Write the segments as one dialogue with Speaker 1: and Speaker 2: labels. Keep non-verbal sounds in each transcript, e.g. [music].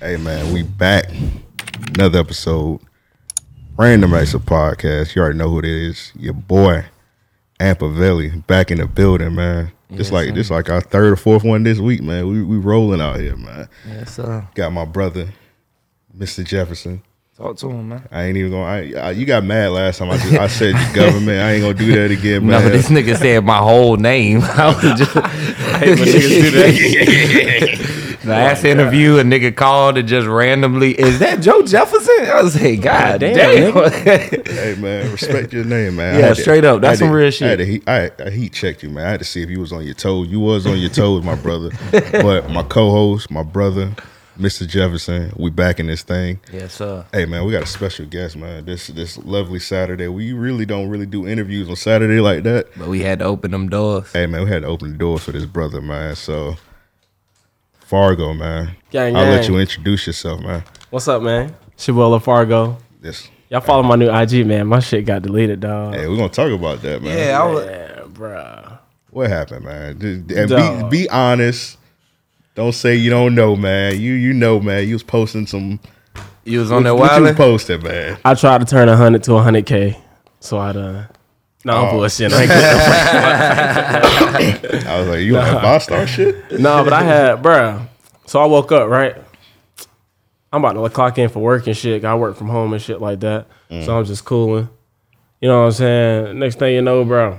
Speaker 1: Hey man, we back. Another episode. Random Acts of Podcast. You already know who it is. Your boy, Ampavelli, back in the building, man. Just like this like our third or fourth one this week, man. We we rolling out here, man.
Speaker 2: Yes, sir.
Speaker 1: Got my brother, Mr. Jefferson.
Speaker 2: Talk to him, man.
Speaker 1: I ain't even gonna I, I you got mad last time I just, I said government. I ain't gonna do that again,
Speaker 3: No,
Speaker 1: man.
Speaker 3: this nigga said my whole name. [laughs] I was just. [laughs] Last interview, a nigga called and just randomly, is that Joe Jefferson? I was like, God
Speaker 2: damn,
Speaker 3: damn. [laughs]
Speaker 1: Hey man, respect your name, man. I
Speaker 3: Yeah,
Speaker 1: had to-
Speaker 3: straight up.
Speaker 1: I
Speaker 3: That's
Speaker 1: had
Speaker 3: some
Speaker 1: to-
Speaker 3: real
Speaker 1: I had
Speaker 3: shit.
Speaker 1: to heat, I, had- I heat checked you, man. I had to see if you was on your toes. You was on your toes, my brother.
Speaker 3: [laughs]
Speaker 1: But my co-host, my brother, Mr. Jefferson, we back in this thing.
Speaker 3: yes, sir.
Speaker 1: Hey man, we got a special guest, man. This this lovely Saturday. We really don't really do interviews on Saturday like that.
Speaker 3: But we had to open them doors.
Speaker 1: Hey man, we had to open the door for this brother, man. So Fargo, man.
Speaker 2: Gang,
Speaker 1: I'll let
Speaker 2: gang.
Speaker 1: you introduce yourself, man.
Speaker 2: What's up, man?
Speaker 4: Shibuela Fargo.
Speaker 1: This,
Speaker 4: Y'all follow my new IG, man. My shit got deleted, dog.
Speaker 1: hey, we're gonna talk about that, man.
Speaker 3: Yeah, I was,
Speaker 4: Yeah, bruh.
Speaker 1: What happened, man? Just- And
Speaker 4: Dog.
Speaker 1: be, be honest. Don't say you don't know, man. You you know, man. You was posting some.
Speaker 3: you was on that
Speaker 1: what you was
Speaker 3: wild.
Speaker 1: posting, man.
Speaker 4: I tried to turn 100 to 100K, so I done. No, I'm
Speaker 1: Oh.
Speaker 4: bullshit.
Speaker 1: I was like, you on that five star
Speaker 3: [laughs]
Speaker 1: shit?
Speaker 4: no, but I had, bruh. So I woke up, right? I'm about to clock in for work and shit. I work from home and shit like that.
Speaker 1: Mm.
Speaker 4: So I'm just cooling. You know what I'm saying? Next thing you know, bro,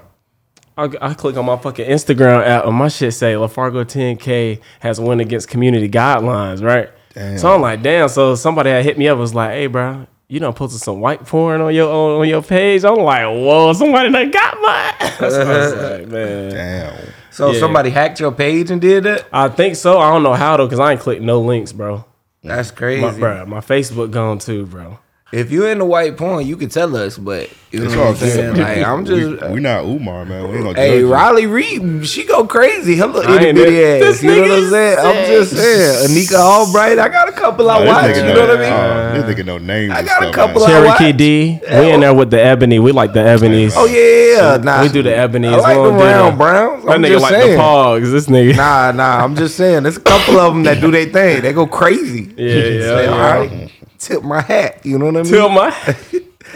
Speaker 4: I, I click on my fucking Instagram app and my shit say LaFargo 10K has won against community guidelines, right? So I'm like, damn. So somebody had hit me up was like, hey, bro, you done posted some white porn on your on, on your page. I'm like, whoa, somebody done got [laughs] mine. so I was like, man.
Speaker 1: Damn.
Speaker 3: So
Speaker 4: Yeah.
Speaker 3: somebody hacked your page and did that?
Speaker 4: I think so. I don't know how though, cause I ain't clicked no links, bro.
Speaker 3: That's crazy.
Speaker 4: My, bro, my Facebook gone too, bro.
Speaker 3: If you in the white porn, you can tell us, but you
Speaker 1: It's
Speaker 3: know what
Speaker 1: all
Speaker 3: I'm
Speaker 1: good.
Speaker 3: saying? Like, I'm just.
Speaker 1: we, we not Umar, man. We ain't gonna
Speaker 3: Hey,
Speaker 1: judge you.
Speaker 3: Riley Reed, she go crazy. Her little
Speaker 4: I
Speaker 3: itty
Speaker 4: ain't
Speaker 3: bitty
Speaker 4: that-
Speaker 3: ass.
Speaker 4: this
Speaker 3: You know what
Speaker 4: nigga
Speaker 3: I'm saying? I'm just saying. Anika Albright, I got a couple I
Speaker 1: Oh, this
Speaker 3: watch.
Speaker 1: nigga
Speaker 3: You
Speaker 1: know,
Speaker 3: know what I mean?
Speaker 1: oh, this nigga know names.
Speaker 3: I
Speaker 1: and
Speaker 3: got a
Speaker 1: stuff,
Speaker 3: couple
Speaker 1: Man.
Speaker 3: of-
Speaker 4: Cherokee
Speaker 3: what?
Speaker 4: D, we in there with the ebony. We like the ebonies.
Speaker 3: Oh, yeah. Nah.
Speaker 4: we do the ebonies.
Speaker 3: I like
Speaker 4: we
Speaker 3: the
Speaker 4: don't do
Speaker 3: round
Speaker 4: the-
Speaker 3: browns.
Speaker 4: That
Speaker 3: I'm
Speaker 4: nigga
Speaker 3: just
Speaker 4: like
Speaker 3: saying.
Speaker 4: the pogs. This nigga.
Speaker 3: Nah, nah. I'm just saying. There's a couple of them that do their thing. They go crazy.
Speaker 4: [laughs] Yeah, yeah.
Speaker 3: Say,
Speaker 4: yeah.
Speaker 3: all right, tip my hat. You know what I mean? [laughs]
Speaker 4: Till my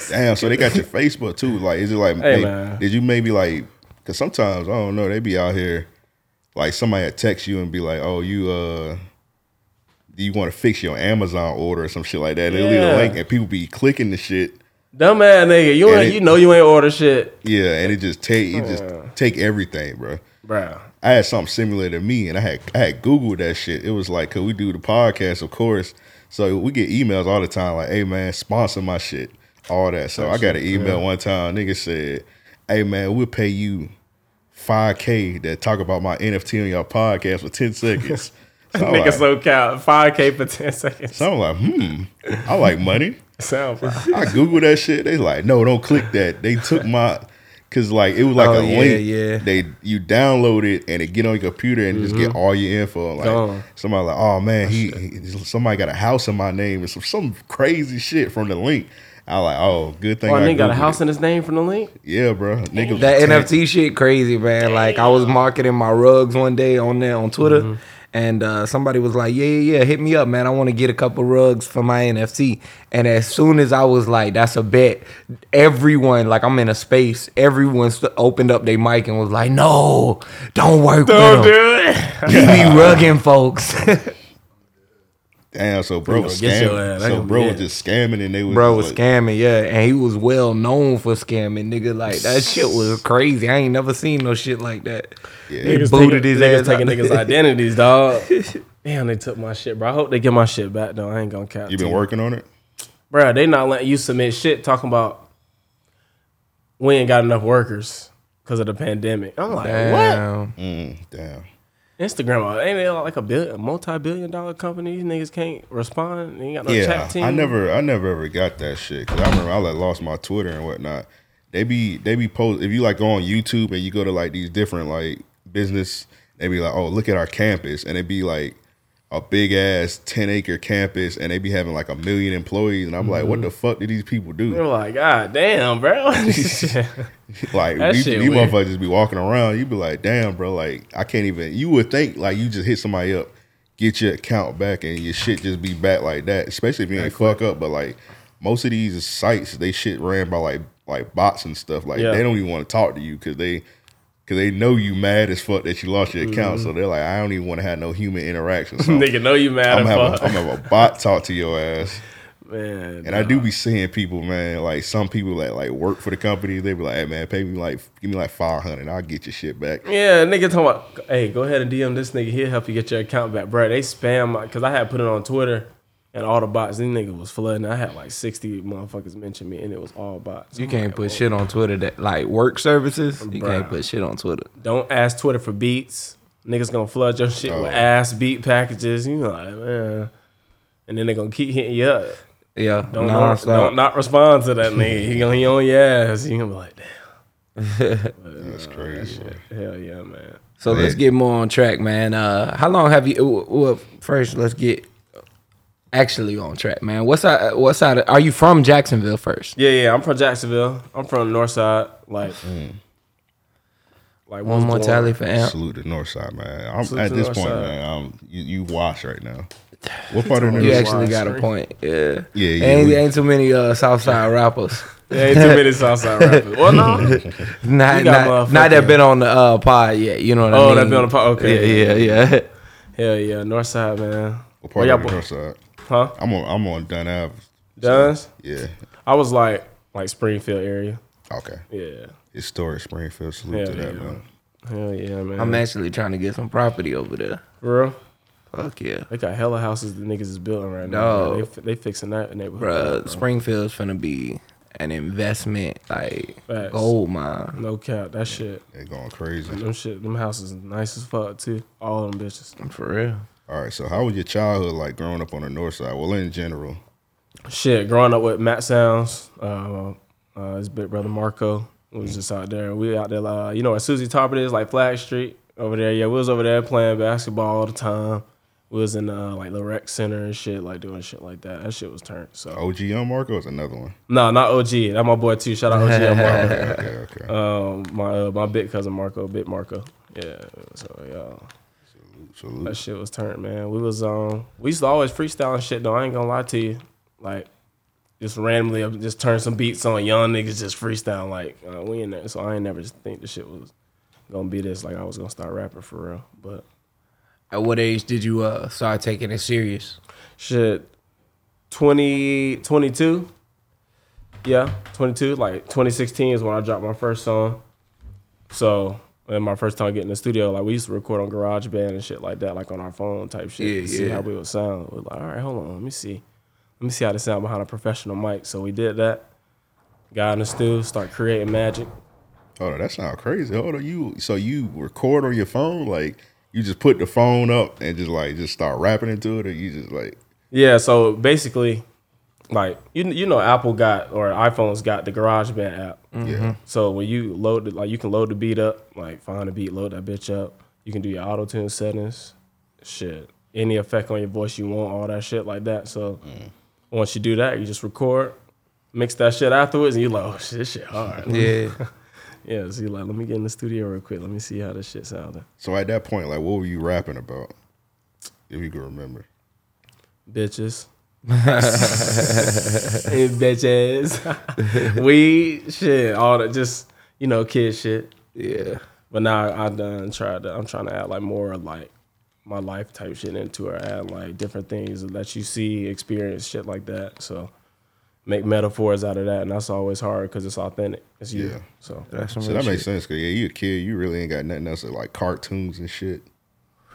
Speaker 1: Damn. So they got your Facebook too. Like, is it like?
Speaker 4: Hey,
Speaker 1: they-
Speaker 4: man.
Speaker 1: Did you maybe like? Because sometimes I don't know. They be out here. Like somebody will text you and be like, "Oh, you uh." Do you want to fix your Amazon order or some shit like that? They leave a
Speaker 4: Yeah.
Speaker 1: link and people be clicking the shit.
Speaker 4: dumb ass nigga. You
Speaker 1: And
Speaker 4: ain't,
Speaker 1: it-
Speaker 4: you know you ain't order shit,
Speaker 1: Yeah, and it just take it just
Speaker 4: Oh,
Speaker 1: take everything, bro.
Speaker 4: bro.
Speaker 1: I had something similar to me, and I had I had Googled that shit. It was like, could we do the podcast? Of course. So we get emails all the time, like, hey man, sponsor my shit, all that. So I got an email one time. Nigga said, hey man, we'll pay you five k to talk about my NFT on your podcast for ten seconds.
Speaker 3: Oh,
Speaker 1: So I'm,
Speaker 4: Nigga,
Speaker 1: like,
Speaker 4: so count five k for ten seconds.
Speaker 1: so I'm like, hmm, I like money.
Speaker 4: Sound fine.
Speaker 1: I googled that shit. They like, no, don't click that. They took my because like it was like
Speaker 3: Oh,
Speaker 1: a
Speaker 3: yeah,
Speaker 1: link.
Speaker 3: yeah.
Speaker 1: They you download it and it get on your computer and just get all your info. Like
Speaker 4: Mm-hmm. Gone.
Speaker 1: somebody like, oh man, he, he- somebody got a house in my name or some some crazy shit from the link. I like, oh, good thing.
Speaker 4: Oh,
Speaker 1: I
Speaker 4: nigga got a
Speaker 1: Googled
Speaker 4: house
Speaker 1: it.
Speaker 4: in his name from the link.
Speaker 1: Yeah, bro. Nigga,
Speaker 3: That
Speaker 1: was-
Speaker 3: NFT shit crazy, man. Like I was marketing my rugs one day on there on Twitter, and uh, somebody was like, "Yeah, yeah, yeah, hit me up, man. I want to get a couple rugs for my NFT." And as soon as I was like, "That's a bet," everyone, like I'm in a space, everyone st- opened up their mic and was like, "No, don't work
Speaker 1: Oh,
Speaker 4: Don't
Speaker 3: with them.
Speaker 4: do it.
Speaker 3: He be rugging
Speaker 4: [laughs]
Speaker 3: folks."
Speaker 1: Damn, so bro was
Speaker 4: gonna get your
Speaker 1: scamming.
Speaker 4: ass. They
Speaker 1: So
Speaker 4: gonna
Speaker 1: bro
Speaker 4: get
Speaker 1: was
Speaker 4: it.
Speaker 1: just scamming, and they was
Speaker 3: Bro was
Speaker 1: just like,
Speaker 3: scamming, yeah, and he was well known for scamming, nigga. Like that shit
Speaker 4: [laughs]
Speaker 3: was crazy. I ain't never seen no shit like that. They
Speaker 4: Niggas
Speaker 3: booted his
Speaker 4: taking- niggas
Speaker 3: ass
Speaker 4: taking
Speaker 3: out.
Speaker 4: [laughs] niggas' identities, dog. Damn, they took my shit, bro. I hope they get my shit back though. I ain't gonna cap.
Speaker 1: You been working on it?
Speaker 4: bro. They not letting you submit shit talking about we ain't got enough workers because of the pandemic. I'm like, what?
Speaker 3: Damn.
Speaker 1: Mm, damn.
Speaker 4: Instagram uh, ain't they like a billion, multi-billion dollar company? These niggas can't respond. They ain't got no
Speaker 1: yeah,
Speaker 4: chat team.
Speaker 1: I never, I never ever got that shit because I remember I like lost my Twitter and whatnot. They be, they be post if you like go on YouTube and you go to like these different like business, they be like, oh look at our campus, and they be like a big ass ten acre campus, and they be having like a million employees, and I'm like, what the fuck do these people
Speaker 4: They're
Speaker 1: do?
Speaker 4: like, God
Speaker 1: [laughs]
Speaker 4: damn, bro. [laughs]
Speaker 1: like
Speaker 4: That
Speaker 1: these,
Speaker 4: shit
Speaker 1: these
Speaker 4: weird.
Speaker 1: motherfuckers just be walking around, you be like, damn, bro, like I can't even. You would think like you just hit somebody up. get your account back and your shit just be back like that. Especially if you ain't fuck up. But like most of these sites, they shit ran by like like bots and stuff. Like
Speaker 4: Yeah.
Speaker 1: they don't even want to talk to you because they because they know you mad as fuck that you lost your account. So they're like, I don't even want to have no human
Speaker 4: [laughs]
Speaker 1: interaction. So
Speaker 4: Mm-hmm. Nigga, know you mad
Speaker 1: I'm
Speaker 4: at
Speaker 1: having,
Speaker 4: fuck.
Speaker 1: I'm having a bot talk to your ass.
Speaker 4: Man,
Speaker 1: And I do be seeing people, man, like some people that like work for the company, they be like, hey man, pay me like give me like five hundred, I'll get your shit back.
Speaker 4: Yeah, nigga talking about, hey, go ahead and DM this nigga. He'll help you get your account back, bro. They spam my, cause I had put it on Twitter and all the bots. These nigga was flooding. I had like sixty motherfuckers mention me, and it was all bots.
Speaker 3: You
Speaker 4: I'm
Speaker 3: can't
Speaker 4: like,
Speaker 3: put
Speaker 4: "Whoa."
Speaker 3: shit on Twitter that like work services. You
Speaker 4: Bruh.
Speaker 3: can't put shit on Twitter.
Speaker 4: Don't ask Twitter for beats. Niggas gonna flood your shit
Speaker 3: Oh.
Speaker 4: with ass beat packages. You know, like, man. And then they gonna keep hitting you up.
Speaker 3: Yeah,
Speaker 4: Don't,
Speaker 3: nah,
Speaker 4: not, don't not respond to that nigga. He gonna he on your ass. You gonna be like, damn.
Speaker 1: That's crazy.
Speaker 4: Hell yeah, man.
Speaker 3: So let's get more on track, man. Uh, how long have you? w- Well, first let's get actually on track, man. What's out? What's out? Are you from Jacksonville first?
Speaker 4: Yeah, yeah. I'm from Jacksonville. I'm from Northside. Like,
Speaker 3: Mm.
Speaker 4: like
Speaker 3: One
Speaker 4: was
Speaker 3: more
Speaker 4: born-
Speaker 3: tally for Amp.
Speaker 1: Salute the Northside, man. I'm
Speaker 4: Salute
Speaker 1: at
Speaker 4: to
Speaker 1: this
Speaker 4: North
Speaker 1: point,
Speaker 4: Side.
Speaker 1: man. i you, you wash right
Speaker 4: [sighs]
Speaker 1: now. What part of
Speaker 4: You
Speaker 1: Northside?
Speaker 3: You
Speaker 4: was
Speaker 3: actually
Speaker 4: wide
Speaker 3: got a
Speaker 4: street.
Speaker 3: point. Yeah.
Speaker 1: Yeah, yeah,
Speaker 3: Ain't,
Speaker 1: we-
Speaker 3: ain't too many uh, Southside rappers.
Speaker 4: There ain't too many Southside rappers. Well, no.
Speaker 3: Not,
Speaker 4: [laughs] We got
Speaker 3: not, not that
Speaker 4: motherfucking-
Speaker 3: been on the uh, pod yet. You know what I mean?
Speaker 4: Oh, that been on the pod, okay.
Speaker 3: Yeah, yeah,
Speaker 4: [laughs]
Speaker 3: yeah.
Speaker 4: Hell yeah, Northside man.
Speaker 1: What part
Speaker 4: Where y'all
Speaker 1: of the
Speaker 4: bo-
Speaker 1: Northside?
Speaker 4: Huh?
Speaker 1: I'm on I'm on Dunn Ave.
Speaker 4: Duns?
Speaker 1: Yeah.
Speaker 4: I was like, like Springfield area.
Speaker 1: Okay.
Speaker 4: Yeah.
Speaker 1: Historic Springfield. Salute
Speaker 4: Hell
Speaker 1: to that,
Speaker 4: yeah.
Speaker 1: man.
Speaker 4: Hell yeah, man.
Speaker 3: I'm actually trying to get some property over there.
Speaker 4: For real.
Speaker 3: Fuck yeah.
Speaker 4: They got hella houses the niggas is building right now.
Speaker 3: Dog.
Speaker 4: man. They, they fixing that neighborhood.
Speaker 3: Bruh, Springfield's finna be an investment, like
Speaker 4: Facts.
Speaker 3: gold mine.
Speaker 4: No cap, that shit.
Speaker 1: They going crazy.
Speaker 4: Them shit, them houses nice as fuck too. All them bitches.
Speaker 3: For real.
Speaker 1: All right. So how was your childhood like growing up on the north side? Well in general.
Speaker 4: Shit, growing up with Matt Sounds, uh, uh, his big brother Marco was just out there. We out there, uh, you know, where Susie Tarpon is like Flag Street over there. Yeah, we was over there playing basketball all the time. We was in uh, like the rec center and shit, like doing shit like that. That shit was turned. So
Speaker 1: OG on Marco is another
Speaker 4: [laughs]
Speaker 1: one.
Speaker 4: no, not OG. That my boy too. Shout out OG. and Marco.
Speaker 1: Okay, okay, okay.
Speaker 4: Um, my uh, my big cousin Marco, big Marco. Yeah. So yeah,
Speaker 1: Salute.
Speaker 4: that shit was turned, man. We was um, we used to always freestyle and shit. Though I ain't gonna lie to you, like just randomly, I just turn some beats on. Young niggas just freestyle like uh, we in there. So I ain't never think the shit was gonna be this. Like I was gonna start rapping for real, but
Speaker 3: At what age did you uh, start taking it serious?
Speaker 4: shit 20 22 yeah 22 like 2016 is when i dropped my first song so and my first time getting in the studio like we used to record on GarageBand and shit like that like on our phone type shit
Speaker 3: Yeah,
Speaker 4: to see
Speaker 3: yeah.
Speaker 4: how we would sound we're like all right hold on let me see let me see how to sound behind a professional mic so we did that got in the studio start creating magic
Speaker 1: Hold on, that sounds crazy. Hold on, you so you record on your phone, like you just put the phone up and just like just start rapping into it, or you just like
Speaker 4: Yeah, so basically, like you you know, Apple got or iPhones got the GarageBand app.
Speaker 1: Yeah.
Speaker 4: So when you load the like you can load the beat up, like find a beat, load that bitch up. You can do your auto tune settings, shit, any effect on your voice you want, all that shit like that. So once you do that, you just record, mix that shit afterwards, and you're like, oh shit, this shit hard.
Speaker 3: [laughs] Yeah.
Speaker 4: yeah. So you're like, let me get in the studio real quick. Let me see how this shit sounded.
Speaker 1: so at that point, like what were you rapping about? If you can remember. [laughs]
Speaker 4: bitches. and bitches. [laughs] Weed, shit, all that, just, you know, kid shit.
Speaker 3: yeah.
Speaker 4: But now I done tried to, I'm trying to add like more like my life type shit into it. Add like different things that you see, experience, shit like that. So make metaphors out of that. And that's always hard because it's authentic. It's you.
Speaker 1: Yeah.
Speaker 4: So,
Speaker 3: That's some
Speaker 1: So that makes sense, cause yeah, you a kid, you really ain't got nothing else but, like cartoons and shit.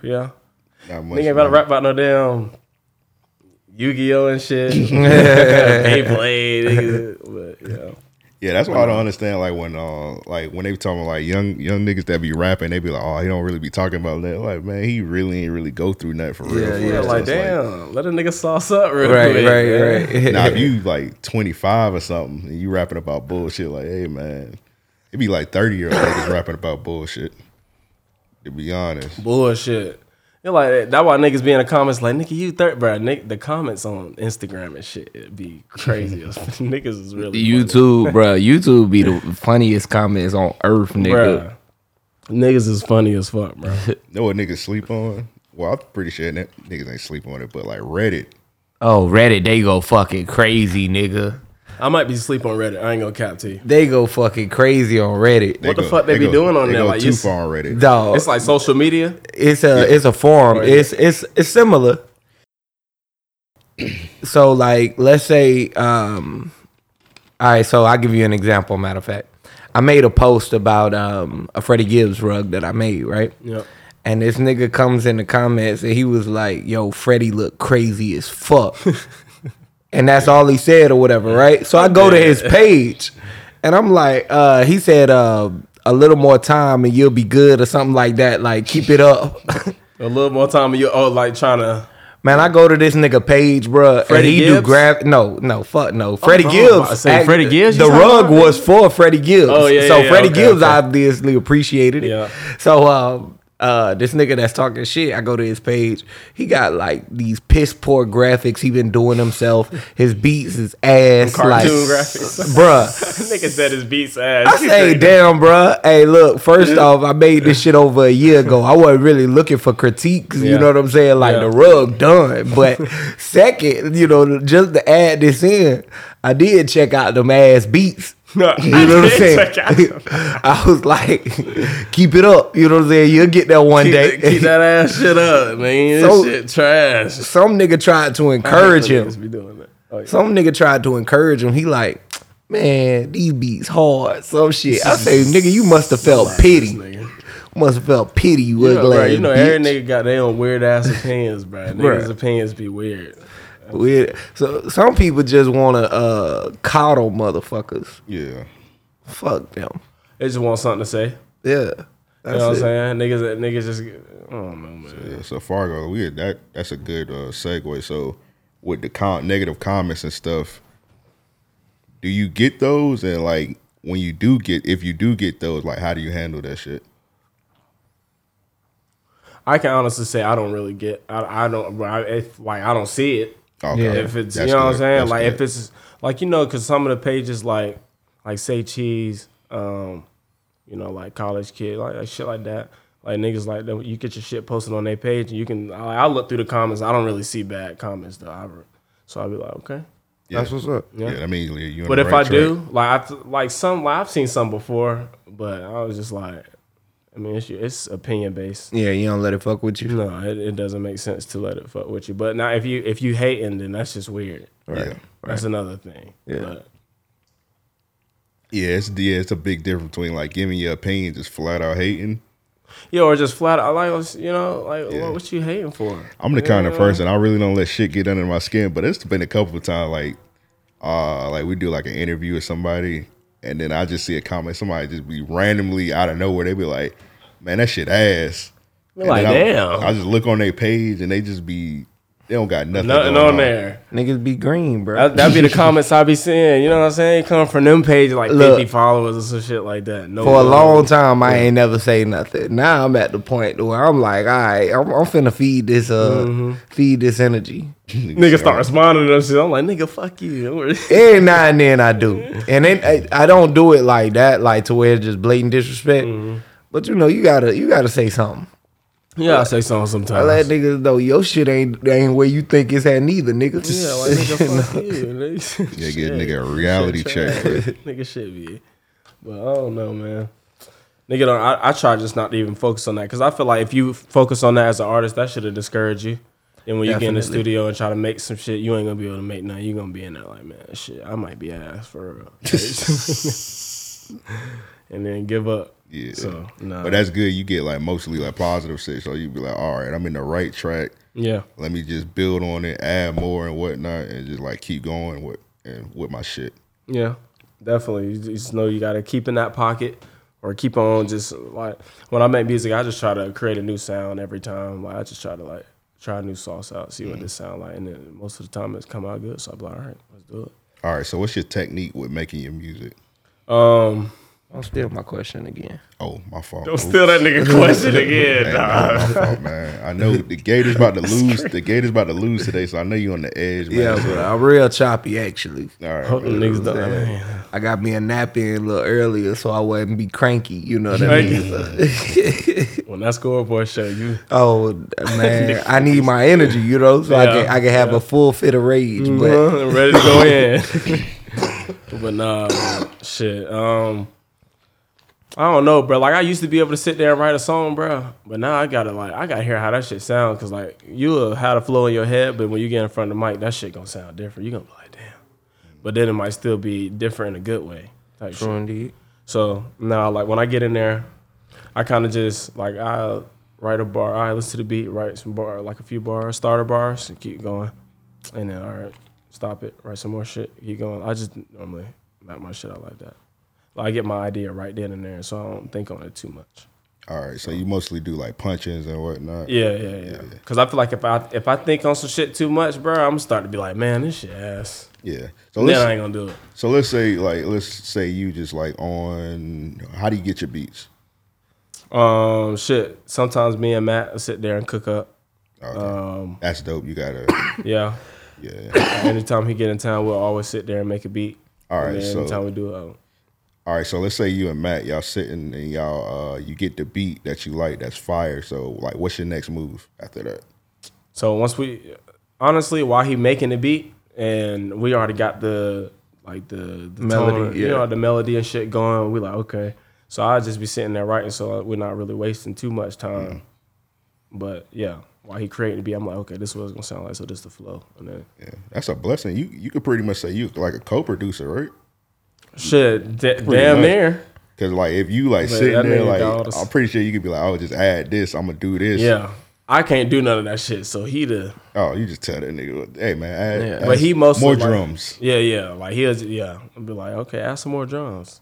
Speaker 4: yeah.
Speaker 1: Not much.
Speaker 4: Nigga ain't about to
Speaker 1: man.
Speaker 4: rap about no damn Yu-Gi-Oh and
Speaker 1: [laughs]
Speaker 4: shit. [laughs] Beyblade, nigga. But, yeah.
Speaker 1: Yeah, that's why I don't understand. Like when, uh, like when they be talking like young young niggas that be rapping, they be like, "Oh, he don't really be talking about that." Like, man, he really ain't really go through nothing for real.
Speaker 3: Yeah,
Speaker 1: for
Speaker 4: Yeah,
Speaker 1: real. So
Speaker 4: like
Speaker 1: it's like,
Speaker 4: damn, let a nigga sauce up real
Speaker 3: Right,
Speaker 4: quick. man.
Speaker 3: right, right.
Speaker 1: now
Speaker 3: [laughs]
Speaker 1: if you like 25 or something and you rapping about bullshit like hey man it'd be like 30
Speaker 4: [coughs]
Speaker 1: year old niggas rapping about bullshit to be honest
Speaker 4: Bullshit. You're like that. Why niggas be in the comments like nigga, you third, bro. Nick, the comments on Instagram and shit it be crazy. as- [laughs] niggas is really funny.
Speaker 3: YouTube, bro. YouTube be [laughs] the funniest comments on earth, nigga.
Speaker 4: Bruh. Niggas is funny as fuck, bro.
Speaker 3: [laughs]
Speaker 1: know what niggas sleep on Well, I'm pretty sure that niggas ain't sleep on it, but like Reddit.
Speaker 3: Oh, Reddit, they go fucking crazy, nigga.
Speaker 4: I might be asleep on Reddit. I ain't gonna cap to you.
Speaker 3: They go fucking crazy on Reddit.
Speaker 1: they
Speaker 4: What the fuck they be
Speaker 1: go-
Speaker 4: doing on
Speaker 1: they
Speaker 4: there?
Speaker 1: Go
Speaker 4: Like,
Speaker 1: too
Speaker 4: it's-
Speaker 1: far on Reddit.
Speaker 3: Dog,
Speaker 4: It's like social media.
Speaker 3: it's a it's a forum. It's it's it's similar. [clears throat] So like let's say um all right, so I'll give you an example, matter of fact. I made a post about um a Freddie Gibbs rug that I made, right?
Speaker 4: Yep.
Speaker 3: And this nigga comes in the comments and he was like, Yo, Freddie look crazy as fuck. and that's all he said or whatever, right? So I go to his page and I'm like, uh, he said uh a little more time and you'll be good or something like that. Like, keep it up. [laughs]
Speaker 4: A little more time and you oh like trying to
Speaker 3: Man, I go to this nigga page, bruh, and
Speaker 4: Freddie
Speaker 3: he do
Speaker 4: Gibbs?
Speaker 3: grab. No, no, fuck no. Freddie
Speaker 4: I was about to
Speaker 3: Gibbs.
Speaker 4: say, Freddie Gibbs you
Speaker 3: The
Speaker 4: talking
Speaker 3: rug
Speaker 4: about?
Speaker 3: was for Freddie Gibbs.
Speaker 4: Oh, yeah,
Speaker 3: So
Speaker 4: yeah, yeah,
Speaker 3: Freddie
Speaker 4: okay,
Speaker 3: Gibbs
Speaker 4: okay.
Speaker 3: obviously appreciated it.
Speaker 4: Yeah.
Speaker 3: So um, uh, this nigga that's talking shit, I go to his page. He got like these piss poor graphics. He been doing himself. His beats is ass.
Speaker 4: cartoon
Speaker 3: Like,
Speaker 4: graphics. [laughs]
Speaker 3: bruh.
Speaker 4: nigga said his beats ass.
Speaker 3: I say, damn, bruh. Hey, look. First off, I made this shit over a year ago. I wasn't really looking for critiques. You
Speaker 4: Yeah.
Speaker 3: know what I'm saying? Like
Speaker 4: Yeah.
Speaker 3: the rug done. But [laughs] second, you know, just to add this in, I did check out them ass beats.
Speaker 4: [laughs] No,
Speaker 3: [laughs] You know what I'm saying? [laughs]
Speaker 4: Check out.
Speaker 3: I was like, keep it up. You know what I'm saying? You'll get that one
Speaker 4: keep,
Speaker 3: day.
Speaker 4: that- keep that ass shit up, man. This
Speaker 3: So-
Speaker 4: shit
Speaker 3: [laughs]
Speaker 4: trash.
Speaker 3: Some nigga tried to encourage him.
Speaker 4: Niggas Be doing that. Oh, yeah.
Speaker 3: Some nigga tried to encourage him. He like, man, these beats hard. Some shit. I say, nigga, you must have felt pity.
Speaker 4: Nigga.
Speaker 3: Must have felt pity. You
Speaker 4: You
Speaker 3: ugly
Speaker 4: know, bro, you know every
Speaker 3: bitch.
Speaker 4: nigga got their own
Speaker 3: [laughs]
Speaker 4: weird ass opinions, bro. Niggas'
Speaker 3: Bruh.
Speaker 4: opinions be weird.
Speaker 3: Weird. So some people just want to uh, coddle motherfuckers.
Speaker 1: Yeah.
Speaker 3: Fuck them.
Speaker 4: They just want something to say.
Speaker 3: Yeah.
Speaker 4: You know what I'm
Speaker 3: That's it.
Speaker 4: saying? Niggas, niggas just, I don't know, man.
Speaker 1: Yeah, so Fargo, we that that's a good uh, segue. So with the com- negative comments and stuff, do you get those? And like when you do get, if you do get those, like how do you handle that shit?
Speaker 4: I can honestly say I don't really get. I, I don't. bro, I, if, like I don't see it.
Speaker 1: Okay.
Speaker 4: If it's
Speaker 1: That's
Speaker 4: you know what
Speaker 1: good.
Speaker 4: I'm saying.
Speaker 1: That's
Speaker 4: like if
Speaker 1: good.
Speaker 4: it's like you know, because some of the pages like like say cheese, um, you know, like college kid, like, like shit like that. Like niggas like that. You get your shit posted on their page, and you can. I, I look through the comments. I don't really see bad comments though. I, re- so I'll be like, okay.
Speaker 2: That's what's up.
Speaker 1: yeah, that means you. on
Speaker 4: But
Speaker 1: the
Speaker 4: if
Speaker 1: right
Speaker 4: I
Speaker 1: track.
Speaker 4: do, like I th- like some, like, I've seen some before, but I was just like, I mean, it's, your- it's opinion based.
Speaker 3: Yeah, you don't let it fuck with you.
Speaker 4: No, it, it doesn't make sense to let it fuck with you. But now, if you if you hating, then that's just weird.
Speaker 1: yeah,
Speaker 4: That's another thing. But
Speaker 1: yeah, it's yeah, it's a big difference between like giving your opinion, just flat out hating.
Speaker 4: yeah, or just flat out like oh, you know, like what, what you hating for?
Speaker 1: I'm the kind of person I really don't let shit get under my skin. But it's been a couple of times like, uh, like we do like an interview with somebody, and then I just see a comment. Somebody just be randomly out of nowhere. They be like, "Man, that shit ass." And
Speaker 4: like,
Speaker 1: then I,
Speaker 4: "Damn."
Speaker 1: I just look on their page and they just be they don't got nothing,
Speaker 4: Nothing
Speaker 1: going
Speaker 4: on there.
Speaker 3: Niggas be green, bro.
Speaker 4: That, that'd be the
Speaker 3: [laughs]
Speaker 4: comments I be seeing. You know what I'm saying? Come from them pages like
Speaker 3: Look.
Speaker 4: 50 followers or some shit like that. No,
Speaker 3: For a long time, I ain't never say nothing. Now I'm at the point where I'm like, all right, I'm, I'm finna feed this, uh,
Speaker 4: Mm-hmm.
Speaker 3: feed this energy.
Speaker 4: nigga start responding to them shit. I'm like, nigga, fuck you. [laughs]
Speaker 3: Every now and then I do, and then I, I don't do it like that, like to where it's just blatant disrespect.
Speaker 4: Mm-hmm.
Speaker 3: But you know, you gotta you gotta say something.
Speaker 4: yeah, I say something
Speaker 3: I let
Speaker 4: sometimes.
Speaker 3: niggas know your shit ain't ain't where you think it's at neither, nigga.
Speaker 4: [laughs] Yeah,
Speaker 3: [laughs]
Speaker 4: like nigga, fuck you. [laughs] Nigga,
Speaker 1: Yeah, give nigga a reality check. bro.
Speaker 4: [laughs] nigga should be. But I don't know, man. Nigga, don't, I, I try just not to even focus on that because I feel like if you focus on that as an artist, that should have discouraged you. Then when you get in the
Speaker 3: Definitely.
Speaker 4: studio and try to make some shit, you ain't gonna be able to make nothing. You gonna be in there like, man, shit, I might be ass
Speaker 1: [laughs]
Speaker 4: for real, [laughs] and then give up.
Speaker 1: Yeah.
Speaker 4: So nah.
Speaker 1: But that's good. You get like mostly like positive shit, so you be like, "All right, I'm in the right track."
Speaker 4: yeah.
Speaker 1: let me just build on it, add more and whatnot, and just like keep going with and with my shit.
Speaker 4: Yeah, definitely. You just know you got to keep in that pocket or keep on just like when I make music, I just try to create a new sound every time. Like I just try to like try a new sauce out, see what this sound like, and then most of the time it's come out good. So I'm like, all right, let's do it.
Speaker 1: All right, so what's your technique with making your music?
Speaker 4: Um,
Speaker 3: I'll steal my question again.
Speaker 1: Oh, my fault.
Speaker 4: Don't steal that [laughs] nigga question
Speaker 1: [laughs]
Speaker 4: again.
Speaker 1: Hey, [laughs]
Speaker 4: Nah.
Speaker 1: man, my fault, man. I know the Gators about
Speaker 4: [laughs]
Speaker 1: to lose. The Gators about to lose today, so I know you on the edge, man.
Speaker 3: Yeah, but I'm real choppy actually.
Speaker 1: All right,
Speaker 4: Hope them
Speaker 1: man.
Speaker 4: niggas don't.
Speaker 3: Yeah.
Speaker 4: man.
Speaker 3: I got me a nap in a little earlier so I wouldn't be cranky. You know what I mean?
Speaker 4: When that scoreboard show you,
Speaker 3: [laughs] oh [laughs] man, I need my energy. You know, so I
Speaker 4: Yeah,
Speaker 3: can I can have a full fit of rage. But
Speaker 4: [laughs] I'm ready to go in. [laughs] but nah, man, shit. Um, I don't know, bro. Like I used to be able to sit there and write a song, bro. But now I gotta like I gotta hear how that shit sounds because like you had a flow in your head, but when you get in front of the mic, that shit gonna sound different. You gonna be like, damn. But then it might still be different in a good way. Type shit.
Speaker 2: True indeed.
Speaker 4: So now, like when I get in there, I kind of just like I write a bar. I listen to the beat, write some bar, like a few bars, starter bars, and keep going. And then all right, stop it, write some more shit, keep going. I just normally map my shit out like that. Like I get my idea right then and there, so I don't think on it too much.
Speaker 1: All right, so you mostly do like punch-ins and whatnot.
Speaker 4: Yeah, yeah, yeah. Because I feel like if I if I think on some shit too much, bro, I'm gonna start to be like, man, this shit ass.
Speaker 1: yeah. So
Speaker 4: Then
Speaker 1: let's
Speaker 4: I ain't gonna do it.
Speaker 1: so let's say like let's say you just like on how do you get your beats?
Speaker 4: Um, shit. Sometimes me and Matt will sit there and cook up.
Speaker 1: Okay.
Speaker 4: Um,
Speaker 1: That's dope. You gotta
Speaker 4: yeah.
Speaker 1: yeah.
Speaker 4: Anytime he get in town, we'll always sit there and make a beat.
Speaker 1: All right,
Speaker 4: And then
Speaker 1: so-
Speaker 4: anytime we do uh, it,
Speaker 1: All right, so let's say you and Matt y'all sitting and y'all uh you get the beat that you like that's fire. So like what's your next move after that?
Speaker 4: so once we, honestly, while he making the beat, and we already got the like the, the
Speaker 3: Melody,
Speaker 4: tone, you know,
Speaker 3: yeah.
Speaker 4: the melody and shit going. We like okay, so I just be sitting there writing, so we're not really wasting too much time.
Speaker 1: Mm-hmm.
Speaker 4: But yeah, while he creating the beat, I'm like okay, this is what it's gonna sound like. So this the flow, and then
Speaker 1: Yeah. That's a blessing. You you could pretty much say you like a co-producer, right?
Speaker 4: shit, da-
Speaker 1: Pretty
Speaker 4: damn
Speaker 1: much.
Speaker 4: near.
Speaker 1: Cause like if you like
Speaker 4: Man,
Speaker 1: sitting
Speaker 4: that
Speaker 1: there
Speaker 4: nigga
Speaker 1: like
Speaker 4: got all this-
Speaker 1: I'm pretty sure you could be like, oh just add this, I'm gonna do this.
Speaker 4: Yeah, I can't do none of that shit. So he the
Speaker 1: Oh, you just tell that nigga, hey man, add,
Speaker 2: Yeah.
Speaker 1: add
Speaker 4: But he mostly
Speaker 1: more
Speaker 4: like-
Speaker 1: drums.
Speaker 4: Yeah, yeah. Like he'll yeah. I'll be like, okay, add some more drums.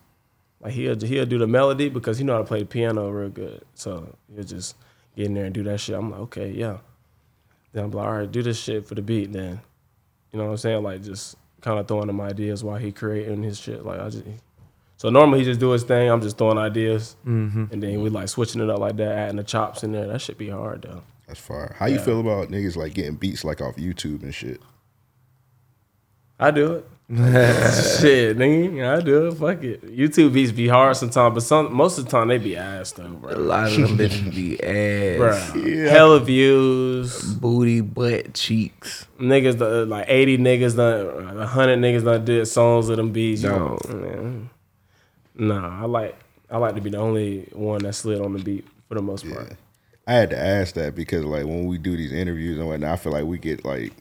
Speaker 4: Like he'll he'll do the melody because he know how to play the piano real good. So he'll just get in there and do that shit. I'm like, okay, yeah. Then I'm like, all right, do this shit for the beat then. You know what I'm saying? Like just kind of throwing him ideas while he creating his shit. Like I just so normally he just do his thing. I'm just throwing ideas, and then we like switching it up like that, adding the chops in there. That should be hard though.
Speaker 1: That's fire. How you feel about niggas like getting beats like off YouTube and shit?
Speaker 4: I do it. Shit, nigga, I do it. Fuck it. YouTube beats be hard sometimes, but some most of the time they be ass though,
Speaker 3: a
Speaker 4: bro.
Speaker 3: lot of [laughs] them bitches be ass,
Speaker 4: Bruh. Hella views.
Speaker 3: booty, butt, cheeks.
Speaker 4: Niggas done, like eighty niggas done, a hundred niggas done did songs of them beats. You
Speaker 3: No.
Speaker 4: know, man. Nah, I like I like to be the only one that slid on the beat for the most part.
Speaker 1: I had to ask that because like when we do these interviews and whatnot, I feel like we get like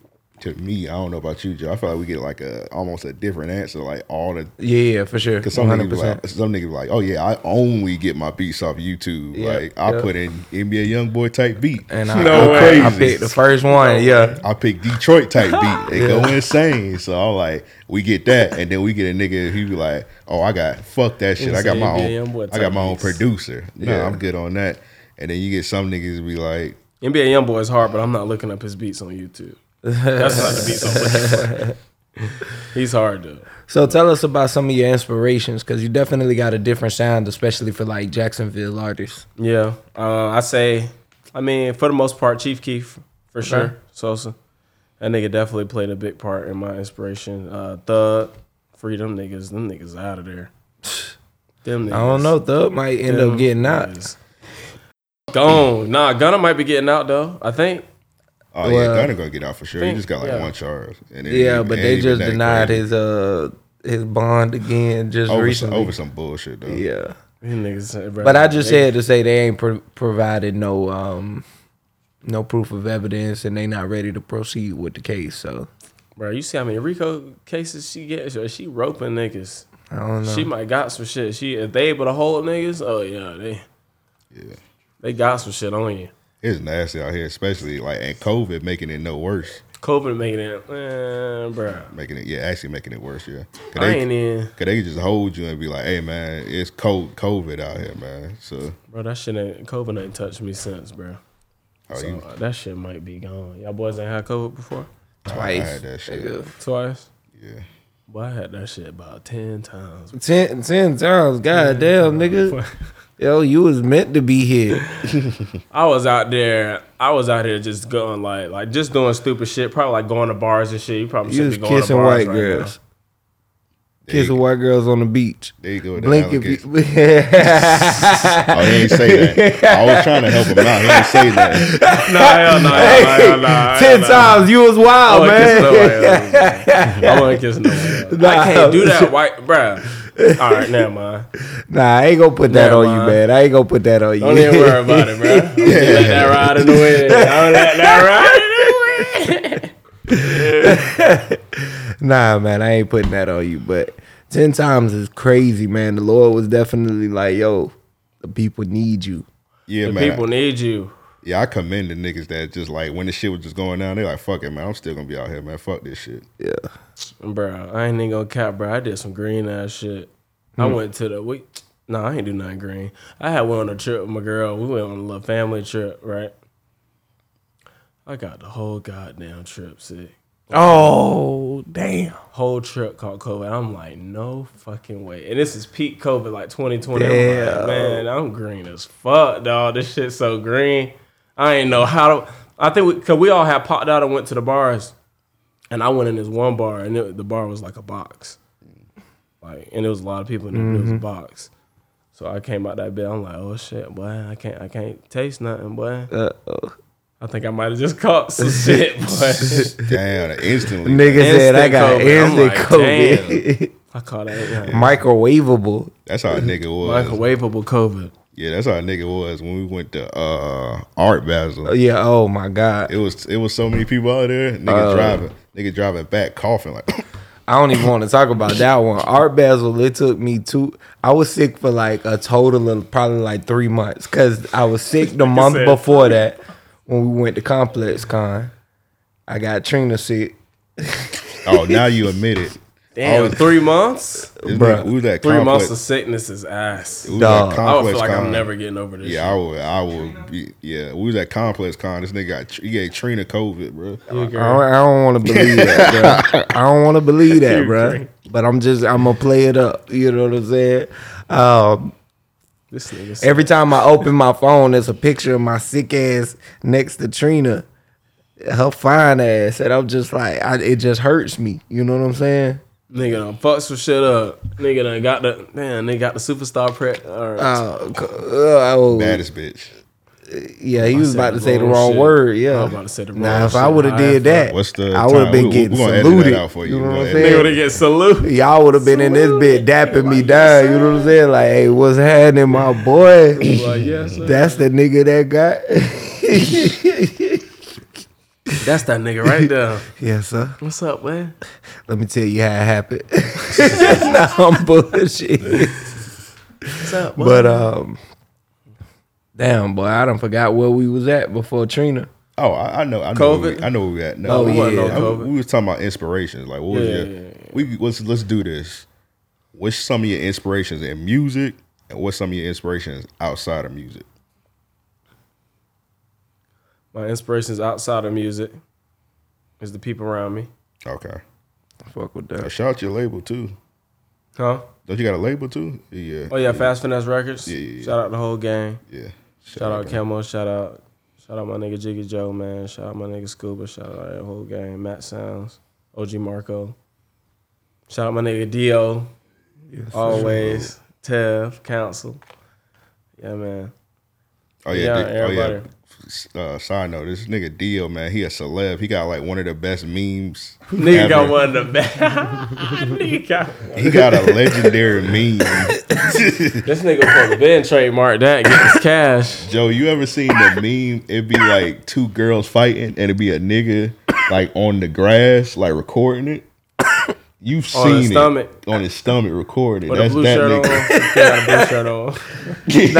Speaker 1: to me, I don't know about you, Joe. I feel like we get like a almost a different answer like all the
Speaker 3: Yeah, yeah, for sure.
Speaker 1: because some niggas
Speaker 3: 100%.
Speaker 1: be like some niggas be like, oh yeah, I only get my beats off YouTube.
Speaker 3: Yeah,
Speaker 1: like I
Speaker 3: yeah.
Speaker 1: put in NBA YoungBoy type beat.
Speaker 3: and I,
Speaker 4: No
Speaker 3: I,
Speaker 4: way.
Speaker 3: I picked the first one. yeah,
Speaker 1: I pick Detroit type beat.
Speaker 3: [laughs]
Speaker 1: They go insane. So I'm like, we get that, and then we get a nigga who be like, oh, I got fuck that shit. I got my
Speaker 4: NBA young boy
Speaker 1: own. I got my own
Speaker 4: type beats.
Speaker 1: producer. No,
Speaker 3: Yeah.
Speaker 1: I'm good on that. And then you get some niggas be like,
Speaker 4: NBA YoungBoy is hard, but I'm not looking up his beats on YouTube. That's not the beats on YouTube. He's hard though.
Speaker 3: So tell us about some of your inspirations, because you definitely got a different sound, especially for like Jacksonville artists.
Speaker 4: Yeah, uh, I say. I mean, for the most part, Chief Keef for sure. Sosa, that nigga definitely played a big part in my inspiration. Uh, Thug, freedom niggas, them niggas out
Speaker 3: [sighs]
Speaker 4: of there. Them niggas.
Speaker 3: I don't know, Thug might end
Speaker 4: Them
Speaker 3: up getting out.
Speaker 4: niggas. Gone. Nah, Gunna might be getting out though. I think.
Speaker 1: oh
Speaker 3: Well,
Speaker 1: yeah, Gunna gonna get out for sure. He just got like
Speaker 4: yeah.
Speaker 1: one charge. And it
Speaker 3: Yeah,
Speaker 1: ain't-
Speaker 3: but
Speaker 1: it
Speaker 3: they
Speaker 1: ain't even
Speaker 3: just
Speaker 1: that
Speaker 3: denied
Speaker 1: crazy.
Speaker 3: his uh his bond again just
Speaker 1: over some,
Speaker 3: recently.
Speaker 1: over some bullshit though.
Speaker 3: Yeah,
Speaker 4: Them niggas, eh,
Speaker 3: but I just
Speaker 4: they-
Speaker 3: said to say they ain't pro- provided no um no proof of evidence, and they not ready to proceed with the case. So
Speaker 4: bro, you see how many Rico cases she gets? Or She roping niggas.
Speaker 3: I don't know.
Speaker 4: She might got some shit. She if they able to hold niggas, oh yeah, they
Speaker 1: Yeah.
Speaker 4: they got some shit on you.
Speaker 1: It's nasty out here, especially like and COVID making it no worse,
Speaker 4: COVID making it, eh, bro.
Speaker 1: making it yeah, actually making it worse. Yeah, 'Cause
Speaker 4: I
Speaker 1: they-
Speaker 4: ain't in,
Speaker 1: Cause they could just hold you and be like, "Hey man, it's cold COVID out here, man." So,
Speaker 4: bro. That shit ain't COVID ain't touched me since, bro.
Speaker 1: oh,
Speaker 4: so
Speaker 1: you,
Speaker 4: uh, that shit might be gone. Y'all boys ain't had COVID before,
Speaker 1: I
Speaker 3: twice.
Speaker 1: had that shit.
Speaker 3: nigga.
Speaker 4: twice.
Speaker 1: yeah,
Speaker 4: Boy, I had that shit about ten times.
Speaker 3: Ten, ten times. God damn,
Speaker 4: [laughs]
Speaker 3: nigga. Yo, you was meant to be here.
Speaker 4: I was out there. I was out here just going like, like just doing stupid shit. Probably like going to bars and shit. You probably
Speaker 3: You
Speaker 4: should
Speaker 3: was
Speaker 4: be going to
Speaker 3: kissing white
Speaker 4: bars right
Speaker 3: girls.
Speaker 4: [laughs] now.
Speaker 3: Kissing white girls on the beach.
Speaker 1: There you go. with the
Speaker 3: Blink if
Speaker 1: allegation.
Speaker 3: you. [laughs] hey,
Speaker 1: Oh, he ain't say that. I was trying to help him out. He ain't say
Speaker 3: [laughs]
Speaker 1: that.
Speaker 4: No, hell no, hell no, hell no,
Speaker 3: ten
Speaker 4: hell no.
Speaker 3: times. You was
Speaker 4: Oh, I
Speaker 3: wild,
Speaker 4: wouldn't
Speaker 3: man. [laughs]
Speaker 4: kiss nobody else. I wouldn't kiss nobody.
Speaker 3: Nah.
Speaker 4: Else. I can't do that, white bruh. All right, never mind.
Speaker 3: Nah, I ain't gonna put that
Speaker 4: Never
Speaker 3: on you,
Speaker 4: mind.
Speaker 3: man. I ain't gonna put that on you.
Speaker 4: Don't even worry about it, bruh. Don't Let that ride in the wind. Don't let that ride in the wind.
Speaker 3: [laughs] Nah, man, I ain't putting that on you. But ten times is crazy, man. The Lord was definitely like, "Yo, the people need you."
Speaker 1: Yeah,
Speaker 4: The
Speaker 1: man.
Speaker 4: people need you.
Speaker 1: Yeah, I commend the niggas that just like when the shit was just going down, they like, fuck it, man. I'm still gonna be out here, man. Fuck this shit.
Speaker 3: Yeah,
Speaker 4: Bro, I ain't even gonna cap, bro. I did some green ass shit. I went to the we. No, I ain't do nothing green. I had went on a trip with my girl. We went on a little family trip, right? I got the whole goddamn trip sick.
Speaker 2: Oh damn.
Speaker 4: Whole trip caught COVID. I'm like, no fucking way. And this is peak COVID, like 2020. I'm like,
Speaker 3: Damn.
Speaker 4: man, I'm green as fuck, dog. This shit's so green. I ain't know how to. I think we, cause we all had popped out and went to the bars, and I went in this one bar, and it, the bar was like a box, like, and there was a lot of people in there. It was a
Speaker 3: Mm-hmm.
Speaker 4: box, so I came out that bit. I'm like, oh shit, boy, I can't, I can't taste nothing, boy.
Speaker 3: Uh-oh.
Speaker 4: I think I might have just caught some [laughs] shit,
Speaker 3: [laughs]
Speaker 4: boy.
Speaker 1: Damn, instantly.
Speaker 3: nigga said I got
Speaker 4: Instant
Speaker 3: instant
Speaker 4: COVID. I'm
Speaker 3: COVID,
Speaker 4: I caught that.
Speaker 3: [laughs]
Speaker 4: yeah.
Speaker 3: microwavable.
Speaker 1: That's how a nigga was.
Speaker 4: Microwavable COVID.
Speaker 1: Yeah, that's how a nigga was when we went to uh Art Basel.
Speaker 3: Oh, yeah. Oh my God.
Speaker 1: It was it was so many people out there. Nigga driving, nigga driving back, coughing like. [laughs]
Speaker 3: I don't even want to talk about that one. Art Basel, it took me two. I was sick for like a total of probably like three months because I was sick the month
Speaker 4: said.
Speaker 3: before that when we went to Complex Con. I got Trina sick.
Speaker 1: oh, now you admit it.
Speaker 4: Damn,
Speaker 1: Oh,
Speaker 4: three months.
Speaker 1: This
Speaker 3: Bruh.
Speaker 1: nigga, we was at
Speaker 4: Three months
Speaker 1: complex.
Speaker 4: of sickness is ass.
Speaker 1: we was at
Speaker 3: Dog.
Speaker 4: I would
Speaker 1: complex
Speaker 4: feel like
Speaker 1: con.
Speaker 4: I'm never getting over this.
Speaker 1: Yeah, I would. I would. Be, yeah, we was at complex con. This nigga got he gave Trina COVID, bro.
Speaker 4: shit.
Speaker 3: I don't, I don't want to believe that, bro. I don't want to believe that, bro. But I'm just, I'm going to play it up. You know what I'm saying? Um,
Speaker 4: This nigga.
Speaker 3: every time I open my phone, there's a picture of my sick ass next to Trina, her fine ass. And I'm just like, I, it just hurts me. You know what I'm saying?
Speaker 4: Nigga done fucked some shit up. Nigga done got the man. They got the superstar prep. All right.
Speaker 3: Uh, c- uh, oh,
Speaker 1: Baddest bitch.
Speaker 3: yeah, he was
Speaker 4: said
Speaker 3: about
Speaker 4: the
Speaker 3: to say the
Speaker 4: wrong
Speaker 3: wrong
Speaker 4: shit.
Speaker 3: word. Yeah,
Speaker 4: I was about to say the
Speaker 3: Now,
Speaker 4: wrong
Speaker 3: if I
Speaker 4: shit.
Speaker 3: would have
Speaker 4: High
Speaker 3: did that,
Speaker 1: What's the
Speaker 3: I would
Speaker 1: time?
Speaker 3: have been
Speaker 1: We-
Speaker 3: getting
Speaker 1: we gonna edit that
Speaker 3: saluted.
Speaker 1: out for you.
Speaker 3: know
Speaker 1: We
Speaker 3: what
Speaker 1: gonna
Speaker 3: I'm
Speaker 1: edit
Speaker 4: Nigga
Speaker 3: saying?
Speaker 4: would get salute.
Speaker 3: Y'all would have been in this bit dapping me down. You know what I'm saying? Like, hey, what's happening, my boy? [laughs]
Speaker 4: Like, yes, sir.
Speaker 3: That's the nigga that got.
Speaker 4: [laughs] That's that nigga right there.
Speaker 3: [laughs] yes, sir.
Speaker 4: [laughs] What's up, man?
Speaker 3: Let me tell you how it happened. [laughs] nah, I'm bullshit.
Speaker 4: What's up?
Speaker 3: But um, damn boy, I done forgot where we was at before Trina.
Speaker 1: Oh, I, I know. I know. Where
Speaker 4: COVID?
Speaker 1: we, I know where we at. No,
Speaker 3: Oh,
Speaker 1: we wasn't
Speaker 3: yeah.
Speaker 1: on
Speaker 4: I w-
Speaker 1: We was talking about inspirations. Like, what was
Speaker 4: Yeah,
Speaker 1: your?
Speaker 4: yeah, yeah,
Speaker 1: We let's let's do this. What's some of your inspirations in music, and what's some of your inspirations outside of music?
Speaker 4: My inspirations outside of music is the people around me.
Speaker 1: Okay.
Speaker 3: Fuck with
Speaker 1: Now,
Speaker 3: that.
Speaker 1: shout out your label too.
Speaker 4: Huh?
Speaker 1: Don't you got a label too? Yeah.
Speaker 4: Oh yeah, Fast Finesse Records.
Speaker 1: Yeah, yeah, yeah.
Speaker 4: Shout out the whole gang.
Speaker 1: Yeah.
Speaker 4: Shout out
Speaker 1: to
Speaker 4: Camo, shout out shout out my nigga Jiggy Joe, man. Shout out my nigga Scuba, shout out that whole gang. Matt Sounds, OG Marco. Shout out my nigga Dio. always. Tev, Council. Yeah, man.
Speaker 1: Oh
Speaker 4: Yeah,
Speaker 1: yeah. Di- oh yeah.
Speaker 4: everybody.
Speaker 1: Uh, side note: This nigga Dio, man, he a celeb. He got like one of the best memes.
Speaker 4: Nigga got
Speaker 1: ever.
Speaker 4: one of the [laughs] best. nigga got
Speaker 1: He got a
Speaker 4: [laughs]
Speaker 1: legendary meme.
Speaker 4: This nigga supposed to been trademark that, get his cash.
Speaker 1: Joe, you ever seen the meme? It'd be like two girls fighting, and it'd be a nigga like on the grass, like recording it. You've seen
Speaker 4: On his
Speaker 1: it
Speaker 4: stomach.
Speaker 1: on his stomach recording. it.
Speaker 4: With a
Speaker 1: That's
Speaker 4: blue
Speaker 1: that
Speaker 4: shirt on.
Speaker 1: nigga.
Speaker 4: He got a blue shirt on.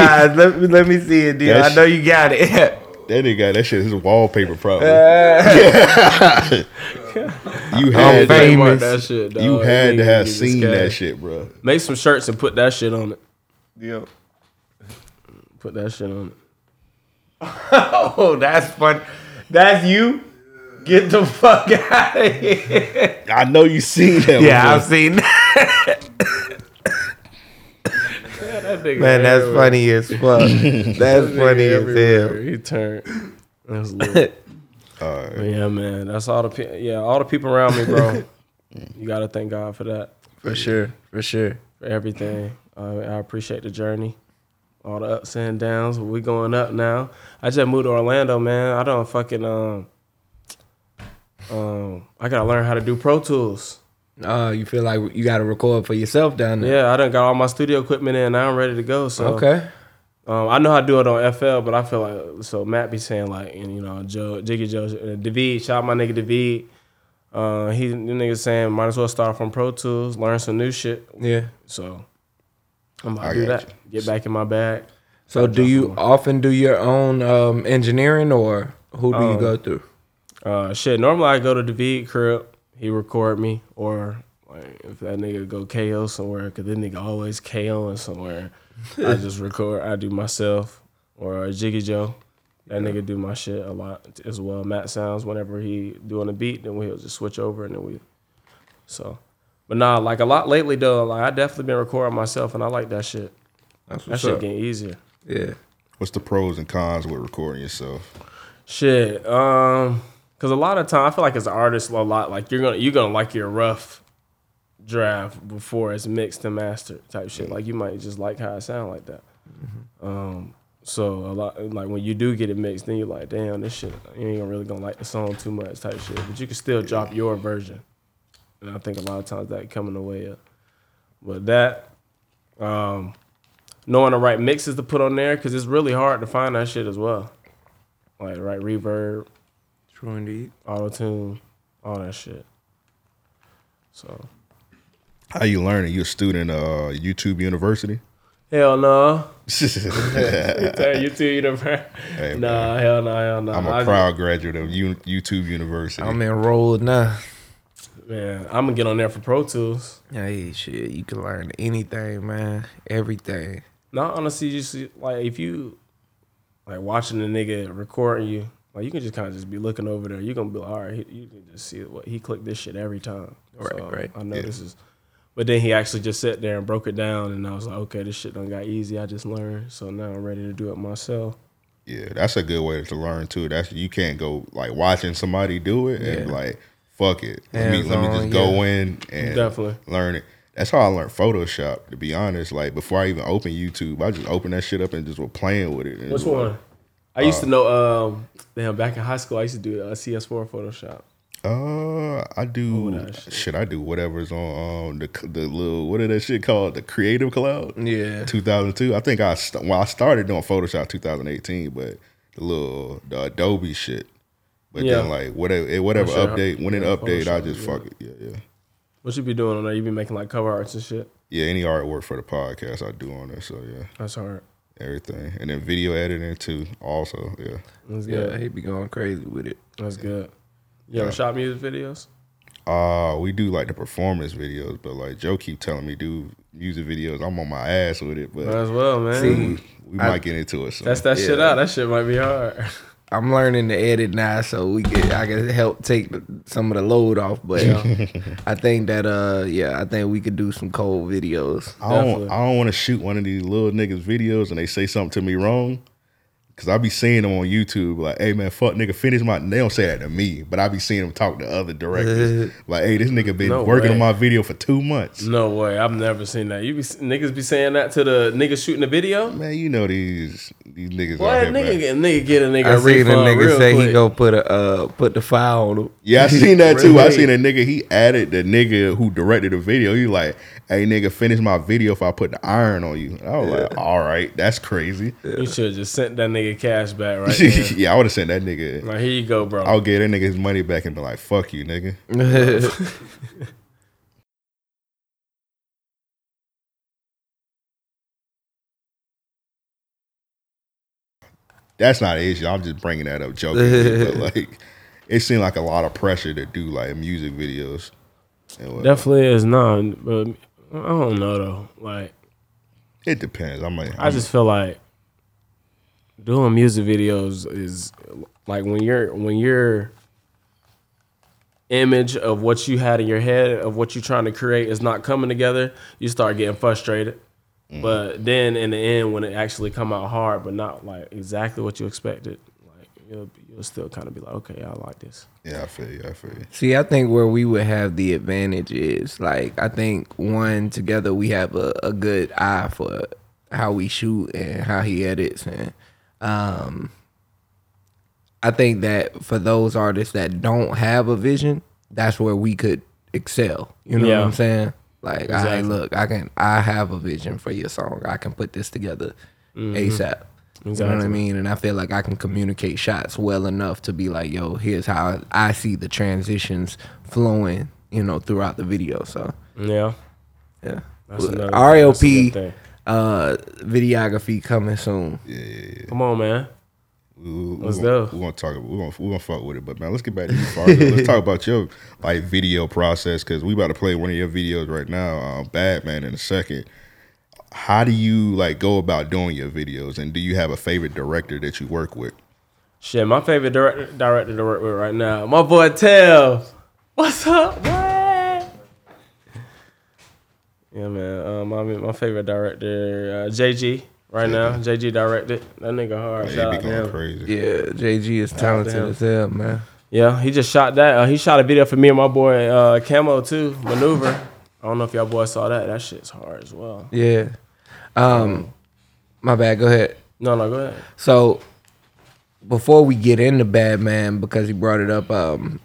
Speaker 1: [laughs]
Speaker 3: [laughs] Nah, let me let me see it, dude.
Speaker 1: That's-
Speaker 3: I know you got it. [laughs]
Speaker 1: That nigga got that shit. His wallpaper probably. [laughs] you
Speaker 4: Yeah,
Speaker 1: had to,
Speaker 3: famous.
Speaker 4: trademark that shit, dog.
Speaker 1: you had to have seen that
Speaker 4: shit.
Speaker 1: shit, bro.
Speaker 4: Make some shirts and put that shit on it.
Speaker 3: Yeah.
Speaker 4: Put that shit on it.
Speaker 3: Oh, that's fun. That's you. Get the fuck out of here.
Speaker 1: I know you seen that.
Speaker 3: Yeah, I've
Speaker 1: before.
Speaker 3: seen that. Man, that's funny as [laughs] fuck. That's funny as hell.
Speaker 4: He turned. [laughs] That's lit.
Speaker 1: All right.
Speaker 4: But yeah, man. That's all the pe- yeah, all the people around
Speaker 3: [laughs]
Speaker 4: me, bro. you gotta thank God for that,
Speaker 3: For sure. For sure.
Speaker 4: for everything. Uh, I appreciate the journey, all the ups and downs. We going up now. I just moved to Orlando, man. I don't fucking um um. I gotta learn how to do Pro Tools.
Speaker 3: Uh, you feel like you got to record for yourself down there.
Speaker 4: Yeah, I done got all my studio equipment in. Now I'm ready to go. So
Speaker 3: Okay.
Speaker 4: Um, I know how to do it on FL, but I feel like so Matt be saying like and you know Joe Jiggy Joe uh, David shout out my nigga David. Uh, he the nigga saying might as well start from Pro Tools, learn some new shit.
Speaker 3: Yeah.
Speaker 4: So I'm about
Speaker 1: I
Speaker 4: to do
Speaker 1: got
Speaker 4: that. Get back in my bag.
Speaker 3: So do you often do your own um, engineering or who do you go through?
Speaker 4: Uh, shit. Normally I go to David crib. He record me or like if that nigga go KO somewhere, cause that nigga always KOing somewhere.
Speaker 3: [laughs]
Speaker 4: I just record. I do myself or uh, Jiggy Joe. That nigga do my shit a lot as well. Matt sounds whenever he doing a beat, then we'll just switch over and then we. So, but nah, like a lot lately though. Like I definitely been recording myself and I like that shit.
Speaker 3: That's
Speaker 4: That
Speaker 3: what's
Speaker 4: shit
Speaker 3: up.
Speaker 4: getting easier.
Speaker 3: Yeah.
Speaker 1: What's the pros and cons with recording yourself?
Speaker 4: Shit, um, because a lot of time I feel like as an artist, a lot like you're gonna you're gonna like your rough draft before it's mixed and mastered type shit. Like you might just like how it sound like that. Um, so a lot like when you do get it mixed, then you're like, damn, this shit you ain't really gonna like the song too much type shit. But you can still drop your version, and I think a lot of times that coming the way up. But that, um, knowing the right mixes to put on there because it's really hard to find that shit as well. Like right reverb,
Speaker 3: True indeed.
Speaker 4: auto tune, all that shit. So
Speaker 1: How you learning? You a student at uh, YouTube University? [laughs]
Speaker 4: hell [laughs] no,
Speaker 1: I'm
Speaker 4: YouTube universe.
Speaker 1: man.
Speaker 4: nah, hell no, hell no.
Speaker 1: a proud graduate of U- YouTube University.
Speaker 3: I'm enrolled now.
Speaker 4: man. I'm gonna get on there for Pro Tools.
Speaker 3: Hey, shit, you can learn anything, man. Everything.
Speaker 4: Not honestly, just like if you like watching the nigga recording you, like you can just kind of just be looking over there. You gonna be like, all right, he, you can just see what he clicked this shit every time.
Speaker 3: Right, right.
Speaker 4: I know
Speaker 1: Yeah.
Speaker 4: this is, but then he actually just sat there and broke it down, and I was like, okay, this shit done got easy. I just learned, so now I'm ready to do it myself.
Speaker 1: Yeah, that's a good way to learn too. That's you can't go like watching somebody do it and
Speaker 3: Yeah.
Speaker 1: like fuck it. Let me
Speaker 3: Hands
Speaker 1: let me just
Speaker 3: on,
Speaker 1: go
Speaker 3: yeah.
Speaker 1: in and
Speaker 4: Definitely.
Speaker 1: learn it. That's how I learned Photoshop. To be honest, like before I even opened YouTube, I just opened that shit up and just was playing with it. and
Speaker 4: Which
Speaker 1: like,
Speaker 4: one? I used to
Speaker 3: Oh.
Speaker 4: know. Um, damn, back in high school, I used to do uh, CS4 Photoshop.
Speaker 1: Uh, I do.
Speaker 4: that shit.
Speaker 1: should I do whatever's on um the the little what is that shit called the Creative Cloud?
Speaker 3: Yeah.
Speaker 1: 2002. I think I st- well I started doing Photoshop 2018, but the little the Adobe shit. But then
Speaker 4: Yeah.
Speaker 1: like whatever it, whatever
Speaker 4: Sure.
Speaker 1: update when it
Speaker 4: Yeah,
Speaker 1: update, I
Speaker 4: Photoshop,
Speaker 1: just
Speaker 4: yeah.
Speaker 1: fuck it. Yeah, yeah,
Speaker 4: What you be doing on there? You be making like cover arts and shit.
Speaker 1: yeah. Any artwork for the podcast I do on there. So yeah,
Speaker 4: That's hard.
Speaker 1: everything and then video editing too. Also yeah.
Speaker 4: That's good.
Speaker 3: Yeah, he be going crazy with it.
Speaker 4: That's good. You ever
Speaker 1: Yeah.
Speaker 4: shot music videos?
Speaker 1: Uh, we do like the performance videos, but like Joe keep telling me do music videos. I'm on my ass with it, but.
Speaker 4: Might as well, man.
Speaker 3: See,
Speaker 1: We
Speaker 3: I-
Speaker 1: might get into it. Soon.
Speaker 4: That's that shit
Speaker 3: Yeah.
Speaker 4: out. That shit might be hard. [laughs]
Speaker 3: I'm learning to edit now, so we get I can help take the- some of the load off. But [laughs] I think that uh, yeah, I think we could do some cold videos.
Speaker 1: I don't.
Speaker 4: definitely.
Speaker 1: I don't want to shoot one of these little niggas videos and they say something to me wrong. Cause I be seeing them on YouTube, like, hey man, fuck nigga, finish my. They don't say that to me, but I be seeing them talk to other directors, like, hey, this nigga been
Speaker 4: No
Speaker 1: working on
Speaker 4: way.
Speaker 1: my video for two months.
Speaker 4: no way. I've never seen that. You be niggas be saying that to the niggas shooting the video.
Speaker 1: Man, you know these these niggas
Speaker 4: What
Speaker 1: out here,
Speaker 4: nigga
Speaker 1: man.
Speaker 4: get nigga get a nigga
Speaker 3: I
Speaker 4: a
Speaker 3: seen a
Speaker 4: refund
Speaker 3: nigga
Speaker 4: real
Speaker 3: say he
Speaker 4: quick.
Speaker 3: go put a uh, put the file on him.
Speaker 1: Yeah, I seen that too. I
Speaker 4: Really?
Speaker 1: seen a nigga. He added the nigga who directed the video. He like, hey nigga, finish my video if I put the iron on you. And I was like, all right, that's crazy.
Speaker 4: You should have just sent that nigga cash back
Speaker 1: [laughs]
Speaker 3: [laughs]
Speaker 4: right
Speaker 1: Yeah,
Speaker 4: there.
Speaker 1: I would have sent that nigga.
Speaker 4: like here you go, bro.
Speaker 1: I'll get that nigga his money back and be like, fuck you, nigga.
Speaker 4: [laughs]
Speaker 1: That's not an issue. I'm just bringing that up jokingly.
Speaker 4: [laughs]
Speaker 1: but like, it seemed like a lot of pressure to do like music videos. And what-
Speaker 4: Definitely is not, but I don't know though. Like
Speaker 1: it depends. I'm like,
Speaker 4: I
Speaker 1: I'm-
Speaker 4: just feel like doing music videos is like when you're when you're image of what you had in your head of what you're trying to create is not coming together, you start getting frustrated. But then in the end, when it actually come out hard, but not like exactly what you expected, like you'll, be- you'll still kind of be like, okay, I like this.
Speaker 1: Yeah, I feel you. I feel you.
Speaker 3: See, I think where we would have the advantage is like I think one together we have a, a good eye for how we shoot and how he edits and um I think that for those artists that don't have a vision, that's where we could excel. You know
Speaker 4: Yeah.
Speaker 3: what I'm saying? Like, I
Speaker 4: Exactly.
Speaker 3: look, I can I have a vision for your song. I can put this together
Speaker 4: Mm-hmm.
Speaker 3: ASAP. You know what I
Speaker 4: Exactly.
Speaker 3: mean? And I feel like I can communicate shots well enough to be like, yo, here's how I see the transitions flowing, you know, throughout the video. So,
Speaker 4: Yeah,
Speaker 3: yeah.
Speaker 4: That's another- that's a good
Speaker 3: RLP
Speaker 4: thing.
Speaker 3: uh, videography coming soon.
Speaker 4: Come on, man.
Speaker 1: We, we,
Speaker 4: Let's
Speaker 1: we gonna-
Speaker 4: go.
Speaker 1: We gonna talk. We gonna we gonna fuck with it. But man, let's get back to you, Fargo. let's
Speaker 4: [laughs]
Speaker 1: talk about your like video process because we about to play one of your videos right now, um, Batman, in a second. How do you like go about doing your videos, and do you have a favorite director that you work with?
Speaker 4: Shit, my favorite director, director to work with right now, my boy Tell. What's up, what? Yeah, man. Um, I mean, my favorite director, uh, JG, right now. JG directed. That nigga hard.
Speaker 1: Like,
Speaker 4: Shout
Speaker 1: it be
Speaker 4: out to
Speaker 1: going
Speaker 4: him.
Speaker 1: crazy.
Speaker 3: Yeah, JG is talented
Speaker 4: damn.
Speaker 3: as hell, man.
Speaker 4: Yeah, he just shot that. Uh, he shot a video for me and my boy uh, Camo too. Maneuver. I don't know if y'all boys saw that. That shit's hard as well.
Speaker 3: Yeah. Um, my bad. Go ahead.
Speaker 4: No, no, go ahead.
Speaker 3: So before we get into Batman, because he brought it up, um,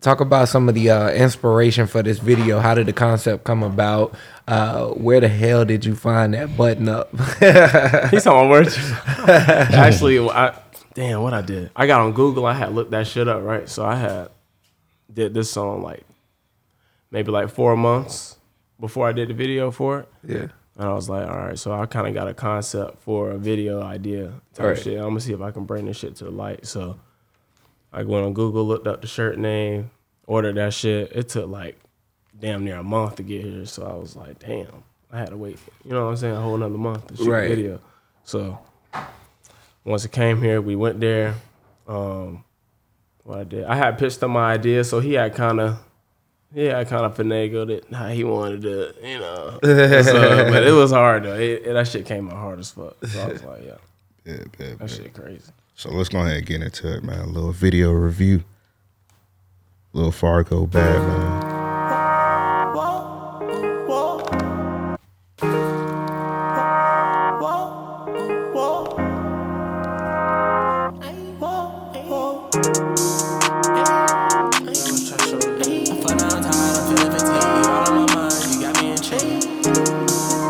Speaker 3: talk about some of the uh, inspiration for this video. How did the concept come about? Uh, where the hell did you find that button up? [laughs]
Speaker 4: He's on my word. [laughs] Actually, I damn what I did. I got on Google. I had looked that shit up, right? So I had did this song like maybe like four months before I did the video for it,
Speaker 3: yeah.
Speaker 4: and I was like, all right. So I kind of got a concept for a video idea type
Speaker 3: Right.
Speaker 4: shit. I'm gonna see if I can bring this shit to the light. So I went on Google, looked up the shirt name, ordered that shit. It took like damn near a month to get here. So I was like, damn, I had to wait. You know what I'm saying? A whole another month to shoot
Speaker 3: Right.
Speaker 4: a video. So once it came here, we went there. Um, what I did, I had pitched him my idea, so he had kind of. Yeah, I kind of finagled it how he wanted to, you know. So, but it was hard though. It, it- that shit came out hard as fuck. So I was like, yeah,
Speaker 1: Yeah, yeah, yeah.
Speaker 4: that shit crazy.
Speaker 1: So let's go ahead and get into it, man. A little video review. Little Fargo Batman.
Speaker 5: But now I'm tired, I'm feeling fatigued. All on my mind, you got me intrigued.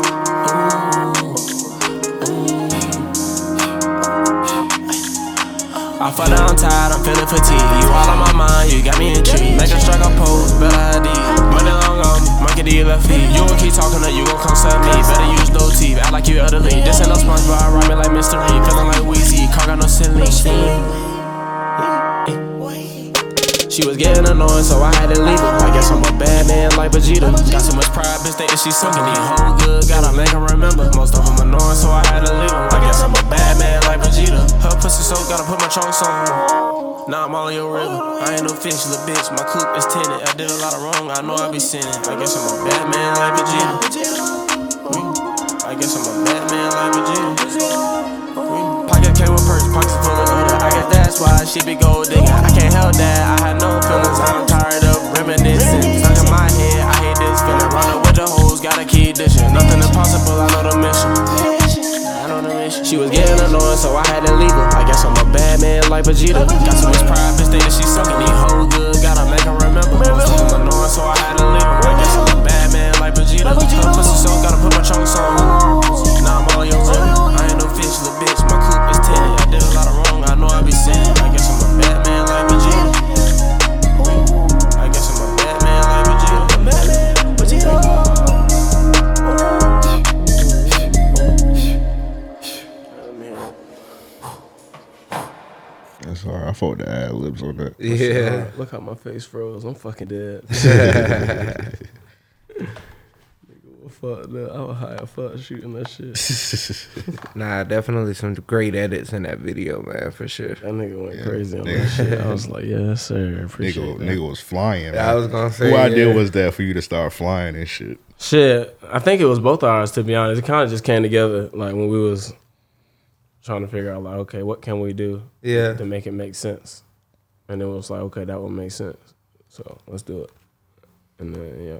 Speaker 5: Ooh. I fall down tired, I'm feeling fatigued. You all on my mind, you got me intrigued. Make a struggle pose, better ID. Money long on me, monkey deal left feet. You gon' keep talking or you gon' consult me. Better use no teeth, act like you elderly. This ain't no SpongeBob, I rhyme it like mystery. Feeling like Wheezy, car got no ceiling. She was getting annoying, so I had to leave her. I guess I'm a bad man like Vegeta. Got so much pride, bitch, thinking she something. These whole good, gotta make her remember. Most of them annoying, so I had to leave her. I guess I'm a bad man like Vegeta. Her pussy so gotta put my trunks on. Now I'm all in your rhythm. I ain't no fish, little bitch. My coop is tinted. I did a lot of wrong, I know I be sinning. I guess I'm a bad man like Vegeta. I guess I'm a bad man like Vegeta. Pocket came with purse, pockets full of odor. I guess that's why she be gold digging. I can't help that, I had no feelings. I'm tired of reminiscing. Stuck in my head, I hate this feeling. Running with the hoes, gotta keep dishing. Nothing impossible, I know the mission. I know the mission. She was getting annoying, so I had to leave her. I guess I'm a bad man like Vegeta. Got so much pride, bitch, that she sucking. These hoes good, gotta make her remember. I'm annoying, so I had to leave her. I guess I'm a bad man like Vegeta. Her pussy so gotta put my trunks on. Now I'm all your rhythm. I ain't no fish, little bitch. My coupe is tinted. I did a lot of wrong. I know I be sinning. I guess I'm a bad man like Vegeta. I guess I'm a bad man like [laughs] Vegeta.
Speaker 1: That's hard. I fought the ad libs on that.
Speaker 3: Yeah.
Speaker 4: Look
Speaker 1: [laughs]
Speaker 4: how my face froze. I'm fucking dead. fucked up. I was high as fuck shooting that shit.
Speaker 3: Nah, definitely some great edits in that video, man, for sure.
Speaker 4: That nigga went
Speaker 1: Yeah,
Speaker 4: crazy on
Speaker 1: nigga.
Speaker 4: that shit. I was like, yes, sir. Appreciate
Speaker 1: nigga,
Speaker 4: that.
Speaker 1: nigga was flying.
Speaker 3: I
Speaker 1: man.
Speaker 3: was gonna say,
Speaker 1: Who idea
Speaker 3: yeah.
Speaker 1: was that for you to start flying and shit? [laughs]
Speaker 4: Shit, I think it was both ours to be honest. It kind of just came together like when we was trying to figure out like, okay, what can we do
Speaker 3: Yeah.
Speaker 4: to make it make sense? And then it was like, okay, that would make sense. So let's do it. And then yeah,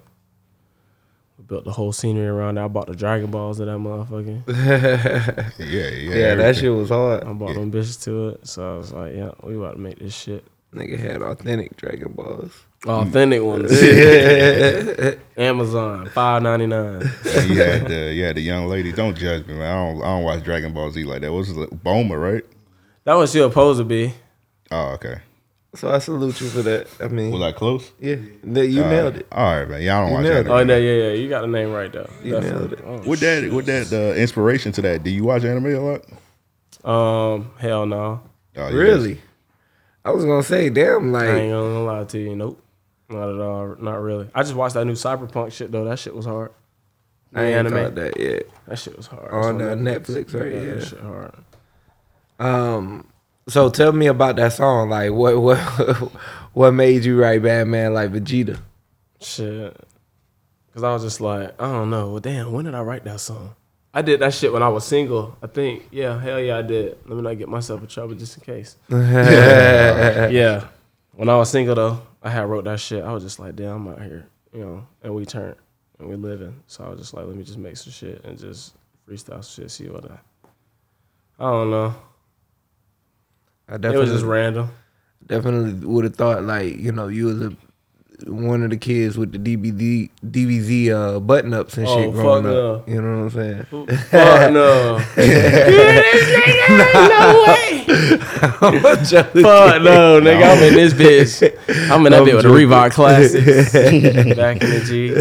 Speaker 4: we built the whole scenery around it. I bought the Dragon Balls of that motherfucker.
Speaker 1: Yeah, yeah,
Speaker 3: Yeah, that
Speaker 1: everything.
Speaker 3: shit was hard. [laughs]
Speaker 4: I bought them bitches to it. So I was like, yeah, we about to make this shit
Speaker 3: Nigga had authentic Dragon Balls.
Speaker 4: authentic ones.
Speaker 3: [laughs]
Speaker 4: Amazon five ninety nine.
Speaker 1: And you had the you had the young lady. Don't judge me, man. I don't I don't watch Dragon Ball Z like that. What's the Boma, right?
Speaker 4: That was you supposed to be.
Speaker 1: Oh, okay.
Speaker 3: So I salute you for that. I mean,
Speaker 1: Was I close?
Speaker 3: yeah, that you nailed it.
Speaker 1: All right, man. Y'all don't
Speaker 3: You
Speaker 1: watch
Speaker 3: nailed
Speaker 1: that.
Speaker 4: Oh yeah, yeah, yeah. You got the name right though.
Speaker 3: You nailed it.
Speaker 4: Oh,
Speaker 1: With that, with that uh, inspiration to that, do you watch anime a lot?
Speaker 4: Um, hell no.
Speaker 1: Oh, you
Speaker 3: Really? I was gonna say, damn,
Speaker 4: I ain't
Speaker 3: like,
Speaker 4: gonna lie to you. Nope. Not at all. Not really. I just watched that new cyberpunk shit though. That shit was hard.
Speaker 3: I ain't
Speaker 4: anime.
Speaker 3: caught that yet.
Speaker 4: That shit was hard.
Speaker 3: On,
Speaker 4: It's
Speaker 3: uh, Netflix, right?
Speaker 4: Yeah,
Speaker 3: Yeah.
Speaker 4: That shit hard.
Speaker 3: Um, so tell me about that song. Like, what, what, [laughs] what made you write Batman like Vegeta?
Speaker 4: Shit. Cause I was just like, I don't know. Well, damn. When did I write that song? I did that shit when I was single. I think. Yeah. Hell yeah, I did. Let me not get myself in trouble just in case. yeah. When I was single though, I had wrote that shit. I was just like, damn, I'm out here, you know, and we turn and we living. So I was just like, let me just make some shit and just freestyle some shit, see what I I don't know.
Speaker 3: [laughs] I
Speaker 4: It
Speaker 3: definitely
Speaker 4: was just random.
Speaker 3: [laughs] definitely would have thought like you know you was a one of the kids with the DBD DBZ uh, button ups and
Speaker 4: Oh,
Speaker 3: shit growing
Speaker 4: fuck
Speaker 3: up. You know what I'm saying?
Speaker 4: Fuck [laughs] no.
Speaker 3: [laughs] I'm joking.
Speaker 4: Fuck no, nigga. I'm in this bitch. I'm in that
Speaker 3: I'm
Speaker 4: bitch with the Reebok classics. Back in the G.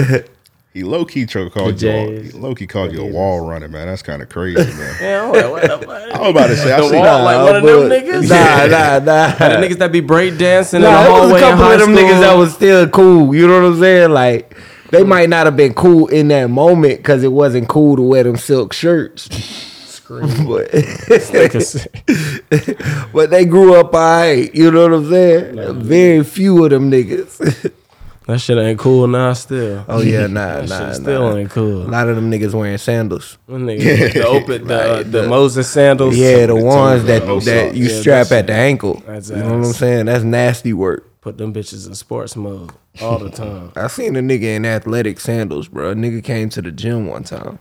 Speaker 1: He low key called
Speaker 4: The
Speaker 1: you. A,
Speaker 4: Jays.
Speaker 1: low key called you a wall runner, man. That's kind of crazy, man. [laughs]
Speaker 4: Yeah, I'm like, what the fuck?
Speaker 1: I was about to say. I
Speaker 4: The
Speaker 1: see.
Speaker 4: wall, like one of them
Speaker 3: but-
Speaker 4: niggas?
Speaker 3: Nah, nah, nah.
Speaker 4: The niggas that be break dancing
Speaker 3: Nah,
Speaker 4: in the
Speaker 3: there was
Speaker 4: hallway
Speaker 3: a
Speaker 4: in
Speaker 3: couple
Speaker 4: high
Speaker 3: of them
Speaker 4: school.
Speaker 3: niggas that was still cool. You know what I'm saying? Like they might not have been cool in that moment because it wasn't cool to wear them silk shirts. [laughs] But, [laughs]
Speaker 4: Niggas-
Speaker 3: but they grew up alright. You know what I'm saying? Very few of them niggas.
Speaker 4: That shit ain't cool now still.
Speaker 3: [laughs] oh yeah, nah,
Speaker 4: That
Speaker 3: nah, nah.
Speaker 4: shit still ain't cool.
Speaker 3: A lot of them niggas wearing sandals.
Speaker 4: Them niggas with the open the, uh, the Moses sandals.
Speaker 3: Yeah, the ones that
Speaker 1: no
Speaker 3: that
Speaker 1: socks.
Speaker 3: you
Speaker 4: Yeah, that
Speaker 3: strap
Speaker 4: shit-
Speaker 3: at the ankle.
Speaker 4: that's
Speaker 3: you know what I'm
Speaker 4: ass.
Speaker 3: saying? That's nasty work.
Speaker 4: put them bitches in sports mode all the time.
Speaker 3: I seen a nigga in athletic sandals, bro. A nigga came to the gym one time.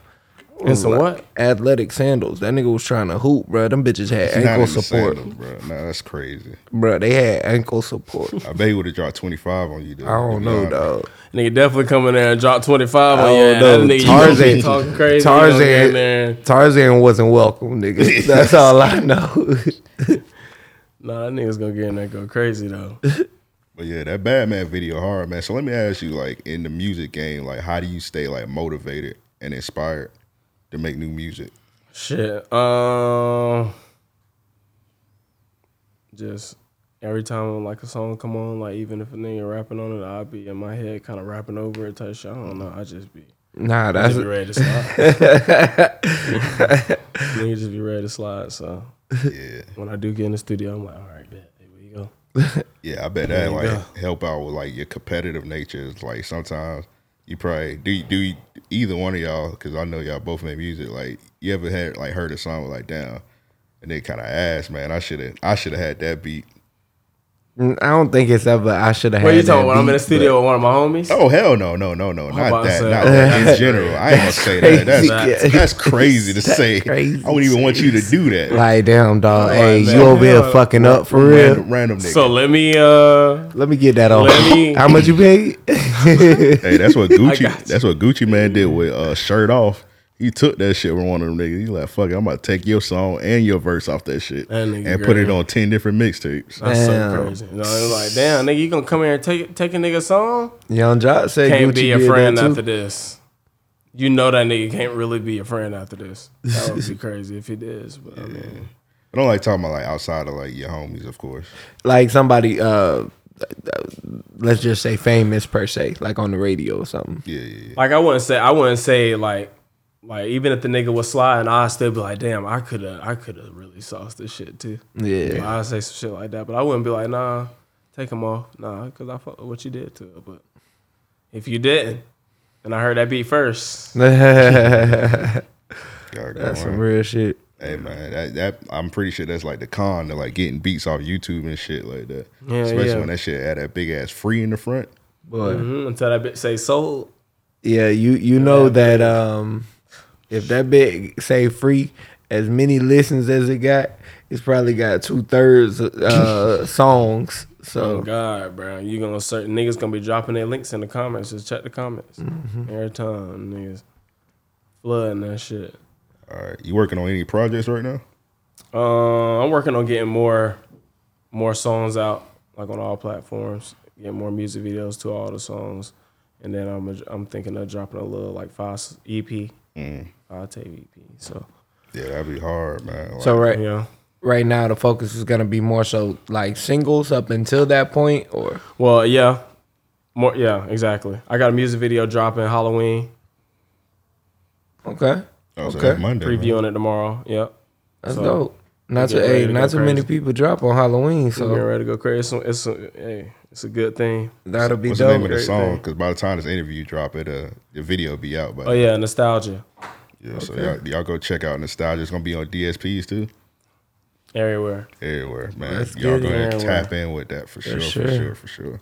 Speaker 4: and so what?
Speaker 3: Athletic sandals. That nigga was trying to hoop, bro. Them bitches had
Speaker 1: Not
Speaker 3: ankle
Speaker 1: in the
Speaker 3: support,
Speaker 1: sandals, bro. Nah, that's crazy.
Speaker 3: bro. They had ankle
Speaker 4: [laughs]
Speaker 3: support.
Speaker 1: I bet he would have dropped twenty five on you. Dude.
Speaker 3: I don't know, dog.
Speaker 4: Nigga definitely come in there and drop twenty five on
Speaker 3: I
Speaker 4: you.
Speaker 3: don't
Speaker 4: and That
Speaker 3: know.
Speaker 4: nigga you gonna
Speaker 3: Oh,
Speaker 4: be
Speaker 3: Tarzan-
Speaker 4: talking crazy. you gonna
Speaker 3: Tarzan,
Speaker 4: get in there. and-
Speaker 3: Tarzan wasn't welcome,
Speaker 4: [laughs]
Speaker 3: nigga. That's all I know. [laughs]
Speaker 4: Nah, that nigga's gonna get in there and go
Speaker 3: [laughs]
Speaker 4: crazy though.
Speaker 1: But yeah, that Batman video hard, man. So let me ask you, like in the music game, like how do you stay like motivated and inspired to make new
Speaker 4: [laughs]
Speaker 1: music?
Speaker 4: Shit. Um. Just every time like a song come on, like even if a nigga rapping on it, I'll be in my head kind of rapping over it type shit. I don't know. I just be.
Speaker 3: nah,
Speaker 4: I
Speaker 3: that's
Speaker 4: just be ready to slide. [laughs] Nigga just be ready to slide. So
Speaker 1: Yeah,
Speaker 4: when I do get in the studio, I'm like, all right, bet. Here we go.
Speaker 1: yeah. I bet that like help out with like your competitive nature. It's like sometimes you probably do do you- either one of y'all because I know y'all both make music. Like you ever had like heard a song like damn, and they kind of ass, man. I should have I should have had that beat.
Speaker 3: I don't think it's ever. I should have.
Speaker 4: What
Speaker 3: had
Speaker 4: you talking
Speaker 3: that
Speaker 4: about? I'm in the
Speaker 3: beat,
Speaker 4: studio with one of my homies.
Speaker 1: Oh hell no no no no
Speaker 4: about
Speaker 1: not
Speaker 4: to
Speaker 1: that
Speaker 4: say-
Speaker 1: not that in general I ain't gonna say that
Speaker 3: crazy.
Speaker 1: that's that's crazy to say
Speaker 3: crazy.
Speaker 1: I wouldn't even want you to do that
Speaker 3: but- Like damn, dog. hey,
Speaker 4: Oh, man.
Speaker 3: you over here
Speaker 4: Yeah.
Speaker 3: fucking up for real.
Speaker 1: random random nigga
Speaker 4: So let me uh
Speaker 3: Let me get that off.
Speaker 4: Let [laughs] me-
Speaker 3: How much you paid? [laughs]
Speaker 1: hey that's
Speaker 4: [laughs]
Speaker 1: what
Speaker 4: got
Speaker 1: Gucci
Speaker 4: you.
Speaker 1: that's what Gucci man did with uh, shirt off he took that shit from one of them niggas he like fuck it, I'm about to take your song and your verse off that shit
Speaker 4: That
Speaker 1: and
Speaker 4: nigga
Speaker 1: put it
Speaker 4: great.
Speaker 1: on ten different mixtapes
Speaker 4: that's
Speaker 3: Damn.
Speaker 4: so crazy. You know, it's like, damn, nigga, you gonna come here and take take a nigga song?
Speaker 3: Young Jock said
Speaker 4: Can't
Speaker 3: Gucci
Speaker 4: be a
Speaker 3: did
Speaker 4: friend
Speaker 3: that too.
Speaker 4: after this. You know that nigga can't really be a friend after this. That [laughs] would be crazy if he does. But I mean,
Speaker 1: I don't like talking about like outside of like your homies of course
Speaker 3: like somebody uh let's just say famous per se, like on the radio or something.
Speaker 1: Yeah, yeah, yeah.
Speaker 4: Like I wouldn't say I wouldn't say like like even if the nigga was sliding, I'd still be like, damn, I could have I could have really sauced this shit too.
Speaker 3: Yeah.
Speaker 4: I'd say some shit like that, but I wouldn't be like, nah, take him off, nah, because I fuck with what you did to it. But if you didn't, and I heard that beat first,
Speaker 1: Gotta go
Speaker 3: [laughs] That's
Speaker 1: on.
Speaker 3: some real shit.
Speaker 1: Hey man, that, that I'm pretty sure that's like the con to like getting beats off YouTube and shit like that.
Speaker 4: Yeah,
Speaker 1: Especially
Speaker 4: yeah.
Speaker 1: when that shit had that big ass free in the front.
Speaker 3: But
Speaker 4: mhm, until that bitch say oh sold,
Speaker 3: yeah, you you know that um if that bit say free as many listens as it got, it's probably got two thirds
Speaker 4: [laughs]
Speaker 3: uh songs.
Speaker 4: oh
Speaker 3: So
Speaker 4: god, bro, you gonna certain niggas gonna be dropping their links in the comments. Just check the comments every time, niggas flooding that shit.
Speaker 1: All right, you working on any projects right now?
Speaker 4: Uh, I'm working on getting more, more songs out, like on all platforms. Get more music videos to all the songs, and then I'm I'm thinking of dropping a little like E five EP, five tape EP. E So
Speaker 1: Yeah, that'd be hard, man. Like,
Speaker 3: so right
Speaker 4: you know,
Speaker 3: right now the focus is gonna be more so like singles up until that point or
Speaker 4: well, yeah, more, yeah, exactly. I got a music video dropping Halloween,
Speaker 3: okay.
Speaker 1: oh, so
Speaker 3: okay.
Speaker 1: that's Monday. man.
Speaker 4: previewing it tomorrow. Yep,
Speaker 3: That's
Speaker 4: So,
Speaker 3: dope. Not too
Speaker 4: getting ready
Speaker 3: hey,
Speaker 4: to
Speaker 3: not
Speaker 4: go
Speaker 3: too many
Speaker 4: crazy.
Speaker 3: people drop on Halloween,
Speaker 4: so getting
Speaker 3: so
Speaker 4: ready to go crazy. It's a, it's a, hey, it's a good thing.
Speaker 3: that'll be
Speaker 1: What's the name of
Speaker 3: dope.
Speaker 1: the
Speaker 4: Great
Speaker 1: song?
Speaker 4: thing.
Speaker 1: Because by the time this interview drop, it uh, the video be out. But
Speaker 4: Oh yeah, nostalgia
Speaker 1: yeah, so y'all, y'all go check out Nostalgia. It's gonna be on DSPs too.
Speaker 4: everywhere.
Speaker 1: Everywhere, man.
Speaker 3: Let's
Speaker 1: y'all
Speaker 3: get
Speaker 1: go
Speaker 3: it.
Speaker 1: ahead and
Speaker 4: Everywhere.
Speaker 1: tap in with that for sure,
Speaker 3: sure.
Speaker 1: for sure, for sure.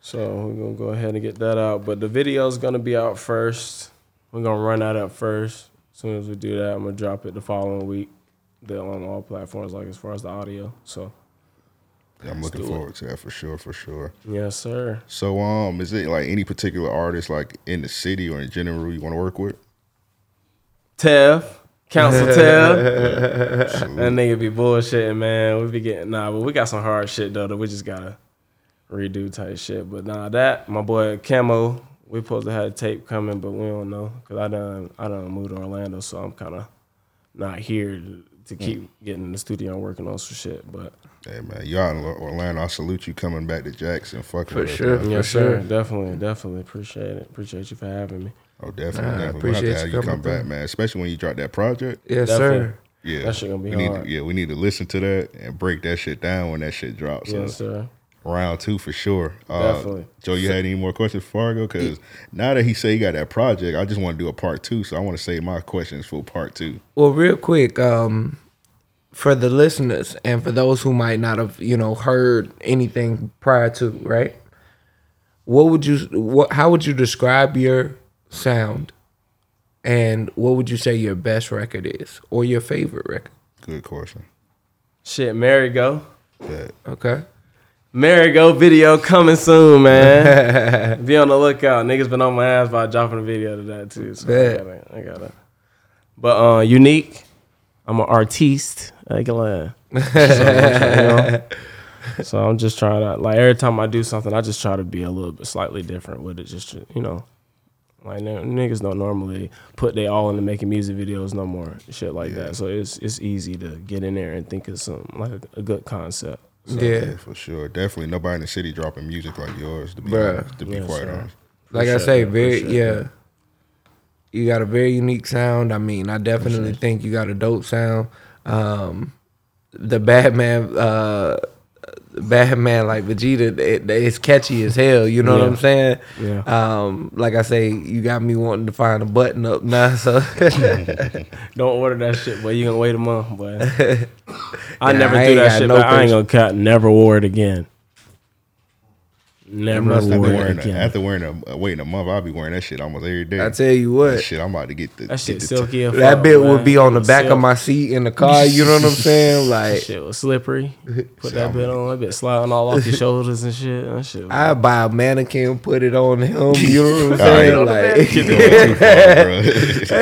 Speaker 4: So we're gonna go ahead and get that out. But the video's gonna be out first. We're gonna run that up first. As soon as we do that, I'm gonna drop it the following week. They're on all platforms, like as far as the audio. So
Speaker 1: Yeah, I'm looking
Speaker 4: do it.
Speaker 1: forward to that for sure, for sure.
Speaker 4: yes, sir.
Speaker 1: So, um, is it like any particular artist, like in the city or in general, you want to work with?
Speaker 4: Tev, Council Tev.
Speaker 3: [laughs]
Speaker 4: that nigga be bullshitting, man. We be getting nah, but we got some hard shit though that we just gotta redo type shit. But nah, that my boy Camo, we supposed to have a tape coming, but we don't know because I done I done moved to Orlando, so I'm kind of not here to, to
Speaker 3: Mm.
Speaker 4: keep getting in the studio and working on some shit. But
Speaker 1: Hey man, y'all in Orlando, I salute you coming back to Jackson. Fuck
Speaker 3: For sure.
Speaker 4: yeah,
Speaker 3: Yes, sir.
Speaker 4: sure, definitely, definitely appreciate it. Appreciate you for having me.
Speaker 1: Oh, definitely,
Speaker 3: Nah,
Speaker 1: definitely.
Speaker 3: I
Speaker 1: We'll have to
Speaker 3: appreciate
Speaker 1: have
Speaker 3: you
Speaker 1: you
Speaker 3: coming
Speaker 1: come back,
Speaker 3: through.
Speaker 1: man. Especially when you drop that project.
Speaker 3: Yes,
Speaker 4: Definitely.
Speaker 3: sir.
Speaker 1: Yeah,
Speaker 4: That shit gonna be
Speaker 1: we need
Speaker 4: hard.
Speaker 1: To, yeah, we need to listen to that and break that shit down when that shit drops. So
Speaker 4: Yes, sir.
Speaker 1: round two for sure. Uh,
Speaker 4: Definitely.
Speaker 1: Joe, you had any more questions for Fargo? Because now that he said he got that project, I just want to do a part two. So I want to save my questions for part two.
Speaker 3: Well, real quick, um, for the listeners and for those who might not have, you know, heard anything prior to, right? What would you what how would you describe your sound? And what would you say your best record is or your favorite record?
Speaker 1: Good question.
Speaker 4: Shit, Mary go.
Speaker 1: But
Speaker 3: Okay.
Speaker 4: Marigo video coming soon, man. Be on the lookout. Niggas been on my ass by dropping a video to that too. So
Speaker 3: Bet.
Speaker 4: I gotta, I gotta. But uh, unique. I'm an artiste. I can lie. so, so I'm just trying to like every time I do something, I just try to be a little bit slightly different with it. Just to, you know, like n- niggas don't normally put they all into making music videos no more, shit like that. So it's it's easy to get in there and think of some like a good concept.
Speaker 3: yeah.
Speaker 1: yeah, for sure. Definitely nobody in the city dropping music like yours, to be,
Speaker 3: Bruh.
Speaker 1: honest, to be
Speaker 4: Yes,
Speaker 1: quite
Speaker 4: sir.
Speaker 1: honest.
Speaker 3: like I
Speaker 4: Appreciate
Speaker 3: say,
Speaker 4: that,
Speaker 3: very
Speaker 4: appreciate
Speaker 3: yeah. You got a very unique sound. I mean, I [laughs] definitely think you got a dope sound. Um, the Batman, uh, the Batman like Vegeta, it, it's catchy as hell. You know what
Speaker 4: Yeah.
Speaker 3: I'm saying?
Speaker 4: Yeah.
Speaker 3: Um, like I say, you got me wanting to find a button up now. So [laughs]
Speaker 4: Don't order that shit, boy. You gonna wait a month,
Speaker 3: [laughs]
Speaker 4: boy. I
Speaker 3: Nah,
Speaker 4: never
Speaker 3: I
Speaker 4: do
Speaker 3: ain't
Speaker 4: that
Speaker 3: got
Speaker 4: shit.
Speaker 3: no
Speaker 4: but I ain't
Speaker 3: patience.
Speaker 4: gonna cut. Never wore it again. Never
Speaker 1: After
Speaker 4: wore it
Speaker 1: wearing, a,
Speaker 4: again.
Speaker 1: after wearing a, uh, waiting a month, I'll be wearing that shit almost every day.
Speaker 3: I tell you
Speaker 1: that
Speaker 3: what,
Speaker 1: shit, I'm about to get the
Speaker 4: that shit
Speaker 1: get the-
Speaker 4: silky. as
Speaker 3: that
Speaker 4: fuck,
Speaker 3: bit
Speaker 4: boy.
Speaker 3: would be on the back
Speaker 4: Silk.
Speaker 3: of my seat in the car. You know what I'm
Speaker 4: [laughs]
Speaker 3: saying?
Speaker 4: That
Speaker 3: Like,
Speaker 4: shit was slippery. Put
Speaker 1: Sound
Speaker 4: that bit on. That bit sliding all off your shoulders and shit. That shit. was-
Speaker 3: I buy a mannequin, put it on him. You know what I'm saying? [laughs] Like.
Speaker 1: You going [laughs] too far, bro.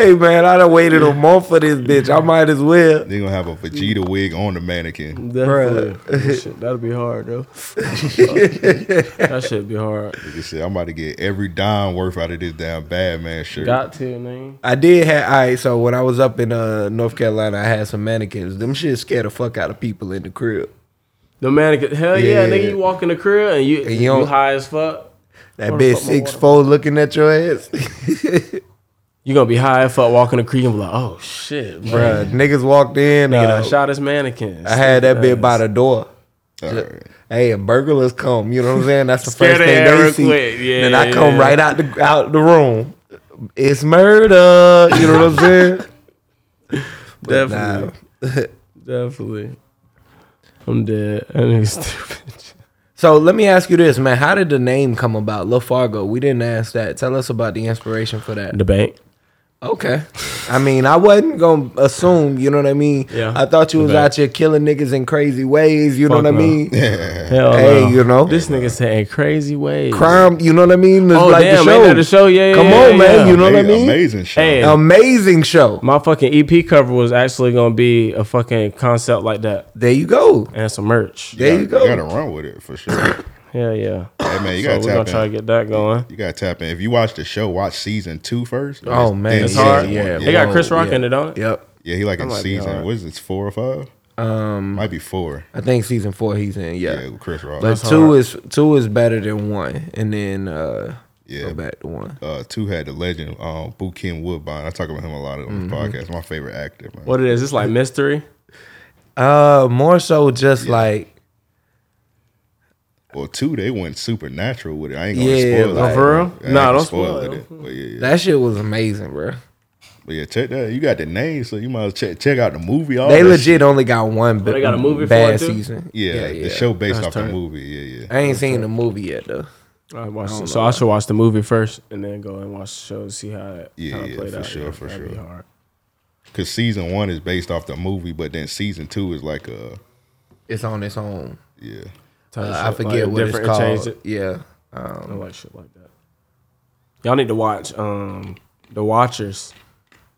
Speaker 3: Hey man, I done waited a month for this bitch. I might as
Speaker 1: [laughs]
Speaker 3: well.
Speaker 1: They gonna have a Vegeta wig on the mannequin.
Speaker 4: Definitely. That shit, that'd be hard though. that shit be hard.
Speaker 1: Like I said, I'm about to get every dime worth out of this damn bad man shirt.
Speaker 4: Got to name.
Speaker 3: I did have. All right, so when I was up in uh, North Carolina, I had some mannequins. Them shit scared the fuck out of people in the crib.
Speaker 4: The man, could- hell yeah,
Speaker 3: Yeah.
Speaker 4: nigga, you walk in the crib and you
Speaker 3: And you
Speaker 4: you,
Speaker 3: don't-
Speaker 4: high as fuck.
Speaker 3: That
Speaker 4: Or
Speaker 3: bitch
Speaker 4: something
Speaker 3: six four looking at your ass. [laughs]
Speaker 4: You gonna be high as fuck walking the creek and be like, oh shit, bro.
Speaker 3: Bruh, niggas walked in.
Speaker 4: Nigga
Speaker 3: uh,
Speaker 4: done shot his mannequin.
Speaker 3: I had that bit by the door.
Speaker 1: All right.
Speaker 3: Hey, a burglars come. You know what I'm saying? That's the
Speaker 4: [laughs] Scare
Speaker 3: first
Speaker 4: the
Speaker 3: thing
Speaker 4: air
Speaker 3: they
Speaker 4: real
Speaker 3: see.
Speaker 4: quick. Yeah,
Speaker 3: then I
Speaker 4: yeah,
Speaker 3: come
Speaker 4: yeah.
Speaker 3: right out the out the room. It's murder. You know what I'm
Speaker 4: [laughs]
Speaker 3: saying? But
Speaker 4: Definitely. Definitely. I'm dead. That nigga [laughs] stupid.
Speaker 3: So let me ask you this, man. How did the name come about? LaFargo. We didn't ask that. Tell us about the inspiration for that.
Speaker 4: The bank.
Speaker 3: Okay. I mean, I wasn't gonna assume, you know what I mean?
Speaker 4: Yeah.
Speaker 3: I thought you was
Speaker 4: Right.
Speaker 3: out here killing niggas in crazy ways, you know
Speaker 4: Fuck
Speaker 3: what I
Speaker 4: no.
Speaker 3: mean?
Speaker 4: Hell
Speaker 3: Hey,
Speaker 4: no.
Speaker 3: [laughs] you know?
Speaker 4: This nigga saying crazy ways.
Speaker 3: Crime, you know what I mean? It's
Speaker 4: Oh,
Speaker 3: like the
Speaker 4: damn,
Speaker 3: show.
Speaker 4: ain't that the show? Yeah, yeah,
Speaker 3: Come
Speaker 4: yeah,
Speaker 3: on,
Speaker 4: yeah,
Speaker 3: man.
Speaker 4: yeah.
Speaker 1: [laughs]
Speaker 3: You know what I
Speaker 1: Ama-
Speaker 3: mean?
Speaker 1: Amazing shit.
Speaker 4: Hey.
Speaker 3: Amazing show.
Speaker 4: My fucking EP cover was actually gonna be a fucking concept like that
Speaker 3: There you go.
Speaker 4: and some merch.
Speaker 3: There you
Speaker 1: gotta- You
Speaker 3: go.
Speaker 1: gotta run with it for sure. hey
Speaker 4: Hell yeah.
Speaker 1: man, you
Speaker 4: So
Speaker 1: gotta
Speaker 4: we're gonna
Speaker 1: tap
Speaker 4: try
Speaker 1: in.
Speaker 4: to get that going.
Speaker 1: You gotta tap in. If you watch the show, watch season two first.
Speaker 3: Oh man,
Speaker 1: Then
Speaker 4: It's
Speaker 1: season
Speaker 4: hard.
Speaker 1: one.
Speaker 4: Yeah,
Speaker 1: Yeah,
Speaker 4: They got Chris Rock
Speaker 3: yeah.
Speaker 4: in it, don't it?
Speaker 3: Yep.
Speaker 1: yeah, he like in
Speaker 4: might be
Speaker 1: season.
Speaker 4: alright.
Speaker 1: What is it? Four or five? Um, might be four.
Speaker 3: I think season four he's in. Yeah.
Speaker 1: Yeah, with Chris Rock.
Speaker 3: but two is two is better than one, and then uh,
Speaker 1: Yeah.
Speaker 3: go back to one.
Speaker 1: uh, two had the legend um, Bootkin Woodbine. I talk about him a lot on this podcast. My favorite actor. Man.
Speaker 4: Mm-hmm. What it is? It's like mystery.
Speaker 3: Uh, more so just like
Speaker 1: Well, two they went supernatural with it. I ain't gonna
Speaker 3: Yeah,
Speaker 1: spoil
Speaker 3: like-
Speaker 1: it.
Speaker 4: Oh, for real?
Speaker 1: I ain't
Speaker 4: Nah,
Speaker 1: gonna
Speaker 4: don't spoil it.
Speaker 1: But yeah, yeah.
Speaker 3: that shit was amazing, bro.
Speaker 1: but yeah, check that. You got the name, so you might as well check check out the movie.
Speaker 4: Oh,
Speaker 1: All
Speaker 3: They
Speaker 1: that
Speaker 3: legit only got one. But
Speaker 4: they got a movie for
Speaker 3: bad
Speaker 4: it, too?
Speaker 3: season.
Speaker 1: shit. Yeah, the show based off the movie. Yeah, yeah.
Speaker 3: I ain't seen the movie yet though.
Speaker 4: I watched so I should watch the movie first and then go and watch the show to see how it
Speaker 1: Yeah,
Speaker 4: how it
Speaker 1: yeah,
Speaker 4: played
Speaker 1: for
Speaker 4: out.
Speaker 1: sure,
Speaker 4: Yeah,
Speaker 1: for
Speaker 4: that'd be
Speaker 1: sure.
Speaker 4: hard.
Speaker 1: Because season one is based off the movie, but then season two is like a
Speaker 3: It's on its own.
Speaker 1: yeah. [laughs]
Speaker 4: Type
Speaker 3: Uh,
Speaker 4: shit,
Speaker 3: I forget
Speaker 4: like,
Speaker 3: what it's
Speaker 4: different and change
Speaker 3: called.
Speaker 4: it.
Speaker 3: Yeah. Um,
Speaker 4: I don't like shit like that. Y'all need to watch um The Watchers.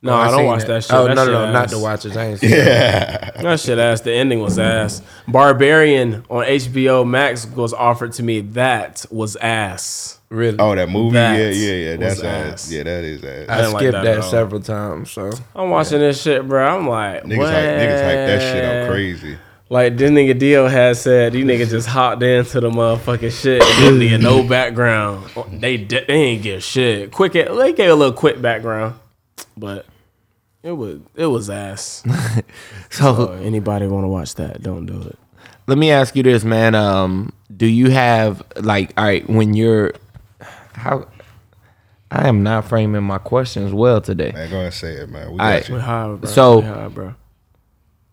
Speaker 4: No,
Speaker 3: Oh,
Speaker 4: I, don't
Speaker 3: seen
Speaker 4: watch that, shit.
Speaker 3: Oh
Speaker 4: That
Speaker 3: no,
Speaker 4: shit
Speaker 3: no, no, not
Speaker 4: ass.
Speaker 3: the Watchers. I ain't [laughs] seen yeah.
Speaker 4: That shit ass. The ending was ass. Barbarian on HBO Max was offered to me. That was ass.
Speaker 3: really.
Speaker 1: Oh, that movie.
Speaker 4: That
Speaker 1: yeah, yeah, yeah.
Speaker 4: was
Speaker 1: That's ass.
Speaker 4: ass. Uh,
Speaker 1: Yeah, that is ass.
Speaker 3: I
Speaker 4: didn't like
Speaker 3: skipped
Speaker 4: that
Speaker 3: that,
Speaker 4: at all.
Speaker 3: several times. So
Speaker 4: I'm watching this shit, bro. I'm like,
Speaker 1: niggas
Speaker 4: what?
Speaker 1: hype, niggas hype that shit up crazy.
Speaker 4: Like this nigga Dio had said, these niggas just hopped into the motherfucking shit and didn't get no background. They di- they ain't give shit. Quick, they gave a little quick background, but it was it was
Speaker 3: [laughs]
Speaker 4: ass.
Speaker 3: so
Speaker 4: So Oh, anybody want to watch that? Don't do it.
Speaker 3: Let me ask you this, man. Um, do you have like all right when you're how I am not framing my questions well today.
Speaker 1: Man, go ahead and say it, man. We
Speaker 3: All
Speaker 1: got
Speaker 3: right.
Speaker 1: you.
Speaker 4: We high, bro.
Speaker 3: So-
Speaker 4: We high, bro.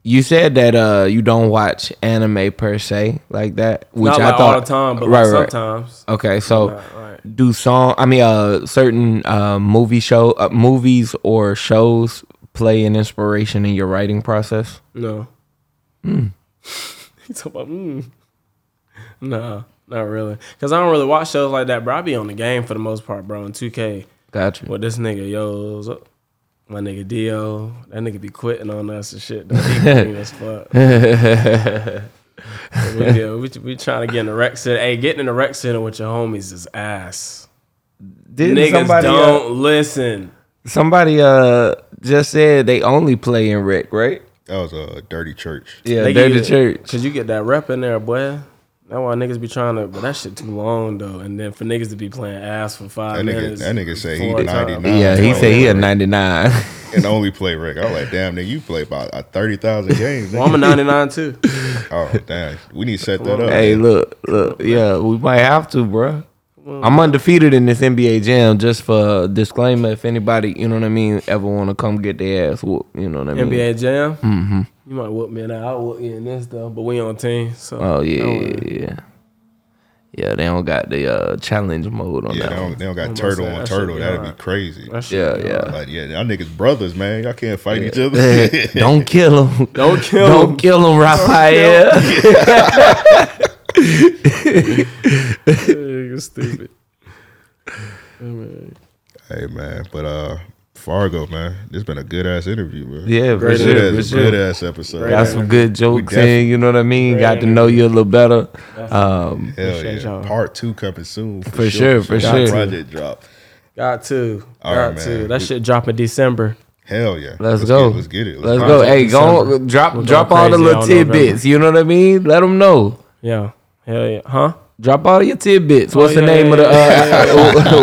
Speaker 3: You said that uh you don't watch anime per se like that, which
Speaker 4: Not
Speaker 3: I
Speaker 4: like
Speaker 3: thought
Speaker 4: all the time, but
Speaker 3: right,
Speaker 4: like
Speaker 3: right. Oh.
Speaker 4: sometimes.
Speaker 3: Okay, so
Speaker 4: Right, right.
Speaker 3: do song I mean uh certain uh movie show uh, movies or shows play an inspiration in your writing process?
Speaker 4: No.
Speaker 3: Hmm.
Speaker 4: [laughs] He talking about mm. No, not really. Cause I don't really watch shows like that, bro. I be on the game for the most part, bro. In 2K.
Speaker 3: Gotcha.
Speaker 4: Well, this nigga, yo, what's up? my nigga Dio, that nigga be quitting on us and shit. Though. He green as fuck.
Speaker 3: [laughs]
Speaker 4: we, yeah, we, we trying to get in the rec center. Hey, getting in the rec center with your homies is ass.
Speaker 3: Didn't
Speaker 4: Niggas
Speaker 3: somebody
Speaker 4: don't
Speaker 3: uh,
Speaker 4: listen.
Speaker 3: somebody uh just said they only play in rec, right?
Speaker 1: That was a dirty church.
Speaker 3: Yeah,
Speaker 4: Nigga,
Speaker 3: they're
Speaker 4: you-
Speaker 3: the church.
Speaker 4: Cause you get that rep in there, boy. That's why niggas be trying to, but that shit too long though. And then for niggas to be playing ass for five
Speaker 1: That nigga-
Speaker 4: minutes.
Speaker 1: that nigga say he
Speaker 4: four times.
Speaker 1: 99.
Speaker 3: yeah, he
Speaker 1: Twenty
Speaker 3: said he a 99.
Speaker 1: and only play Rick. I was like, damn, nigga, you play about a thirty thousand games.
Speaker 3: [laughs]
Speaker 4: Well, I'm a
Speaker 1: nigga.
Speaker 4: 99 too.
Speaker 1: oh damn, we need to set that up.
Speaker 3: [laughs] hey, look, look, yeah, we might have to, bruh. I'm undefeated in this NBA jam. Just for disclaimer, if anybody, you know what I mean, ever want to come get their ass whooped, you know what I mean.
Speaker 4: NBA Jam. Mm-hmm. You might whoop me in that. I'll whoop you in this though. But we on team. So
Speaker 3: Oh yeah,
Speaker 4: don't
Speaker 3: yeah,
Speaker 4: worry.
Speaker 3: yeah, yeah. They don't got the uh, challenge mode on
Speaker 1: Yeah, they
Speaker 3: that.
Speaker 1: don't,
Speaker 3: One.
Speaker 1: they don't got
Speaker 4: about
Speaker 1: turtle
Speaker 4: to say,
Speaker 1: on
Speaker 4: that
Speaker 1: turtle.
Speaker 4: should be
Speaker 1: That'd
Speaker 4: alright.
Speaker 1: be crazy.
Speaker 4: That shit-
Speaker 3: Yeah, yeah.
Speaker 1: Like, yeah, y'all niggas brothers, man. Y'all can't fight each
Speaker 3: [laughs]
Speaker 1: other.
Speaker 3: don't kill him. [laughs]
Speaker 4: Don't kill
Speaker 3: Don't
Speaker 4: him.
Speaker 3: kill him, Raphael.
Speaker 4: You're stupid.
Speaker 1: hey man, but uh, Fargo, man, it's been a good ass interview, man.
Speaker 3: Yeah, for
Speaker 4: Great
Speaker 1: Good
Speaker 3: sure,
Speaker 1: ass,
Speaker 3: for sure.
Speaker 1: good ass episode.
Speaker 3: Got some good jokes in, you know what I mean? Got to
Speaker 4: energy.
Speaker 3: know you a little better. Um,
Speaker 1: Hell yeah.
Speaker 4: Appreciate y'all.
Speaker 1: Part two coming soon. For,
Speaker 3: sure, for
Speaker 1: Got
Speaker 3: sure.
Speaker 1: Project drop.
Speaker 4: Got to.
Speaker 1: All
Speaker 4: Got
Speaker 1: right, man.
Speaker 4: to. That shit drop in December.
Speaker 1: Hell yeah.
Speaker 3: Let's, go.
Speaker 1: Get, let's get it.
Speaker 3: Let's,
Speaker 1: pop
Speaker 3: go.
Speaker 1: it.
Speaker 3: Hey, go
Speaker 4: December.
Speaker 3: drop
Speaker 4: We're
Speaker 3: drop
Speaker 4: going
Speaker 3: all the
Speaker 4: crazy
Speaker 3: little
Speaker 4: all November.
Speaker 3: tidbits. You know what I mean? Let them know.
Speaker 4: Yeah. Hell yeah. Huh?
Speaker 3: Drop all your tidbits. What's
Speaker 4: Oh,
Speaker 3: the
Speaker 4: yeah,
Speaker 3: name
Speaker 4: yeah,
Speaker 3: of the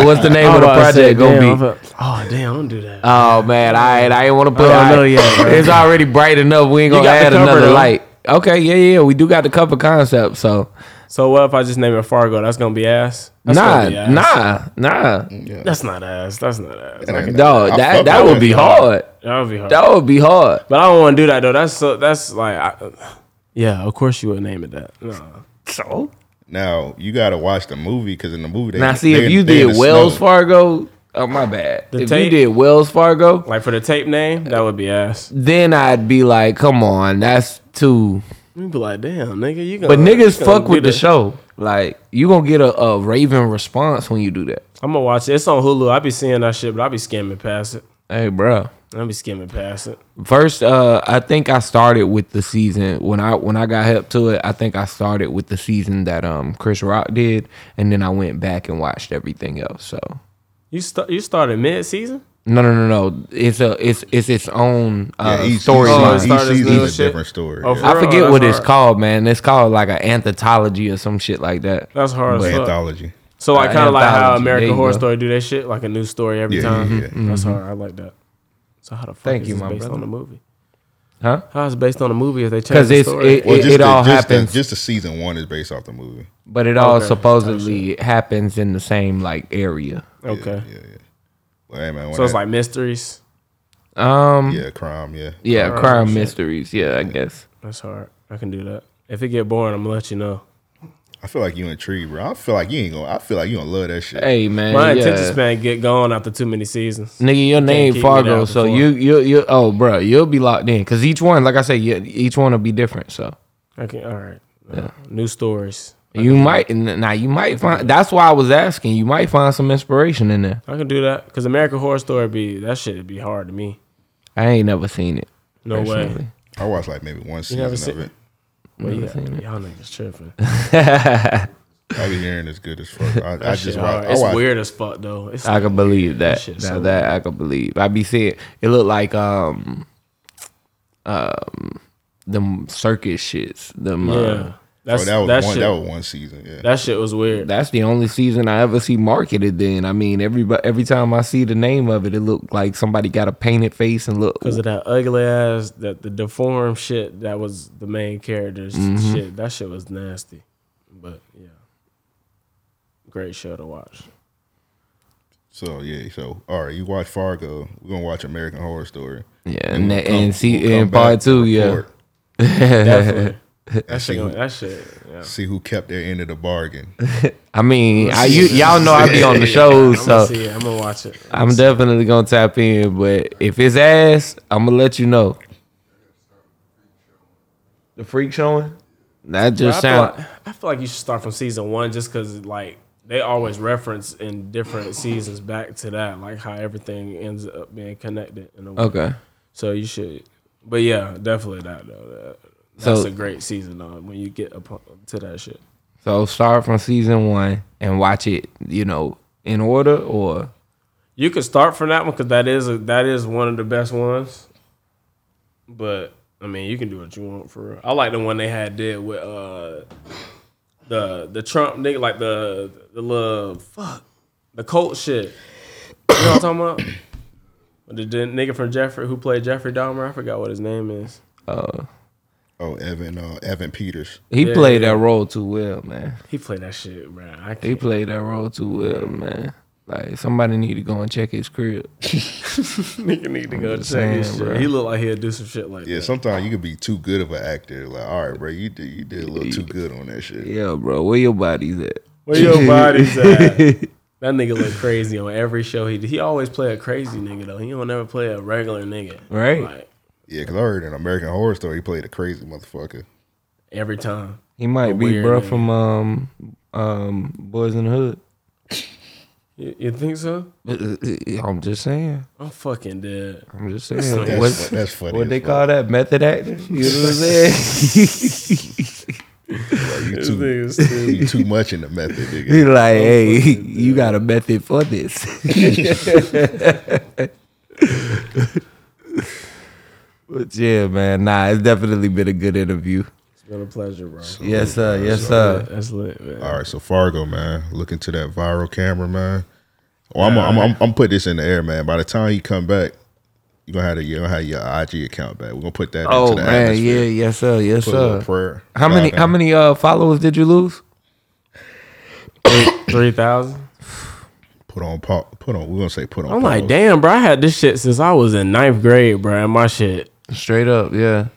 Speaker 3: uh, [laughs] What's the name of the
Speaker 4: I'm about to
Speaker 3: project
Speaker 4: say,
Speaker 3: gonna
Speaker 4: damn,
Speaker 3: be?
Speaker 4: I'm about- Oh damn, don't do that.
Speaker 3: Oh man, I I ain't want to put.
Speaker 4: Oh,
Speaker 3: I-
Speaker 4: no, yeah, bro.
Speaker 3: it's already bright enough. We ain't
Speaker 4: You
Speaker 3: gonna
Speaker 4: got the
Speaker 3: add
Speaker 4: cover,
Speaker 3: another
Speaker 4: though.
Speaker 3: light. Okay, yeah, yeah, we do got the cover concept. So
Speaker 4: So what if I just name it Fargo? That's gonna be ass. That's
Speaker 3: nah,
Speaker 4: gonna be ass.
Speaker 3: nah, nah,
Speaker 4: That's not ass. That's not ass.
Speaker 1: That ain't
Speaker 3: dog.
Speaker 1: I
Speaker 3: That
Speaker 1: fuck
Speaker 3: that
Speaker 1: with
Speaker 3: would be
Speaker 1: that.
Speaker 3: hard.
Speaker 4: That would be hard.
Speaker 3: That would be hard.
Speaker 4: But I don't want to do that though. That's so, that's like, I, yeah. Of course you would name it that. No.
Speaker 3: So
Speaker 1: Now you gotta watch the movie because in the movie they
Speaker 3: now, see
Speaker 1: they-
Speaker 3: if you
Speaker 1: they in
Speaker 3: did
Speaker 1: the
Speaker 3: Wells
Speaker 1: snow.
Speaker 3: Fargo. Oh my bad. if
Speaker 4: tape?
Speaker 3: you did Wells Fargo,
Speaker 4: Like for the tape name, that would be ass.
Speaker 3: then I'd be like, come on, that's too.
Speaker 4: We'd be like, damn, nigga, you. Gonna,
Speaker 3: But niggas
Speaker 4: you gonna
Speaker 3: fuck with
Speaker 4: do
Speaker 3: the
Speaker 4: this.
Speaker 3: show. Like you gonna get a, a raving response when you do that.
Speaker 4: I'm gonna watch it. It's on Hulu. I be seeing that shit, but I be skimming past it.
Speaker 3: Hey, bro.
Speaker 4: I be skimming past it.
Speaker 3: First, uh, I think I started with the season when I when I got help to it. I think I started with the season that um Chris Rock did, and then I went back and watched everything else. So
Speaker 4: You st- you started mid season.
Speaker 3: no, no, no, no. It's a it's it's its own uh,
Speaker 1: Yeah, each
Speaker 4: Oh,
Speaker 3: storyline.
Speaker 1: storyline,
Speaker 4: it started
Speaker 1: each
Speaker 4: as
Speaker 1: season
Speaker 4: little
Speaker 1: is a
Speaker 4: shit.
Speaker 1: different story.
Speaker 4: Oh,
Speaker 1: yeah.
Speaker 4: for
Speaker 3: I
Speaker 4: real?
Speaker 3: forget
Speaker 4: That's
Speaker 3: what it's
Speaker 4: hard.
Speaker 3: called, man. It's called like an anthology or some shit like that.
Speaker 4: That's hard as fuck.
Speaker 1: Anthology.
Speaker 4: So like
Speaker 3: Uh,
Speaker 4: kind of like how
Speaker 3: anthology.
Speaker 4: American
Speaker 3: There you
Speaker 4: Horror
Speaker 3: go.
Speaker 4: Story do that shit, like a new story every
Speaker 1: Yeah,
Speaker 4: time.
Speaker 1: yeah, yeah.
Speaker 4: That's hard. I like that. So how the fuck
Speaker 3: Mm-hmm. Thank
Speaker 4: is
Speaker 3: you,
Speaker 4: this
Speaker 3: my
Speaker 4: based
Speaker 3: brother.
Speaker 4: on the movie?
Speaker 3: Huh?
Speaker 4: How is it based on a movie if they change
Speaker 3: 'Cause
Speaker 4: the
Speaker 3: it's-
Speaker 4: story?
Speaker 3: it- it all
Speaker 1: just
Speaker 3: happens.
Speaker 1: The, just the season one is based off the movie.
Speaker 3: But it all
Speaker 4: Okay.
Speaker 3: supposedly happens in the same like area.
Speaker 4: okay.
Speaker 1: Yeah, yeah. Well, hey man, when
Speaker 4: So it's
Speaker 1: that-
Speaker 4: like mysteries.
Speaker 3: Um, yeah,
Speaker 1: yeah, crime. Yeah,
Speaker 3: crime mysteries. Yeah, I guess.
Speaker 4: That's hard. I can do that. If it get boring, I'm gonna let you know.
Speaker 1: I feel like you intrigued, bro. I feel like you ain't gonna. I feel like you gonna love that shit.
Speaker 3: Hey man,
Speaker 4: My
Speaker 3: yeah.
Speaker 4: attention span get gone after too many seasons.
Speaker 3: Nigga, your
Speaker 4: keep
Speaker 3: name
Speaker 4: me
Speaker 3: Fargo,
Speaker 4: down
Speaker 3: so
Speaker 4: before.
Speaker 3: you you you oh bro, you'll be locked in because each one, like I said, yeah, each one will be different. So
Speaker 4: I can. All right. Uh, New stories.
Speaker 3: you might n- now you might find that's why I was asking. You might find some inspiration in there.
Speaker 4: I can do that because American Horror Story be that shit be hard to me.
Speaker 3: I ain't never seen it.
Speaker 4: No way.
Speaker 3: personally.
Speaker 1: I watched like maybe one season
Speaker 4: never
Speaker 1: of
Speaker 4: seen-
Speaker 1: it.
Speaker 4: Well, yeah, y'all niggas tripping.
Speaker 1: I be hearing it's good as
Speaker 4: [laughs]
Speaker 1: fuck. I, I
Speaker 4: That
Speaker 1: just
Speaker 4: shit
Speaker 1: watched.
Speaker 4: hard.
Speaker 1: I
Speaker 4: It's
Speaker 1: watched
Speaker 4: weird as fuck though.
Speaker 3: [laughs]
Speaker 4: It's
Speaker 3: I can believe that.
Speaker 4: shit
Speaker 3: now
Speaker 4: so
Speaker 3: that I can believe. I be seeing it looked like um um them circus shits. Them
Speaker 4: yeah.
Speaker 3: uh,
Speaker 4: That's
Speaker 1: oh, that was
Speaker 4: that
Speaker 1: one.
Speaker 4: shit.
Speaker 1: That was one season. Yeah.
Speaker 4: That shit was weird.
Speaker 3: that's the only season I ever see marketed. Then I mean, everybody every time I see the name of it, it looked like somebody got a painted face and look.
Speaker 4: Because of that ugly ass, that the deformed shit that was the main character's
Speaker 3: Mm-hmm.
Speaker 4: shit. That shit was nasty. But yeah. Great show to watch.
Speaker 1: so yeah. So all right, you watch Fargo. We're gonna watch American Horror Story.
Speaker 3: Yeah,
Speaker 1: And
Speaker 3: and,
Speaker 1: we'll
Speaker 3: that-
Speaker 1: come-
Speaker 3: and see
Speaker 1: we'll come
Speaker 3: in
Speaker 1: back
Speaker 3: part
Speaker 1: to
Speaker 3: two, yeah.
Speaker 1: report
Speaker 4: [laughs] Definitely. that
Speaker 1: see
Speaker 4: shit gonna,
Speaker 1: who-
Speaker 4: that shit yeah.
Speaker 1: See who kept their end of the bargain.
Speaker 3: I mean, I you y'all know I
Speaker 1: [laughs]
Speaker 3: be on the
Speaker 4: I'm
Speaker 3: show,
Speaker 4: gonna
Speaker 3: so
Speaker 4: see it. I'm gonna watch it.
Speaker 3: I'm definitely gonna tap in. But if it's ass, I'm gonna let you know. The freak showing. That
Speaker 4: But
Speaker 3: just
Speaker 4: I, feel
Speaker 3: sound.
Speaker 4: like, I feel like you should start from season one just because like they always reference in different seasons back to that, like how everything ends up being connected in a way.
Speaker 3: Okay.
Speaker 4: So you should, but yeah, definitely that though. That,
Speaker 3: So-
Speaker 4: that's a great season though when you get up to that shit.
Speaker 3: So start from season one and watch it. You know, in order or
Speaker 4: You could start from that one because that is a, that is one of the best ones. But I mean, you can do what you want for real. I like the one they had did with uh the the Trump nigga, like the the little fuck the Colt shit. You know what I'm talking about? [coughs] With The, the nigga from Jeffrey who played Jeffrey Dahmer, I forgot what his name is.
Speaker 3: uh,
Speaker 1: Oh, Evan. Uh, Evan Peters.
Speaker 3: he
Speaker 4: Yeah,
Speaker 3: played
Speaker 4: yeah.
Speaker 3: that role too well, man.
Speaker 4: He played that shit, bro. I
Speaker 3: He
Speaker 4: can't.
Speaker 3: played that role too well, man. Like somebody need to go and check his crib.
Speaker 4: nigga need to go
Speaker 3: just
Speaker 4: check his
Speaker 3: saying,
Speaker 4: shit.
Speaker 3: bro.
Speaker 4: He look like he'll do some shit like
Speaker 1: Yeah,
Speaker 4: that.
Speaker 1: sometimes you could be too good of an actor. Like, all right, bro, you did you did a little too good on that shit.
Speaker 3: Yeah, bro, where your body's at?
Speaker 4: Where your body's at? That nigga look crazy on every show he he always play a crazy nigga though. He don't ever play a regular nigga.
Speaker 3: Right.
Speaker 4: Like
Speaker 1: Yeah, because I heard in American Horror Story he played a crazy motherfucker.
Speaker 4: every time.
Speaker 3: He might be
Speaker 4: weird
Speaker 3: bro
Speaker 4: nigga.
Speaker 3: from um um Boys in the Hood.
Speaker 4: You, you think so?
Speaker 3: [laughs] I'm just saying.
Speaker 4: I'm fucking dead.
Speaker 3: I'm just saying.
Speaker 1: That's,
Speaker 3: What
Speaker 1: fu- that's funny.
Speaker 3: what
Speaker 1: as
Speaker 3: they
Speaker 1: fuck.
Speaker 3: call that method acting? You know what
Speaker 1: [laughs]
Speaker 3: I'm saying? [laughs]
Speaker 1: You
Speaker 4: This
Speaker 1: too,
Speaker 4: nigga's
Speaker 1: [laughs]
Speaker 4: stupid.
Speaker 1: you too much in the method, nigga.
Speaker 3: [laughs] He like, hey, [laughs] you got a method for this. [laughs] but yeah, man, nah, it's definitely been a good interview.
Speaker 4: It's Been a pleasure, bro.
Speaker 3: Oh,
Speaker 6: Yes, sir. Yes, sir.
Speaker 4: That's lit, man.
Speaker 1: All right, so Fargo, man, look into that viral camera, man. Well, I'm, I'm, I'm, I'm putting this in the air, man. By the time you come back, you gonna have to, you gonna have your IG account back. We're gonna put that.
Speaker 3: Oh
Speaker 1: into the
Speaker 3: man,
Speaker 1: atmosphere.
Speaker 3: yeah, yes sir, yes
Speaker 1: Put a little
Speaker 3: sir.
Speaker 1: prayer.
Speaker 3: How many
Speaker 1: God,
Speaker 3: how
Speaker 1: man.
Speaker 3: many uh followers did you lose?
Speaker 4: Three thousand.
Speaker 1: Put on, pa- put on. We're gonna say put on.
Speaker 4: I'm
Speaker 1: pause.
Speaker 4: like, damn, bro. I had this shit since I was in ninth grade, bro. And my shit
Speaker 3: Straight up, yeah.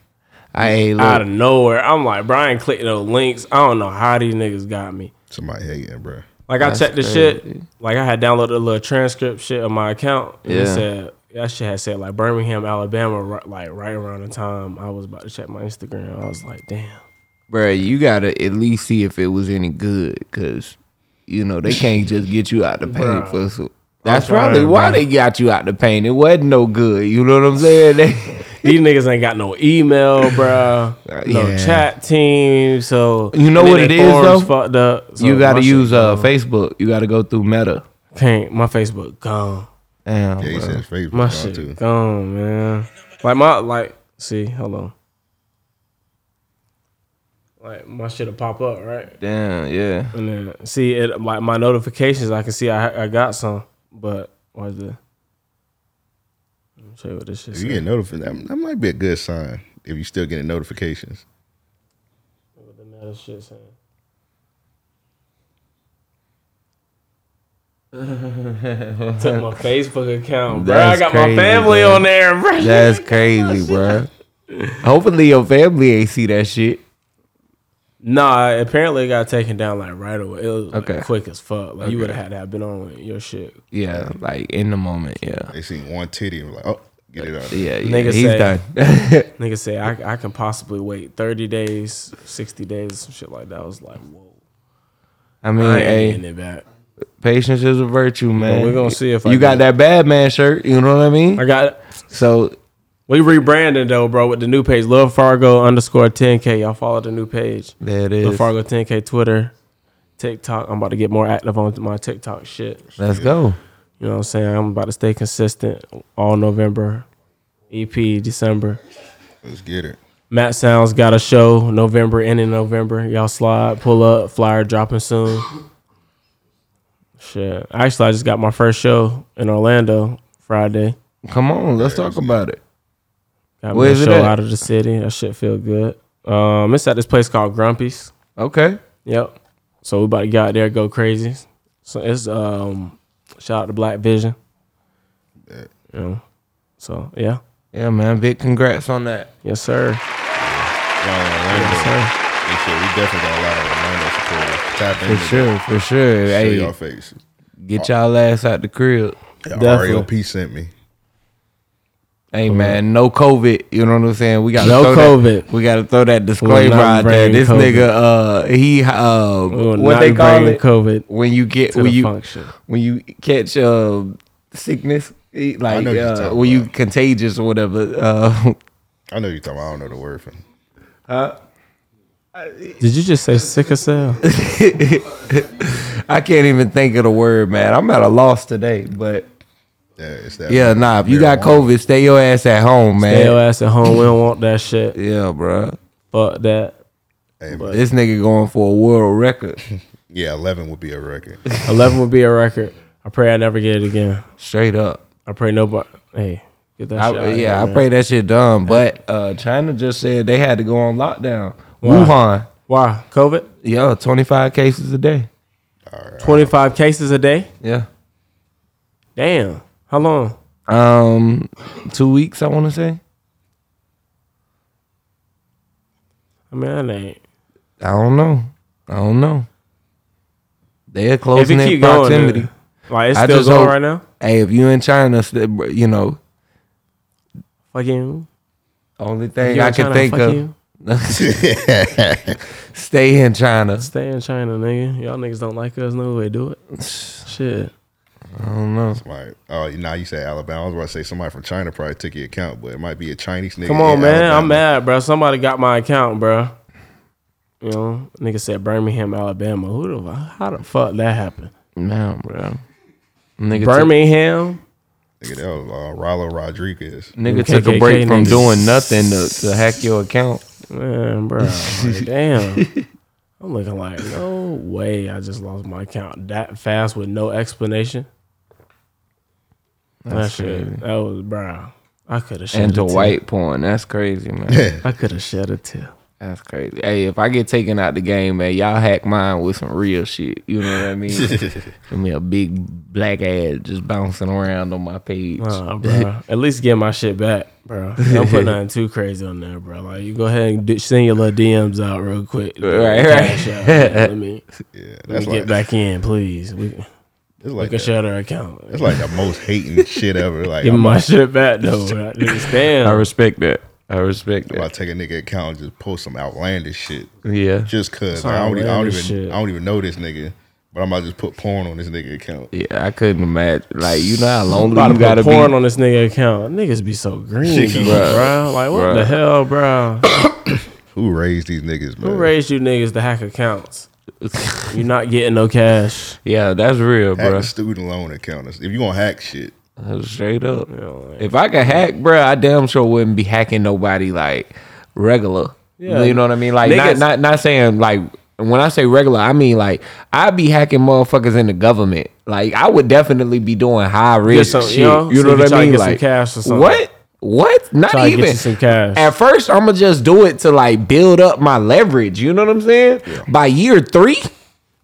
Speaker 3: I ain't
Speaker 4: out
Speaker 3: look,
Speaker 4: of nowhere. I'm like, bro, I ain't clicking no links. I don't know how these niggas got me.
Speaker 1: Somebody hating, bro.
Speaker 4: Like
Speaker 3: That's
Speaker 4: I checked the
Speaker 3: crazy.
Speaker 4: shit. Like I had downloaded a little transcript shit of my account. And
Speaker 3: Yeah.
Speaker 4: it said that shit had said like Birmingham, Alabama, right, like right around the time I was about to check my Instagram. I was like, damn.
Speaker 3: bro. You gotta at least see if it was any good, cause you know they can't just get you [laughs] out the paint
Speaker 4: Bruh.
Speaker 3: for. So, that's
Speaker 4: trying,
Speaker 3: probably why
Speaker 4: bruh.
Speaker 3: they got you out the paint. It wasn't no good. You know what I'm saying? [laughs] They,
Speaker 4: These niggas ain't got no email, bro. No
Speaker 3: Uh, Yeah.
Speaker 4: chat team. So
Speaker 3: You know
Speaker 4: and then
Speaker 3: what it
Speaker 4: they
Speaker 3: is,
Speaker 4: forums
Speaker 3: though?
Speaker 4: Fucked up. So
Speaker 3: you
Speaker 4: my
Speaker 3: gotta
Speaker 4: shit
Speaker 3: use uh
Speaker 4: gone.
Speaker 3: Facebook. You gotta go through Meta.
Speaker 4: Can't my Facebook gone.
Speaker 3: Damn,
Speaker 1: Yeah, he
Speaker 3: bruh.
Speaker 1: said his Facebook
Speaker 4: My
Speaker 1: on,
Speaker 4: shit
Speaker 1: too.
Speaker 4: gone, man. Like my like, see, hello. Like my shit'll pop up, right?
Speaker 3: damn, [laughs] yeah.
Speaker 4: And then see it like my notifications. I can see I I got some, but what is it? Let me show you what this shit.
Speaker 1: If you
Speaker 4: say.
Speaker 1: get notified, that, that might be a good sign. If you still getting notifications,
Speaker 4: What the meta shit saying? Took my Facebook account, bro. I
Speaker 3: That's
Speaker 4: got
Speaker 3: crazy,
Speaker 4: my family
Speaker 3: bro.
Speaker 4: on there, bro.
Speaker 3: That's crazy, bruh. Hopefully your family ain't see that shit.
Speaker 4: Nah, apparently it got taken down like right away. It was like,
Speaker 3: Okay.
Speaker 4: quick as fuck. Like you
Speaker 3: Okay.
Speaker 4: would have had to have been on your shit.
Speaker 3: Yeah, like in the moment. Yeah,
Speaker 1: they see one titty and like, oh, get it out.
Speaker 3: yeah. yeah
Speaker 4: Nigga
Speaker 3: he's
Speaker 4: say-
Speaker 3: done. [laughs]
Speaker 4: Nigga say I I can possibly wait thirty days, sixty days, some shit like that. I was like, whoa.
Speaker 3: I mean,
Speaker 4: I ain't
Speaker 3: hey,
Speaker 4: getting it back.
Speaker 3: patience is a virtue, man.
Speaker 4: we're gonna see if I
Speaker 3: you got
Speaker 4: do.
Speaker 3: that bad man shirt. You know what I mean?
Speaker 4: I got
Speaker 3: So
Speaker 4: we rebranded though, bro, with the new page. Love Fargo underscore ten K. Y'all follow the new page.
Speaker 3: there it
Speaker 4: Love
Speaker 3: is.
Speaker 4: Fargo ten K Twitter. TikTok. I'm about to get more active on my TikTok shit.
Speaker 3: Let's go.
Speaker 4: You know what I'm saying? I'm about to stay consistent all November. EP December.
Speaker 1: Let's get it.
Speaker 4: Matt Sounds got a show November, ending November. Y'all slide, pull up, flyer dropping soon. Shit. Actually, I just got my first show in Orlando Friday.
Speaker 3: Come on, let's talk about it.
Speaker 4: Got
Speaker 3: Where
Speaker 4: me a
Speaker 3: is it
Speaker 4: show
Speaker 3: at?
Speaker 4: out of the city. That shit feel good. Um, it's at this place called Grumpy's.
Speaker 3: Okay.
Speaker 4: Yep. So we about to get out there, go crazy. So it's um, shout out to Black Vision. You know. So yeah,
Speaker 3: Yeah, man. Big congrats on that.
Speaker 4: yes sir.
Speaker 1: Y'all in Orlando. Make sure we definitely got a lot of Orlando supporters. Tap
Speaker 3: For
Speaker 1: into that.
Speaker 3: sure, for
Speaker 1: Show
Speaker 3: sure. Hey,
Speaker 1: y'all face.
Speaker 3: get y'all ass out the crib.
Speaker 1: Yeah,
Speaker 4: Definitely.
Speaker 1: REOP sent me.
Speaker 3: Hey man, no COVID. You know what I'm saying? We got
Speaker 4: No
Speaker 3: That,
Speaker 4: COVID.
Speaker 3: we got to throw that
Speaker 4: We
Speaker 3: disclaimer
Speaker 4: will not
Speaker 3: out there.
Speaker 4: bring
Speaker 3: This
Speaker 4: COVID.
Speaker 3: nigga, uh, he, uh,
Speaker 4: We will
Speaker 3: what
Speaker 4: not
Speaker 3: they call
Speaker 4: bring
Speaker 3: it
Speaker 4: COVID
Speaker 3: when you get
Speaker 4: to
Speaker 3: when
Speaker 4: the
Speaker 3: you
Speaker 4: function.
Speaker 3: when you catch uh, sickness, eh, like
Speaker 1: know what you're
Speaker 3: uh,
Speaker 1: talking
Speaker 3: when you
Speaker 1: about.
Speaker 3: contagious or whatever. Uh, [laughs]
Speaker 1: I know you talking. About, I don't know the word for. it.
Speaker 4: Did you just say
Speaker 3: [laughs]
Speaker 4: sickle cell?
Speaker 3: I can't even think of the word, man. I'm at a loss today, but
Speaker 1: Yeah, it's that.
Speaker 3: yeah, nah. If you got
Speaker 1: marijuana.
Speaker 3: COVID, stay your ass at home,
Speaker 4: Stay your
Speaker 3: man.
Speaker 4: ass at home. We don't want that shit.
Speaker 3: Yeah, bruh.
Speaker 4: Fuck that.
Speaker 1: Hey,
Speaker 3: This nigga going for a world
Speaker 1: [laughs]
Speaker 3: record.
Speaker 1: yeah, eleven would be a
Speaker 4: [laughs]
Speaker 1: record. [laughs]
Speaker 4: Eleven would be a record. I pray I never get it again.
Speaker 3: Straight up.
Speaker 4: I pray nobody. Hey, get that.
Speaker 3: I,
Speaker 4: shit out of
Speaker 3: yeah,
Speaker 4: here,
Speaker 3: I
Speaker 4: man.
Speaker 3: pray that shit done. But uh, China just said they had to go on lockdown.
Speaker 4: Why?
Speaker 3: Wuhan,
Speaker 4: Why COVID?
Speaker 3: yo, twenty five cases a day.
Speaker 4: Twenty five cases a day.
Speaker 3: Yeah,
Speaker 4: Damn. How long?
Speaker 3: um, two weeks I want to say.
Speaker 4: I mean, that ain't.
Speaker 3: I don't know. I don't know. They're
Speaker 4: If
Speaker 3: close
Speaker 4: it
Speaker 3: in
Speaker 4: keep going, uh,
Speaker 3: proximity.
Speaker 4: then- like it's
Speaker 3: I
Speaker 4: still
Speaker 3: just
Speaker 4: going
Speaker 3: hope-
Speaker 4: right now.
Speaker 3: hey, if you in China, st- br- you know,
Speaker 4: Fucking.
Speaker 3: only thing
Speaker 4: you
Speaker 3: I
Speaker 4: in
Speaker 3: can
Speaker 4: China,
Speaker 3: think
Speaker 4: fuck
Speaker 3: of,
Speaker 4: you.
Speaker 3: stay in China.
Speaker 4: Stay in China, nigga. Y'all niggas don't like us. No way, do it. Shit.
Speaker 3: I don't know.
Speaker 1: Like, oh, now you say Alabama. I was about to say somebody from China probably took your account, but it might be a Chinese nigga.
Speaker 4: Come on,
Speaker 1: in
Speaker 4: man.
Speaker 1: Alabama.
Speaker 4: I'm mad, bro. Somebody got my account, bro. You know, nigga said Birmingham, Alabama. Who the how the fuck that happened?
Speaker 3: Man, bro. Nigga took,
Speaker 4: Birmingham.
Speaker 1: Nigga, that was uh, Rallo Rodriguez.
Speaker 3: nigga took a
Speaker 4: KKK
Speaker 3: break from
Speaker 4: niggas.
Speaker 3: doing nothing to, to hack your account. [laughs]
Speaker 4: Man, bro. like, damn. I'm looking like, no way I just lost my account that fast with no explanation. that
Speaker 3: That's
Speaker 4: shit.
Speaker 3: crazy.
Speaker 4: That was, bro. I could have shed
Speaker 3: And to
Speaker 4: a tear.
Speaker 3: white porn, that's crazy, man.
Speaker 4: I could have shed a tear.
Speaker 3: that's crazy. Hey, if I get taken out the game, man, y'all hack mine with some real shit. You know what I mean? Give me a big black ass just bouncing around on my page.
Speaker 4: Nah, bro. At least get my shit back,
Speaker 3: [laughs]
Speaker 4: bro. Don't put nothing too crazy on there, bro. Like you go ahead and d- send your little DMs out real quick.
Speaker 3: [laughs] Right,
Speaker 4: Cash out, you know what
Speaker 3: [laughs]
Speaker 4: I mean,
Speaker 1: Yeah,
Speaker 4: Let
Speaker 1: that's
Speaker 4: me
Speaker 1: like
Speaker 4: get back in, please. We, we
Speaker 1: it's like
Speaker 4: can
Speaker 1: that.
Speaker 4: shut our account.
Speaker 1: It's like the most hating shit ever. Like
Speaker 4: Give me
Speaker 1: I'm
Speaker 4: my shit back though. Bro. I didn't stand.
Speaker 3: I respect that. I respect
Speaker 1: about
Speaker 3: that.
Speaker 1: to take a nigga account and just post some outlandish shit.
Speaker 3: Yeah.
Speaker 1: Just cause like, I, don't, e- I don't even
Speaker 4: outlandish shit.
Speaker 1: I don't even know this nigga, but I'm about to just put porn on this nigga account.
Speaker 3: Yeah, I couldn't imagine. Like, you know how lonely
Speaker 4: about
Speaker 3: you
Speaker 4: to
Speaker 3: gotta
Speaker 4: put
Speaker 3: be.
Speaker 4: porn on this nigga account. Niggas be so
Speaker 3: [laughs]
Speaker 4: green, though,
Speaker 3: Bruh.
Speaker 4: bro. Like what the
Speaker 3: Bruh.
Speaker 4: hell, bro?
Speaker 1: Who raised these niggas, man?
Speaker 4: Who raised you niggas to hack accounts? You're not getting no cash.
Speaker 3: yeah, that's real,
Speaker 1: Hack
Speaker 3: bro.
Speaker 1: the student loan account. If you gonna hack shit,
Speaker 3: Straight up.
Speaker 4: You know, like,
Speaker 3: If I could hack, bro, I damn sure wouldn't be hacking nobody like regular.
Speaker 4: Yeah.
Speaker 3: You know what I mean? Like not
Speaker 4: Niggas-
Speaker 3: not not saying like when I say regular, I mean like I be hacking motherfuckers in the government. Like I would definitely be doing high risk
Speaker 4: some- you
Speaker 3: shit.
Speaker 4: know,
Speaker 3: you
Speaker 4: see
Speaker 3: know
Speaker 4: if you
Speaker 3: what
Speaker 4: try
Speaker 3: I
Speaker 4: to
Speaker 3: mean?
Speaker 4: get some
Speaker 3: like
Speaker 4: cash or something.
Speaker 3: what? What? Not
Speaker 4: Try to get
Speaker 3: even
Speaker 4: you some cash.
Speaker 3: At first, I'm gonna just do it to like build up my leverage. You know what I'm saying? By year three,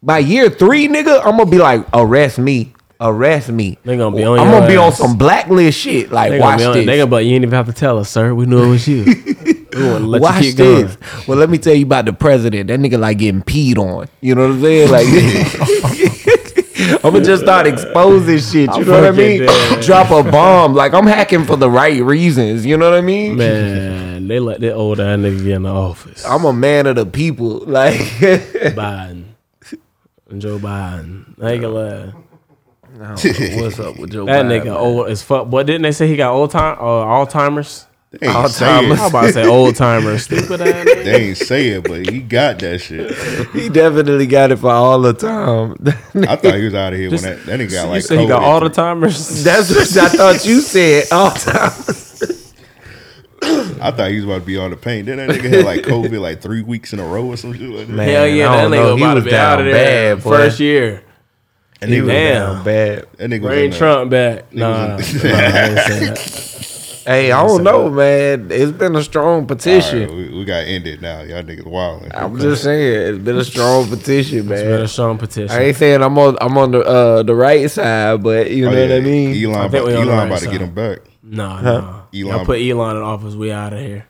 Speaker 3: by year three, nigga, I'm gonna be like arrest me, arrest me.
Speaker 4: They gonna be on
Speaker 3: I'm
Speaker 4: your
Speaker 3: gonna be on
Speaker 4: ass.
Speaker 3: some blacklist shit. Like
Speaker 4: they gonna
Speaker 3: watch
Speaker 4: be on,
Speaker 3: this.
Speaker 4: They gonna, be like, you didn't even have to tell us, sir. We knew it
Speaker 3: [laughs]
Speaker 4: was you. we want to let
Speaker 3: Watch
Speaker 4: you keep going.
Speaker 3: this. Well, let me tell you about the president. That nigga like getting peed on. You know what I'm saying?
Speaker 4: [laughs]
Speaker 3: Like, [laughs] I'm gonna just start exposing shit. You know what I
Speaker 4: fucking
Speaker 3: mean? [laughs]
Speaker 4: dead.
Speaker 3: Drop a bomb. Like I'm hacking for the right reasons. You know what I mean?
Speaker 4: Man, they let that old ass nigga get in the office.
Speaker 3: I'm a man of the people. [laughs] Like,
Speaker 4: Biden. Joe Biden. I ain't gonna lie.
Speaker 3: what's up with Joe?
Speaker 4: That nigga old as fuck. But didn't they say he got old time uh, Alzheimer's?
Speaker 1: they ain't say
Speaker 4: [laughs] I'm
Speaker 1: it.
Speaker 4: about to say old timers.
Speaker 3: [laughs]
Speaker 4: Stupid ass nigga.
Speaker 1: They ain't say it, but he got that shit.
Speaker 3: He definitely got it for all the time. [laughs]
Speaker 1: I thought he was out of here when that, that nigga got
Speaker 4: You
Speaker 1: like.
Speaker 4: said he got
Speaker 1: COVID.
Speaker 4: all
Speaker 3: [laughs]
Speaker 4: the timers.
Speaker 3: That's what I thought you said all time.
Speaker 1: I thought he was about to be on the paint. Then that nigga had like COVID like three weeks in a row or some shit like that.
Speaker 3: Man.
Speaker 4: Hell yeah,
Speaker 3: I
Speaker 4: that
Speaker 3: don't know.
Speaker 4: nigga
Speaker 3: He
Speaker 4: about to
Speaker 3: was
Speaker 4: be out of
Speaker 3: down
Speaker 4: there
Speaker 3: bad, boy.
Speaker 4: first year.
Speaker 1: and he was,
Speaker 4: Damn.
Speaker 3: bad.
Speaker 1: that nigga was in
Speaker 4: Bring
Speaker 1: the-
Speaker 4: Trump
Speaker 3: [laughs]
Speaker 4: back.
Speaker 1: he was
Speaker 4: Nah, nah,
Speaker 1: in-
Speaker 4: I ain't say that.
Speaker 3: Hey, I don't know, man. It's been a strong
Speaker 1: All
Speaker 3: petition.
Speaker 1: right, we, we got ended now. Y'all niggas Oh, wilding.
Speaker 3: I'm just saying, it's been a strong petition,
Speaker 4: Better
Speaker 3: man.
Speaker 4: strong petition.
Speaker 3: I ain't saying I'm on I'm on the uh, the right side, but you know what I mean.
Speaker 1: Oh, Elon,
Speaker 4: I think
Speaker 1: about,
Speaker 4: we on
Speaker 1: Elon
Speaker 4: the right
Speaker 1: about to get
Speaker 4: side.
Speaker 1: him back.
Speaker 4: No, no.
Speaker 1: Elon-
Speaker 4: Y'all put Elon in office. We out of here.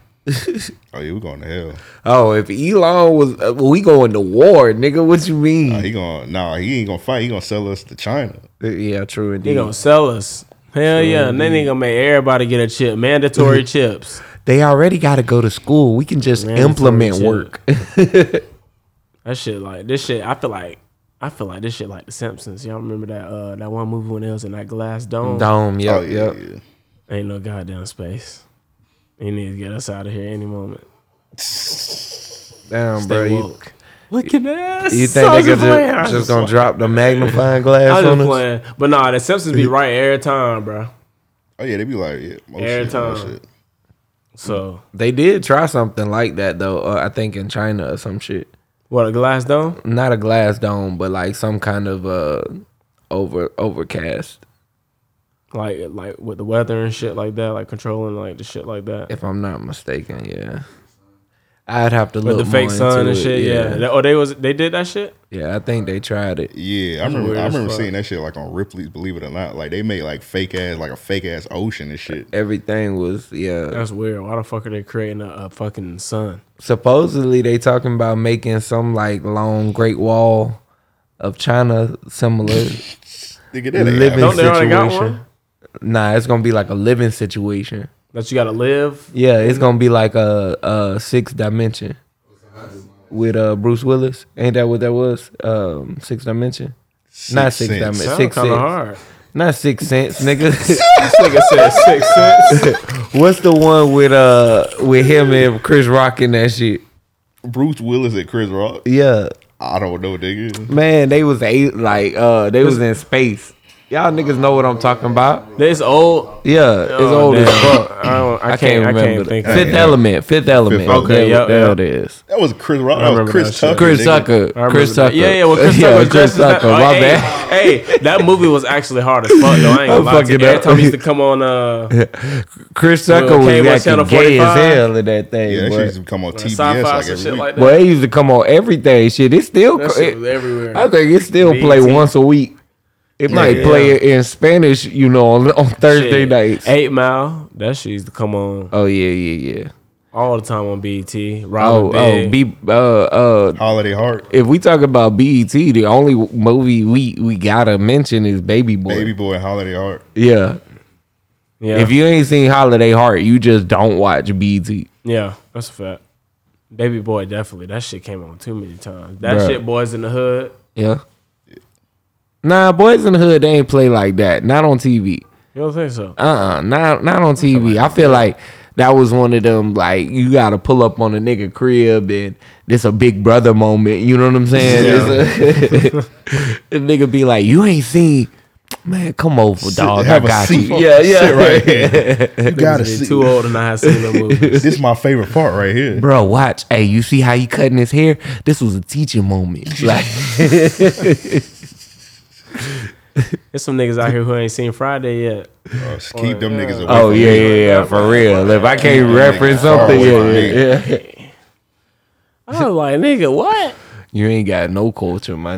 Speaker 1: Oh yeah, we going to hell.
Speaker 3: Oh, if Elon was, uh, well, we going to war, nigga. What you mean?
Speaker 1: Nah, he gonna nah, he ain't gonna fight. He gonna sell us to China.
Speaker 3: yeah, true
Speaker 4: They
Speaker 3: indeed.
Speaker 4: gonna sell us. Hell yeah. And then they gonna make everybody get a chip.
Speaker 3: [laughs]
Speaker 4: Mandatory chips.
Speaker 3: they already got to go to school. We can just
Speaker 4: Man, that's
Speaker 3: implement
Speaker 4: some
Speaker 3: work.
Speaker 4: That shit like this shit I feel like I feel like this shit like The Simpsons. Y'all remember that uh that one movie when it was in that glass
Speaker 3: [laughs]
Speaker 4: dome?
Speaker 3: Dome, yep,
Speaker 1: oh yeah,
Speaker 3: yep.
Speaker 1: yeah.
Speaker 4: Ain't no goddamn space. They need to get us out of here any moment.
Speaker 3: Damn,
Speaker 4: Stay
Speaker 3: bro. You,
Speaker 4: woke. Look at this.
Speaker 3: you think they could
Speaker 4: playing. I
Speaker 3: just,
Speaker 4: was
Speaker 3: just gonna
Speaker 4: playing.
Speaker 3: drop the magnifying
Speaker 4: I
Speaker 3: glass
Speaker 4: was
Speaker 3: on
Speaker 4: just
Speaker 3: us?
Speaker 4: playing. But nah, the Simpsons be right every time, bro.
Speaker 1: Oh yeah, they be like, yeah, most
Speaker 4: Every
Speaker 1: shit, most
Speaker 4: time.
Speaker 1: shit.
Speaker 4: So
Speaker 3: They did try something like that though. Uh, I think in China or some shit.
Speaker 4: what a glass dome?
Speaker 3: Not a glass dome, but like some kind of uh over overcast.
Speaker 4: Like like with the weather and shit like that, like controlling like the shit like that.
Speaker 3: if I'm not mistaken. Yeah, I'd have to
Speaker 4: With
Speaker 3: look
Speaker 4: the fake
Speaker 3: more
Speaker 4: sun
Speaker 3: into
Speaker 4: and
Speaker 3: it,
Speaker 4: shit, yeah. That- Oh, they was they did that shit.
Speaker 3: yeah, I think they tried it.
Speaker 1: Yeah, I
Speaker 4: weird
Speaker 1: remember. I
Speaker 4: as
Speaker 1: remember
Speaker 4: fuck.
Speaker 1: seeing that shit like on Ripley's Believe It or Not. Like they made like fake ass, like a fake ass ocean and shit.
Speaker 3: Everything was yeah.
Speaker 4: That's weird. Why the fuck are they creating a, a fucking sun?
Speaker 3: Supposedly they talking about making some like long Great Wall of China similar.
Speaker 4: [laughs]
Speaker 1: Nigga, that ain't
Speaker 3: Living-
Speaker 1: happening.
Speaker 4: Don't they already got
Speaker 3: Situation.
Speaker 4: one?
Speaker 3: nah, it's gonna be like a living situation.
Speaker 4: That you gotta live.
Speaker 3: Yeah, it's gonna be like a, a six dimension with uh Bruce Willis. Ain't that what that was? Um, six dimension. not six
Speaker 1: Sense.
Speaker 3: dimension.
Speaker 4: Sound
Speaker 3: Six
Speaker 4: kind
Speaker 3: sense.
Speaker 4: of hard.
Speaker 3: Not six cents, nigga. [laughs]
Speaker 4: This nigga said six [laughs] cents.
Speaker 3: What's the one with uh with him and Chris Rock and that shit?
Speaker 1: Bruce Willis and Chris Rock.
Speaker 3: Yeah,
Speaker 1: I don't know, nigga.
Speaker 3: man, they was a like uh they was in space
Speaker 7: Y'all niggas know what I'm talking about.
Speaker 4: This old.
Speaker 3: Yeah, it's old
Speaker 4: Oh, damn.
Speaker 3: as fuck.
Speaker 4: I, don't, I,
Speaker 3: I
Speaker 4: can't,
Speaker 3: can't
Speaker 4: I
Speaker 3: remember.
Speaker 4: can't
Speaker 3: the-
Speaker 4: think. of
Speaker 3: Fifth
Speaker 4: it.
Speaker 3: Element. Fifth Element.
Speaker 1: Element.
Speaker 3: Okay,
Speaker 4: Yeah,
Speaker 3: there
Speaker 4: yeah.
Speaker 3: it is.
Speaker 1: That was Chris Rock. That was
Speaker 4: remember
Speaker 1: Chris
Speaker 4: that shit.
Speaker 1: Tucker.
Speaker 3: Chris
Speaker 1: nigga.
Speaker 3: Tucker.
Speaker 4: I remember
Speaker 3: Chris
Speaker 4: that.
Speaker 3: Tucker.
Speaker 4: Yeah, yeah. Well, Chris
Speaker 3: Yeah,
Speaker 4: Tucker. was
Speaker 3: Chris
Speaker 4: dressed as
Speaker 3: Tucker.
Speaker 4: that- Oh,
Speaker 3: My
Speaker 4: hey,
Speaker 3: bad.
Speaker 4: Hey, that movie was actually hard as fuck. Though I ain't gonna
Speaker 3: I'm
Speaker 4: lie to you.
Speaker 3: fucking
Speaker 4: Every
Speaker 3: up.
Speaker 4: time he used to come
Speaker 3: [laughs]
Speaker 4: on, uh,
Speaker 3: Chris Tucker
Speaker 4: Well,
Speaker 3: was
Speaker 4: K1 Channel
Speaker 3: acting gay
Speaker 4: 45.
Speaker 3: as hell in that thing.
Speaker 1: Yeah, that shit
Speaker 3: boy.
Speaker 1: used to come on TBS
Speaker 4: sci-fi
Speaker 1: like
Speaker 4: and
Speaker 1: every
Speaker 4: shit
Speaker 1: week.
Speaker 4: like that.
Speaker 3: Well, it used to come on everything. Shit, it still.
Speaker 4: That shit was
Speaker 3: it-
Speaker 4: everywhere.
Speaker 3: I think it still play
Speaker 4: BET.
Speaker 3: once a week. It might
Speaker 4: Yeah.
Speaker 3: play it in Spanish, you know, on, on Thursday
Speaker 4: Shit.
Speaker 3: nights.
Speaker 4: Eight Mile. That shit used to come on
Speaker 3: Oh yeah, yeah, yeah.
Speaker 4: all the time on BET.
Speaker 3: Oh,
Speaker 4: Robin
Speaker 3: oh,
Speaker 4: Big.
Speaker 3: be uh uh.
Speaker 1: Holiday Heart,
Speaker 3: If we talk about BET, the only movie we we gotta mention is Baby Boy.
Speaker 1: Baby Boy, and Holiday Heart.
Speaker 3: Yeah.
Speaker 4: yeah,
Speaker 3: If you ain't seen Holiday Heart, you just don't watch E BET.
Speaker 4: yeah, that's a fact. Baby boy, definitely. That shit came on too many times. That
Speaker 3: Bruh.
Speaker 4: shit, boys in the hood.
Speaker 3: Yeah. Nah, Boys in the Hood they ain't play like that. Not on TV.
Speaker 4: You don't think so?
Speaker 3: Uh uh Not not on TV. I feel like that was one of them like you gotta pull up on a nigga crib and this a big brother moment. You know what I'm saying? It's a- [laughs] the nigga be like, You ain't seen man, come over, dog. I
Speaker 1: have a
Speaker 3: got
Speaker 1: seat.
Speaker 3: you. Yeah, yeah.
Speaker 1: Sit right here.
Speaker 3: [laughs]
Speaker 1: You gotta
Speaker 4: They
Speaker 1: see.
Speaker 4: Too old and I have seen no movie.
Speaker 1: This is my favorite part right here.
Speaker 3: Bro, watch. Hey, you see how he cutting his hair? This was a
Speaker 1: [laughs]
Speaker 3: teaching moment. Like
Speaker 4: There's some niggas out here who ain't seen Friday yet.
Speaker 1: Uh, keep them niggas away.
Speaker 3: Oh
Speaker 1: from me.
Speaker 3: yeah, yeah, yeah, for real. If I can't
Speaker 1: Yeah,
Speaker 3: reference
Speaker 1: nigga, far
Speaker 3: something,
Speaker 1: away
Speaker 3: yeah,
Speaker 1: from
Speaker 3: yeah, yeah.
Speaker 4: I was like, nigga, what?
Speaker 3: you ain't got no culture, my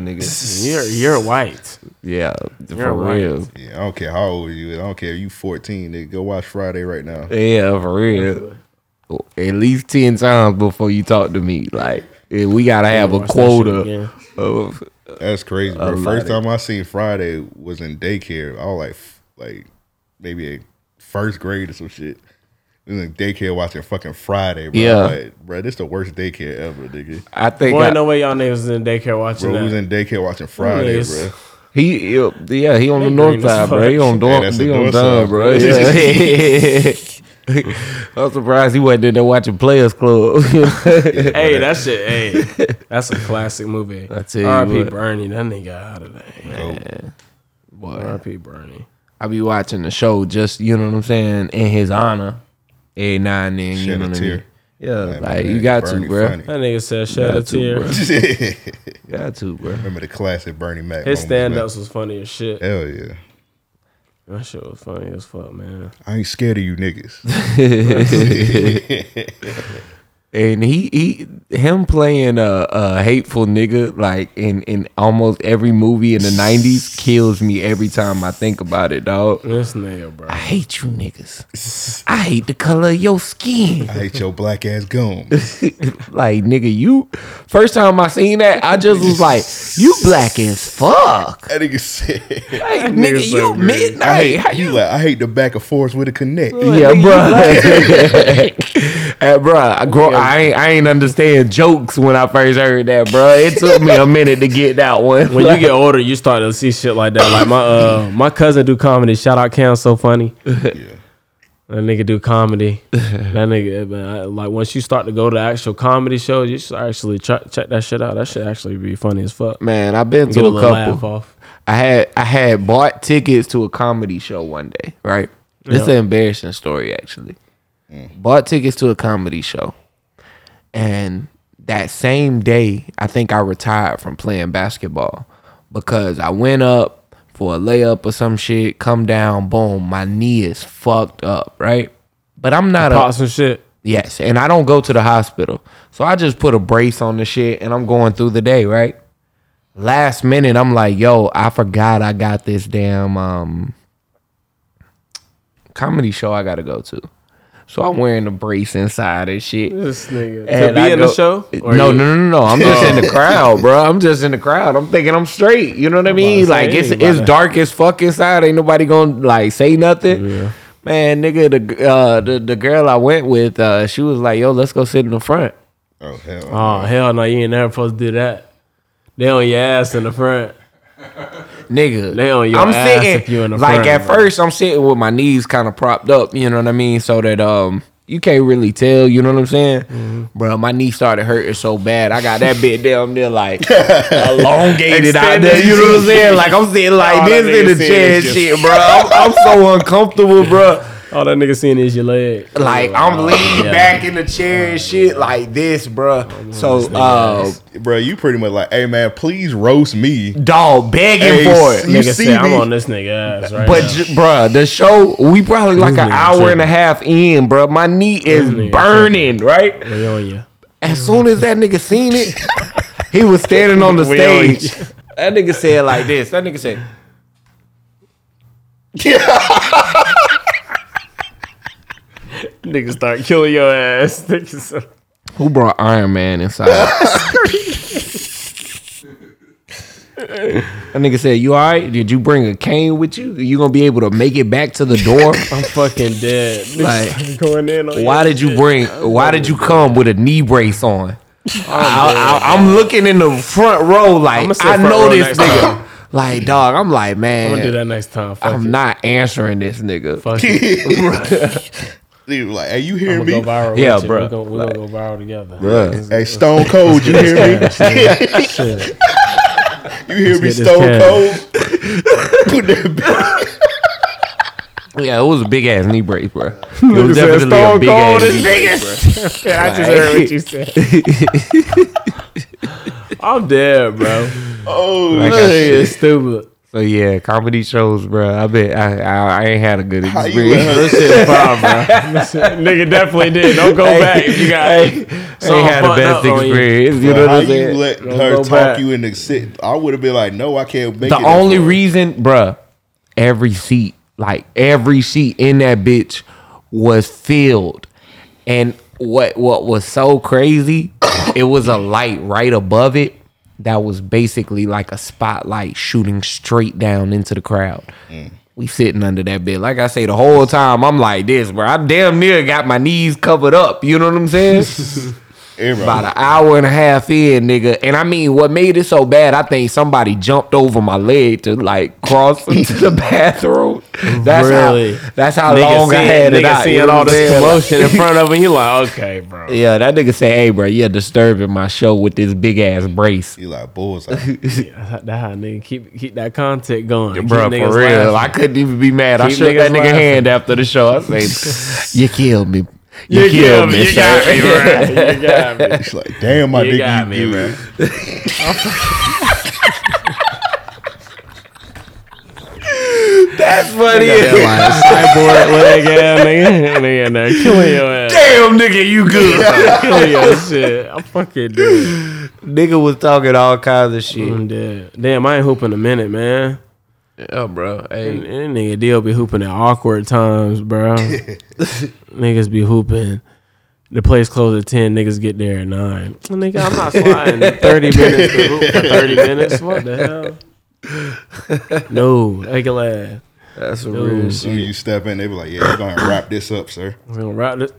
Speaker 1: [laughs]
Speaker 3: nigga.
Speaker 4: You're you're white.
Speaker 3: Yeah,
Speaker 4: You're
Speaker 3: for
Speaker 4: right.
Speaker 3: real.
Speaker 1: Yeah, I don't care how old you is. I don't care if you 14, nigga. Go watch Friday right now.
Speaker 3: Yeah, for real. At least ten times before you talk to me, like eh, we gotta have a
Speaker 4: Watch that shit
Speaker 3: quota
Speaker 4: again.
Speaker 3: of.
Speaker 1: That's crazy,
Speaker 3: Uh,
Speaker 1: bro. First time I seen Friday was in daycare. I was like, f- like maybe a first grade or some shit. We was in daycare watching fucking Friday, bro.
Speaker 3: Yeah.
Speaker 1: Like, bro, this the worst daycare ever, nigga.
Speaker 3: I think
Speaker 4: Boy,
Speaker 3: I,
Speaker 4: ain't no way y'all niggas was in daycare watching
Speaker 1: Bro, we was
Speaker 4: that.
Speaker 1: in daycare watching Friday,
Speaker 4: Yes.
Speaker 1: bro.
Speaker 3: he, eh, yeah, he on the
Speaker 4: They
Speaker 3: north
Speaker 4: green as
Speaker 3: side, bro.
Speaker 4: fuck.
Speaker 3: He on
Speaker 1: Yeah,
Speaker 3: dorm,
Speaker 1: that's
Speaker 3: he
Speaker 1: the
Speaker 3: on
Speaker 1: north
Speaker 3: dumb,
Speaker 1: side.
Speaker 3: bro. Yeah. [laughs] I'm surprised he wasn't in there watching Players Club. [laughs]
Speaker 4: Hey, that shit. Hey, that's a classic movie.
Speaker 3: I tell you
Speaker 4: R.P.
Speaker 3: what.
Speaker 4: Bernie. That nigga out of there.
Speaker 1: So,
Speaker 4: R.P. Bernie.
Speaker 3: I be watching the show just you know what I'm saying in his honor every now and then. you
Speaker 1: Shed
Speaker 3: know
Speaker 1: a
Speaker 3: what
Speaker 1: tear.
Speaker 3: I mean? Yeah,
Speaker 1: man,
Speaker 3: like
Speaker 1: my
Speaker 3: you
Speaker 1: nigga
Speaker 3: got to,
Speaker 1: Bernie
Speaker 3: bro.
Speaker 1: funny. [laughs]
Speaker 4: That nigga said, shed a
Speaker 3: Got to,
Speaker 4: tear.
Speaker 3: bro. Got to, bro.
Speaker 1: Remember the classic Bernie Mac.
Speaker 4: His
Speaker 1: moments,
Speaker 4: stand
Speaker 1: man.
Speaker 4: ups was funny as shit.
Speaker 1: Hell yeah.
Speaker 4: That shit was funny as fuck, man.
Speaker 1: I ain't scared of you niggas.
Speaker 3: And he, he, him playing a, a hateful nigga like in in almost every movie in the '90s kills me every time I think about it, dog.
Speaker 4: This nigga, bro.
Speaker 3: I hate you niggas. [laughs] I hate the color of your skin.
Speaker 1: I hate your black ass
Speaker 3: [laughs]
Speaker 1: gum.
Speaker 3: like nigga, you. First time I seen that, I just was like, you black as fuck.
Speaker 1: That nigga said.
Speaker 3: Like, nigga,
Speaker 4: so
Speaker 3: you
Speaker 4: rude.
Speaker 3: midnight. How you
Speaker 1: You like, I hate the back and forth with a connect.
Speaker 3: Yeah, [laughs] bruh. hey, bruh, I, grow, I, ain't, I ain't understand jokes when I first heard that, bruh. It took me a minute to get that one.
Speaker 4: When you get older, you start to see shit like that. Like my uh my cousin do comedy. Shout out Cam, so funny.
Speaker 1: Yeah.
Speaker 4: That nigga do comedy. That nigga, man, I, like once you start to go to actual comedy shows, you should actually ch- check that shit out. That should actually be funny as fuck.
Speaker 3: Man, I've been
Speaker 4: Get
Speaker 3: to a
Speaker 4: a little laugh
Speaker 3: couple.
Speaker 4: off.
Speaker 3: I had I had bought tickets to a comedy show one day, right? This is an embarrassing story actually. Bought tickets to a comedy show. And that same day, I think I retired from playing basketball because I went up for a layup or some shit, come down, boom, my knee is fucked up, right? But I'm not a
Speaker 4: Pop some shit.
Speaker 3: Yes, and I don't go to the hospital. So I just put a brace on the shit and I'm going through the day, right? Last minute, I'm like, yo, I forgot I got this damn um comedy show I gotta go to. So I'm wearing a brace inside and shit.
Speaker 4: This nigga.
Speaker 3: And
Speaker 4: to be
Speaker 3: I
Speaker 4: in
Speaker 3: go-
Speaker 4: the show? Or
Speaker 3: No, no, no,
Speaker 4: you-
Speaker 3: no, no. I'm just
Speaker 4: [laughs]
Speaker 3: in the crowd, bro. I'm just in the crowd. I'm thinking I'm straight. You know what I mean?
Speaker 4: say,
Speaker 3: Like it's
Speaker 4: ain't nobody-
Speaker 3: it's dark as fuck inside. Ain't nobody gonna like say nothing. Man, nigga, the uh, the the girl I went with, uh, she was like, "Yo, let's go sit in the front."
Speaker 1: Oh hell.
Speaker 4: Oh hell no, you ain't never supposed to do that. They on your ass in the front.
Speaker 3: Nigga,
Speaker 4: They on your ass if you in the
Speaker 3: like
Speaker 4: front,
Speaker 3: at
Speaker 4: bro.
Speaker 3: first, I'm sitting with my knees kind of propped up. You know what I mean? So that um, you can't really tell. You know what I'm saying,
Speaker 1: Mm-hmm.
Speaker 3: bro? My knee started hurting so bad. I got that bit down
Speaker 1: [laughs]
Speaker 3: there like elongated out there. You know what I'm saying? Like I'm sitting like
Speaker 1: All that
Speaker 3: this in
Speaker 1: nigga
Speaker 3: the
Speaker 1: said
Speaker 3: chair, and
Speaker 1: is just-
Speaker 3: shit, bro. I'm, I'm
Speaker 1: [laughs]
Speaker 3: so uncomfortable, bro.
Speaker 4: All that nigga seeing is your leg.
Speaker 3: Like
Speaker 4: Oh,
Speaker 3: I'm leaning back in the chair and shit like this, bro. So, uh,
Speaker 1: bro. You pretty much like, hey man, please roast me.
Speaker 3: dog begging
Speaker 1: Hey,
Speaker 3: for it.
Speaker 1: you
Speaker 4: Nigga
Speaker 1: see
Speaker 4: said, I'm
Speaker 1: me?
Speaker 4: on this nigga ass right
Speaker 3: But
Speaker 4: now.
Speaker 3: j- bruh, the show we probably like an
Speaker 4: niggas
Speaker 3: hour and
Speaker 4: tripping.
Speaker 3: a half in, bruh. My knee is
Speaker 4: niggas
Speaker 3: burning, right?
Speaker 4: We on you.
Speaker 3: As soon as that nigga seen
Speaker 4: [laughs]
Speaker 3: it, he was standing on the
Speaker 4: We on you. [laughs]
Speaker 3: stage. That nigga said like this. That nigga said,
Speaker 4: Niggas start killing your ass. [laughs] Niggas-
Speaker 3: "Who brought Iron Man
Speaker 4: [laughs]
Speaker 3: inside?" that nigga said, "You all right? Did you bring a cane with you? You gonna be able to make it back to the door?"
Speaker 4: [laughs] I'm fucking [laughs] dead. Niggas
Speaker 3: Like,
Speaker 4: going in on
Speaker 3: Why did you bring? Why did you come with a knee brace on? I, I, I'm looking in the front row, like
Speaker 4: I'ma sit
Speaker 3: I
Speaker 4: front
Speaker 3: know
Speaker 4: row
Speaker 3: this
Speaker 4: next
Speaker 3: nigga. Like dog, I'm like
Speaker 4: I'm gonna do
Speaker 3: man,
Speaker 4: that next time. Fuck
Speaker 3: I'm
Speaker 4: it.
Speaker 3: not answering this nigga.
Speaker 4: Fuck
Speaker 3: [laughs]
Speaker 4: it.
Speaker 1: Dude, like, hey, you
Speaker 4: I'm
Speaker 1: hear
Speaker 4: gonna go
Speaker 1: me?
Speaker 4: viral.
Speaker 3: Yeah,
Speaker 4: with you.
Speaker 3: bruh.
Speaker 4: We're gonna, we gonna go viral together.
Speaker 3: Bruh.
Speaker 1: Hey, Stone Cold, you hear me? [laughs]
Speaker 4: Shit.
Speaker 1: You hear me,
Speaker 4: get this
Speaker 1: Stone
Speaker 4: can.
Speaker 1: Cold? Put that bitch-
Speaker 3: Yeah, it was a big ass knee brace, bro. It
Speaker 4: [laughs] Nigga
Speaker 3: was
Speaker 4: said
Speaker 3: definitely a
Speaker 4: Stone
Speaker 3: big ass.
Speaker 4: Cold is
Speaker 3: knee
Speaker 4: big
Speaker 3: brace.
Speaker 4: as- Yeah, I just heard what you said. [laughs] I'm dead, bro.
Speaker 1: Oh,
Speaker 4: Like,
Speaker 1: shit.
Speaker 4: it's stupid.
Speaker 3: So yeah, comedy shows, bro. I bet I I, I ain't had a good
Speaker 1: How you let
Speaker 3: experience.
Speaker 1: her
Speaker 4: This
Speaker 3: [laughs]
Speaker 4: shit fine, bro. This shit- Nigga definitely did. Don't go back if you got
Speaker 3: I ain't
Speaker 4: something
Speaker 3: had the
Speaker 4: fucked
Speaker 3: best
Speaker 4: up on you.
Speaker 3: experience. You
Speaker 1: how
Speaker 3: know what I'm
Speaker 1: you
Speaker 3: saying?
Speaker 1: let
Speaker 4: Don't
Speaker 1: her
Speaker 4: go
Speaker 1: talk
Speaker 4: back.
Speaker 1: you into sit? I would have been like, no, I can't make
Speaker 3: the
Speaker 1: it. that
Speaker 3: only
Speaker 1: far.
Speaker 3: reason, bruh, every seat, like every seat in that bitch was filled. And what what was so crazy, [coughs] it was a light right above it that was basically like a spotlight shooting straight down into the crowd.
Speaker 1: Mm.
Speaker 3: We sitting under that bed. Like I say, the whole time I'm like this, bro. I damn near got my knees covered up. You know what I'm saying?
Speaker 1: [laughs] Everybody-
Speaker 3: about an hour and a half in, nigga. And I mean, what made it so bad? I think somebody jumped over my leg to like cross [laughs] into the
Speaker 4: [laughs]
Speaker 3: bathroom. That's
Speaker 4: Really?
Speaker 3: how. That's how
Speaker 4: Nigga
Speaker 3: long I
Speaker 4: seeing-
Speaker 3: had it
Speaker 4: nigga
Speaker 3: out. you
Speaker 4: seeing
Speaker 3: know
Speaker 4: all
Speaker 3: what I'm
Speaker 4: this
Speaker 3: saying?
Speaker 4: commotion in front of him. You like, okay, bro.
Speaker 3: [laughs] Yeah, that nigga say, "Hey, bro, you're disturbing my show with this big ass brace."
Speaker 1: You like
Speaker 4: [laughs]
Speaker 1: bulls? Like,
Speaker 4: Yeah, that how nigga keep keep that content going. Keep
Speaker 3: Bro, for
Speaker 4: niggas
Speaker 3: real, I
Speaker 4: laughing.
Speaker 3: couldn't even be mad. I
Speaker 4: Keep
Speaker 3: shook that
Speaker 4: niggas
Speaker 3: nigga
Speaker 4: laughing.
Speaker 3: hand after the show. I
Speaker 4: [laughs]
Speaker 3: said, "You killed me. You,
Speaker 4: You
Speaker 3: killed
Speaker 4: got
Speaker 3: me.
Speaker 4: me. You got [laughs]
Speaker 3: sir."
Speaker 4: me, bro. You got me.
Speaker 1: she's like, damn, my
Speaker 4: You
Speaker 1: nigga,
Speaker 4: got me,
Speaker 1: you
Speaker 4: bro.
Speaker 1: good.
Speaker 3: [laughs] That's funny.
Speaker 4: Cyborg leg ass nigga. [laughs] Nigga in there killing your ass.
Speaker 3: Damn, nigga, you good.
Speaker 4: Killing your shit. I'm fucking [laughs] dead.
Speaker 3: nigga was talking all kinds of shit.
Speaker 4: I'm dead. Mm, Damn, I ain't hooping a minute, man.
Speaker 3: Yeah, bro. Hey,
Speaker 4: And, and nigga deal be hooping at awkward
Speaker 3: [laughs]
Speaker 4: times, bro. niggas be hooping. The place closes at ten. Niggas get there at nine. Nigga, I'm not sliding
Speaker 3: [laughs]
Speaker 4: thirty minutes to hoop for thirty minutes. What the hell? No, I can laugh.
Speaker 3: that's some
Speaker 4: No,
Speaker 3: real
Speaker 1: As [laughs] soon as you step in, they be like, yeah, we're gonna wrap this up, sir.
Speaker 4: we gonna wrap this.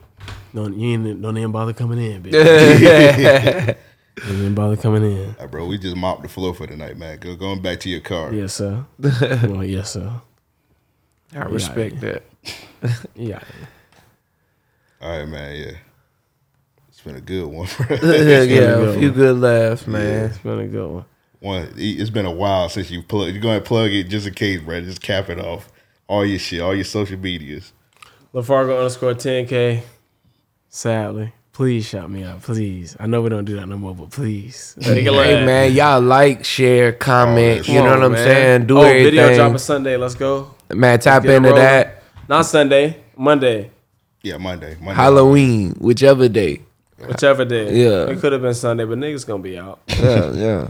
Speaker 4: Don't you ain't, don't even bother coming in, bitch.
Speaker 3: [laughs]
Speaker 4: Don't even bother coming in.
Speaker 1: Like, bro, we just mopped the floor for the night, man. Go going back to your car.
Speaker 3: [laughs]
Speaker 4: Yes, sir. well, yes, sir.
Speaker 3: I respect that.
Speaker 4: Yeah.
Speaker 1: All right, man. Yeah, it's been a good one. bro.
Speaker 3: [laughs] yeah,
Speaker 4: go.
Speaker 3: a few good laughs, man.
Speaker 4: It's been a good one.
Speaker 1: [laughs] one. e, It's been a while since you plug. You're gonna plug it just in case, bro. Just cap it off. All your shit, all your social medias.
Speaker 4: LaFargo underscore 10K. Sadly. Please shout me out. Please. I know we don't do that no more, but please. Nigga,
Speaker 3: Hey,
Speaker 4: like-
Speaker 3: man, y'all like, share, comment. you
Speaker 4: Come
Speaker 3: know
Speaker 4: on,
Speaker 3: what I'm
Speaker 4: man.
Speaker 3: saying? Do
Speaker 4: oh, video dropping
Speaker 3: everything.
Speaker 4: Sunday. Let's go.
Speaker 3: Man, tap
Speaker 4: Get it
Speaker 3: into
Speaker 4: rolling.
Speaker 3: that.
Speaker 4: Not Sunday. Monday.
Speaker 1: Yeah, Monday. Monday.
Speaker 3: Halloween, whichever day.
Speaker 4: Whichever day.
Speaker 3: Yeah.
Speaker 4: It could have been Sunday, but niggas gonna be out.
Speaker 3: Yeah, yeah.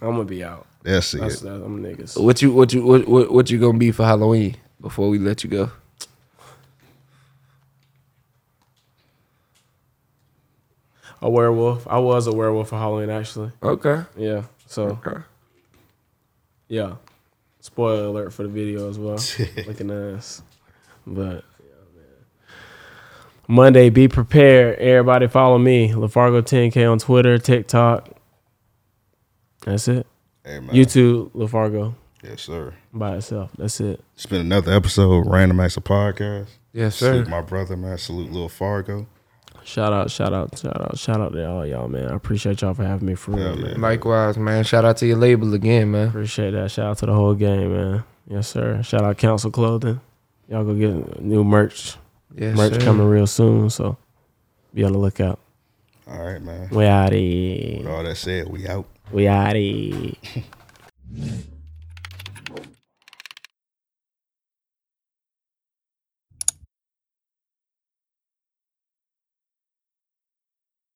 Speaker 4: I'm gonna be out.
Speaker 1: That's it.
Speaker 4: That's, that's, I'm
Speaker 3: [laughs]
Speaker 4: niggas.
Speaker 3: What you what you what, what what you gonna be for Halloween before we let you go?
Speaker 4: A werewolf. I was a werewolf for Halloween, actually.
Speaker 3: Okay.
Speaker 4: Yeah. So,
Speaker 3: Okay.
Speaker 4: yeah. Spoiler alert for the video as well. Looking ass. But Monday, be prepared. Everybody follow me. LaFargo 10K on Twitter, TikTok. That's it.
Speaker 1: Hey, man.
Speaker 4: YouTube, LaFargo.
Speaker 1: Yes, sir.
Speaker 4: by itself. That's it.
Speaker 1: It's been another episode of Random Acts of Podcast.
Speaker 2: Yes,
Speaker 1: Salute my brother, man. Salute Lil Fargo.
Speaker 4: Shout out, shout out, shout out, shout out to all y'all, man. I appreciate y'all for having me for real,
Speaker 1: Yeah,
Speaker 4: man.
Speaker 1: man.
Speaker 2: Likewise, man. Shout out to your label again, man.
Speaker 4: Appreciate that. Shout out to the whole game, man. Yes, sir. Shout out Council Clothing. Y'all go get new merch.
Speaker 2: Yes,
Speaker 4: merch
Speaker 2: sir.
Speaker 4: coming real soon, so be on the lookout.
Speaker 1: All right, man.
Speaker 4: We out
Speaker 1: With all that said, we out.
Speaker 4: We out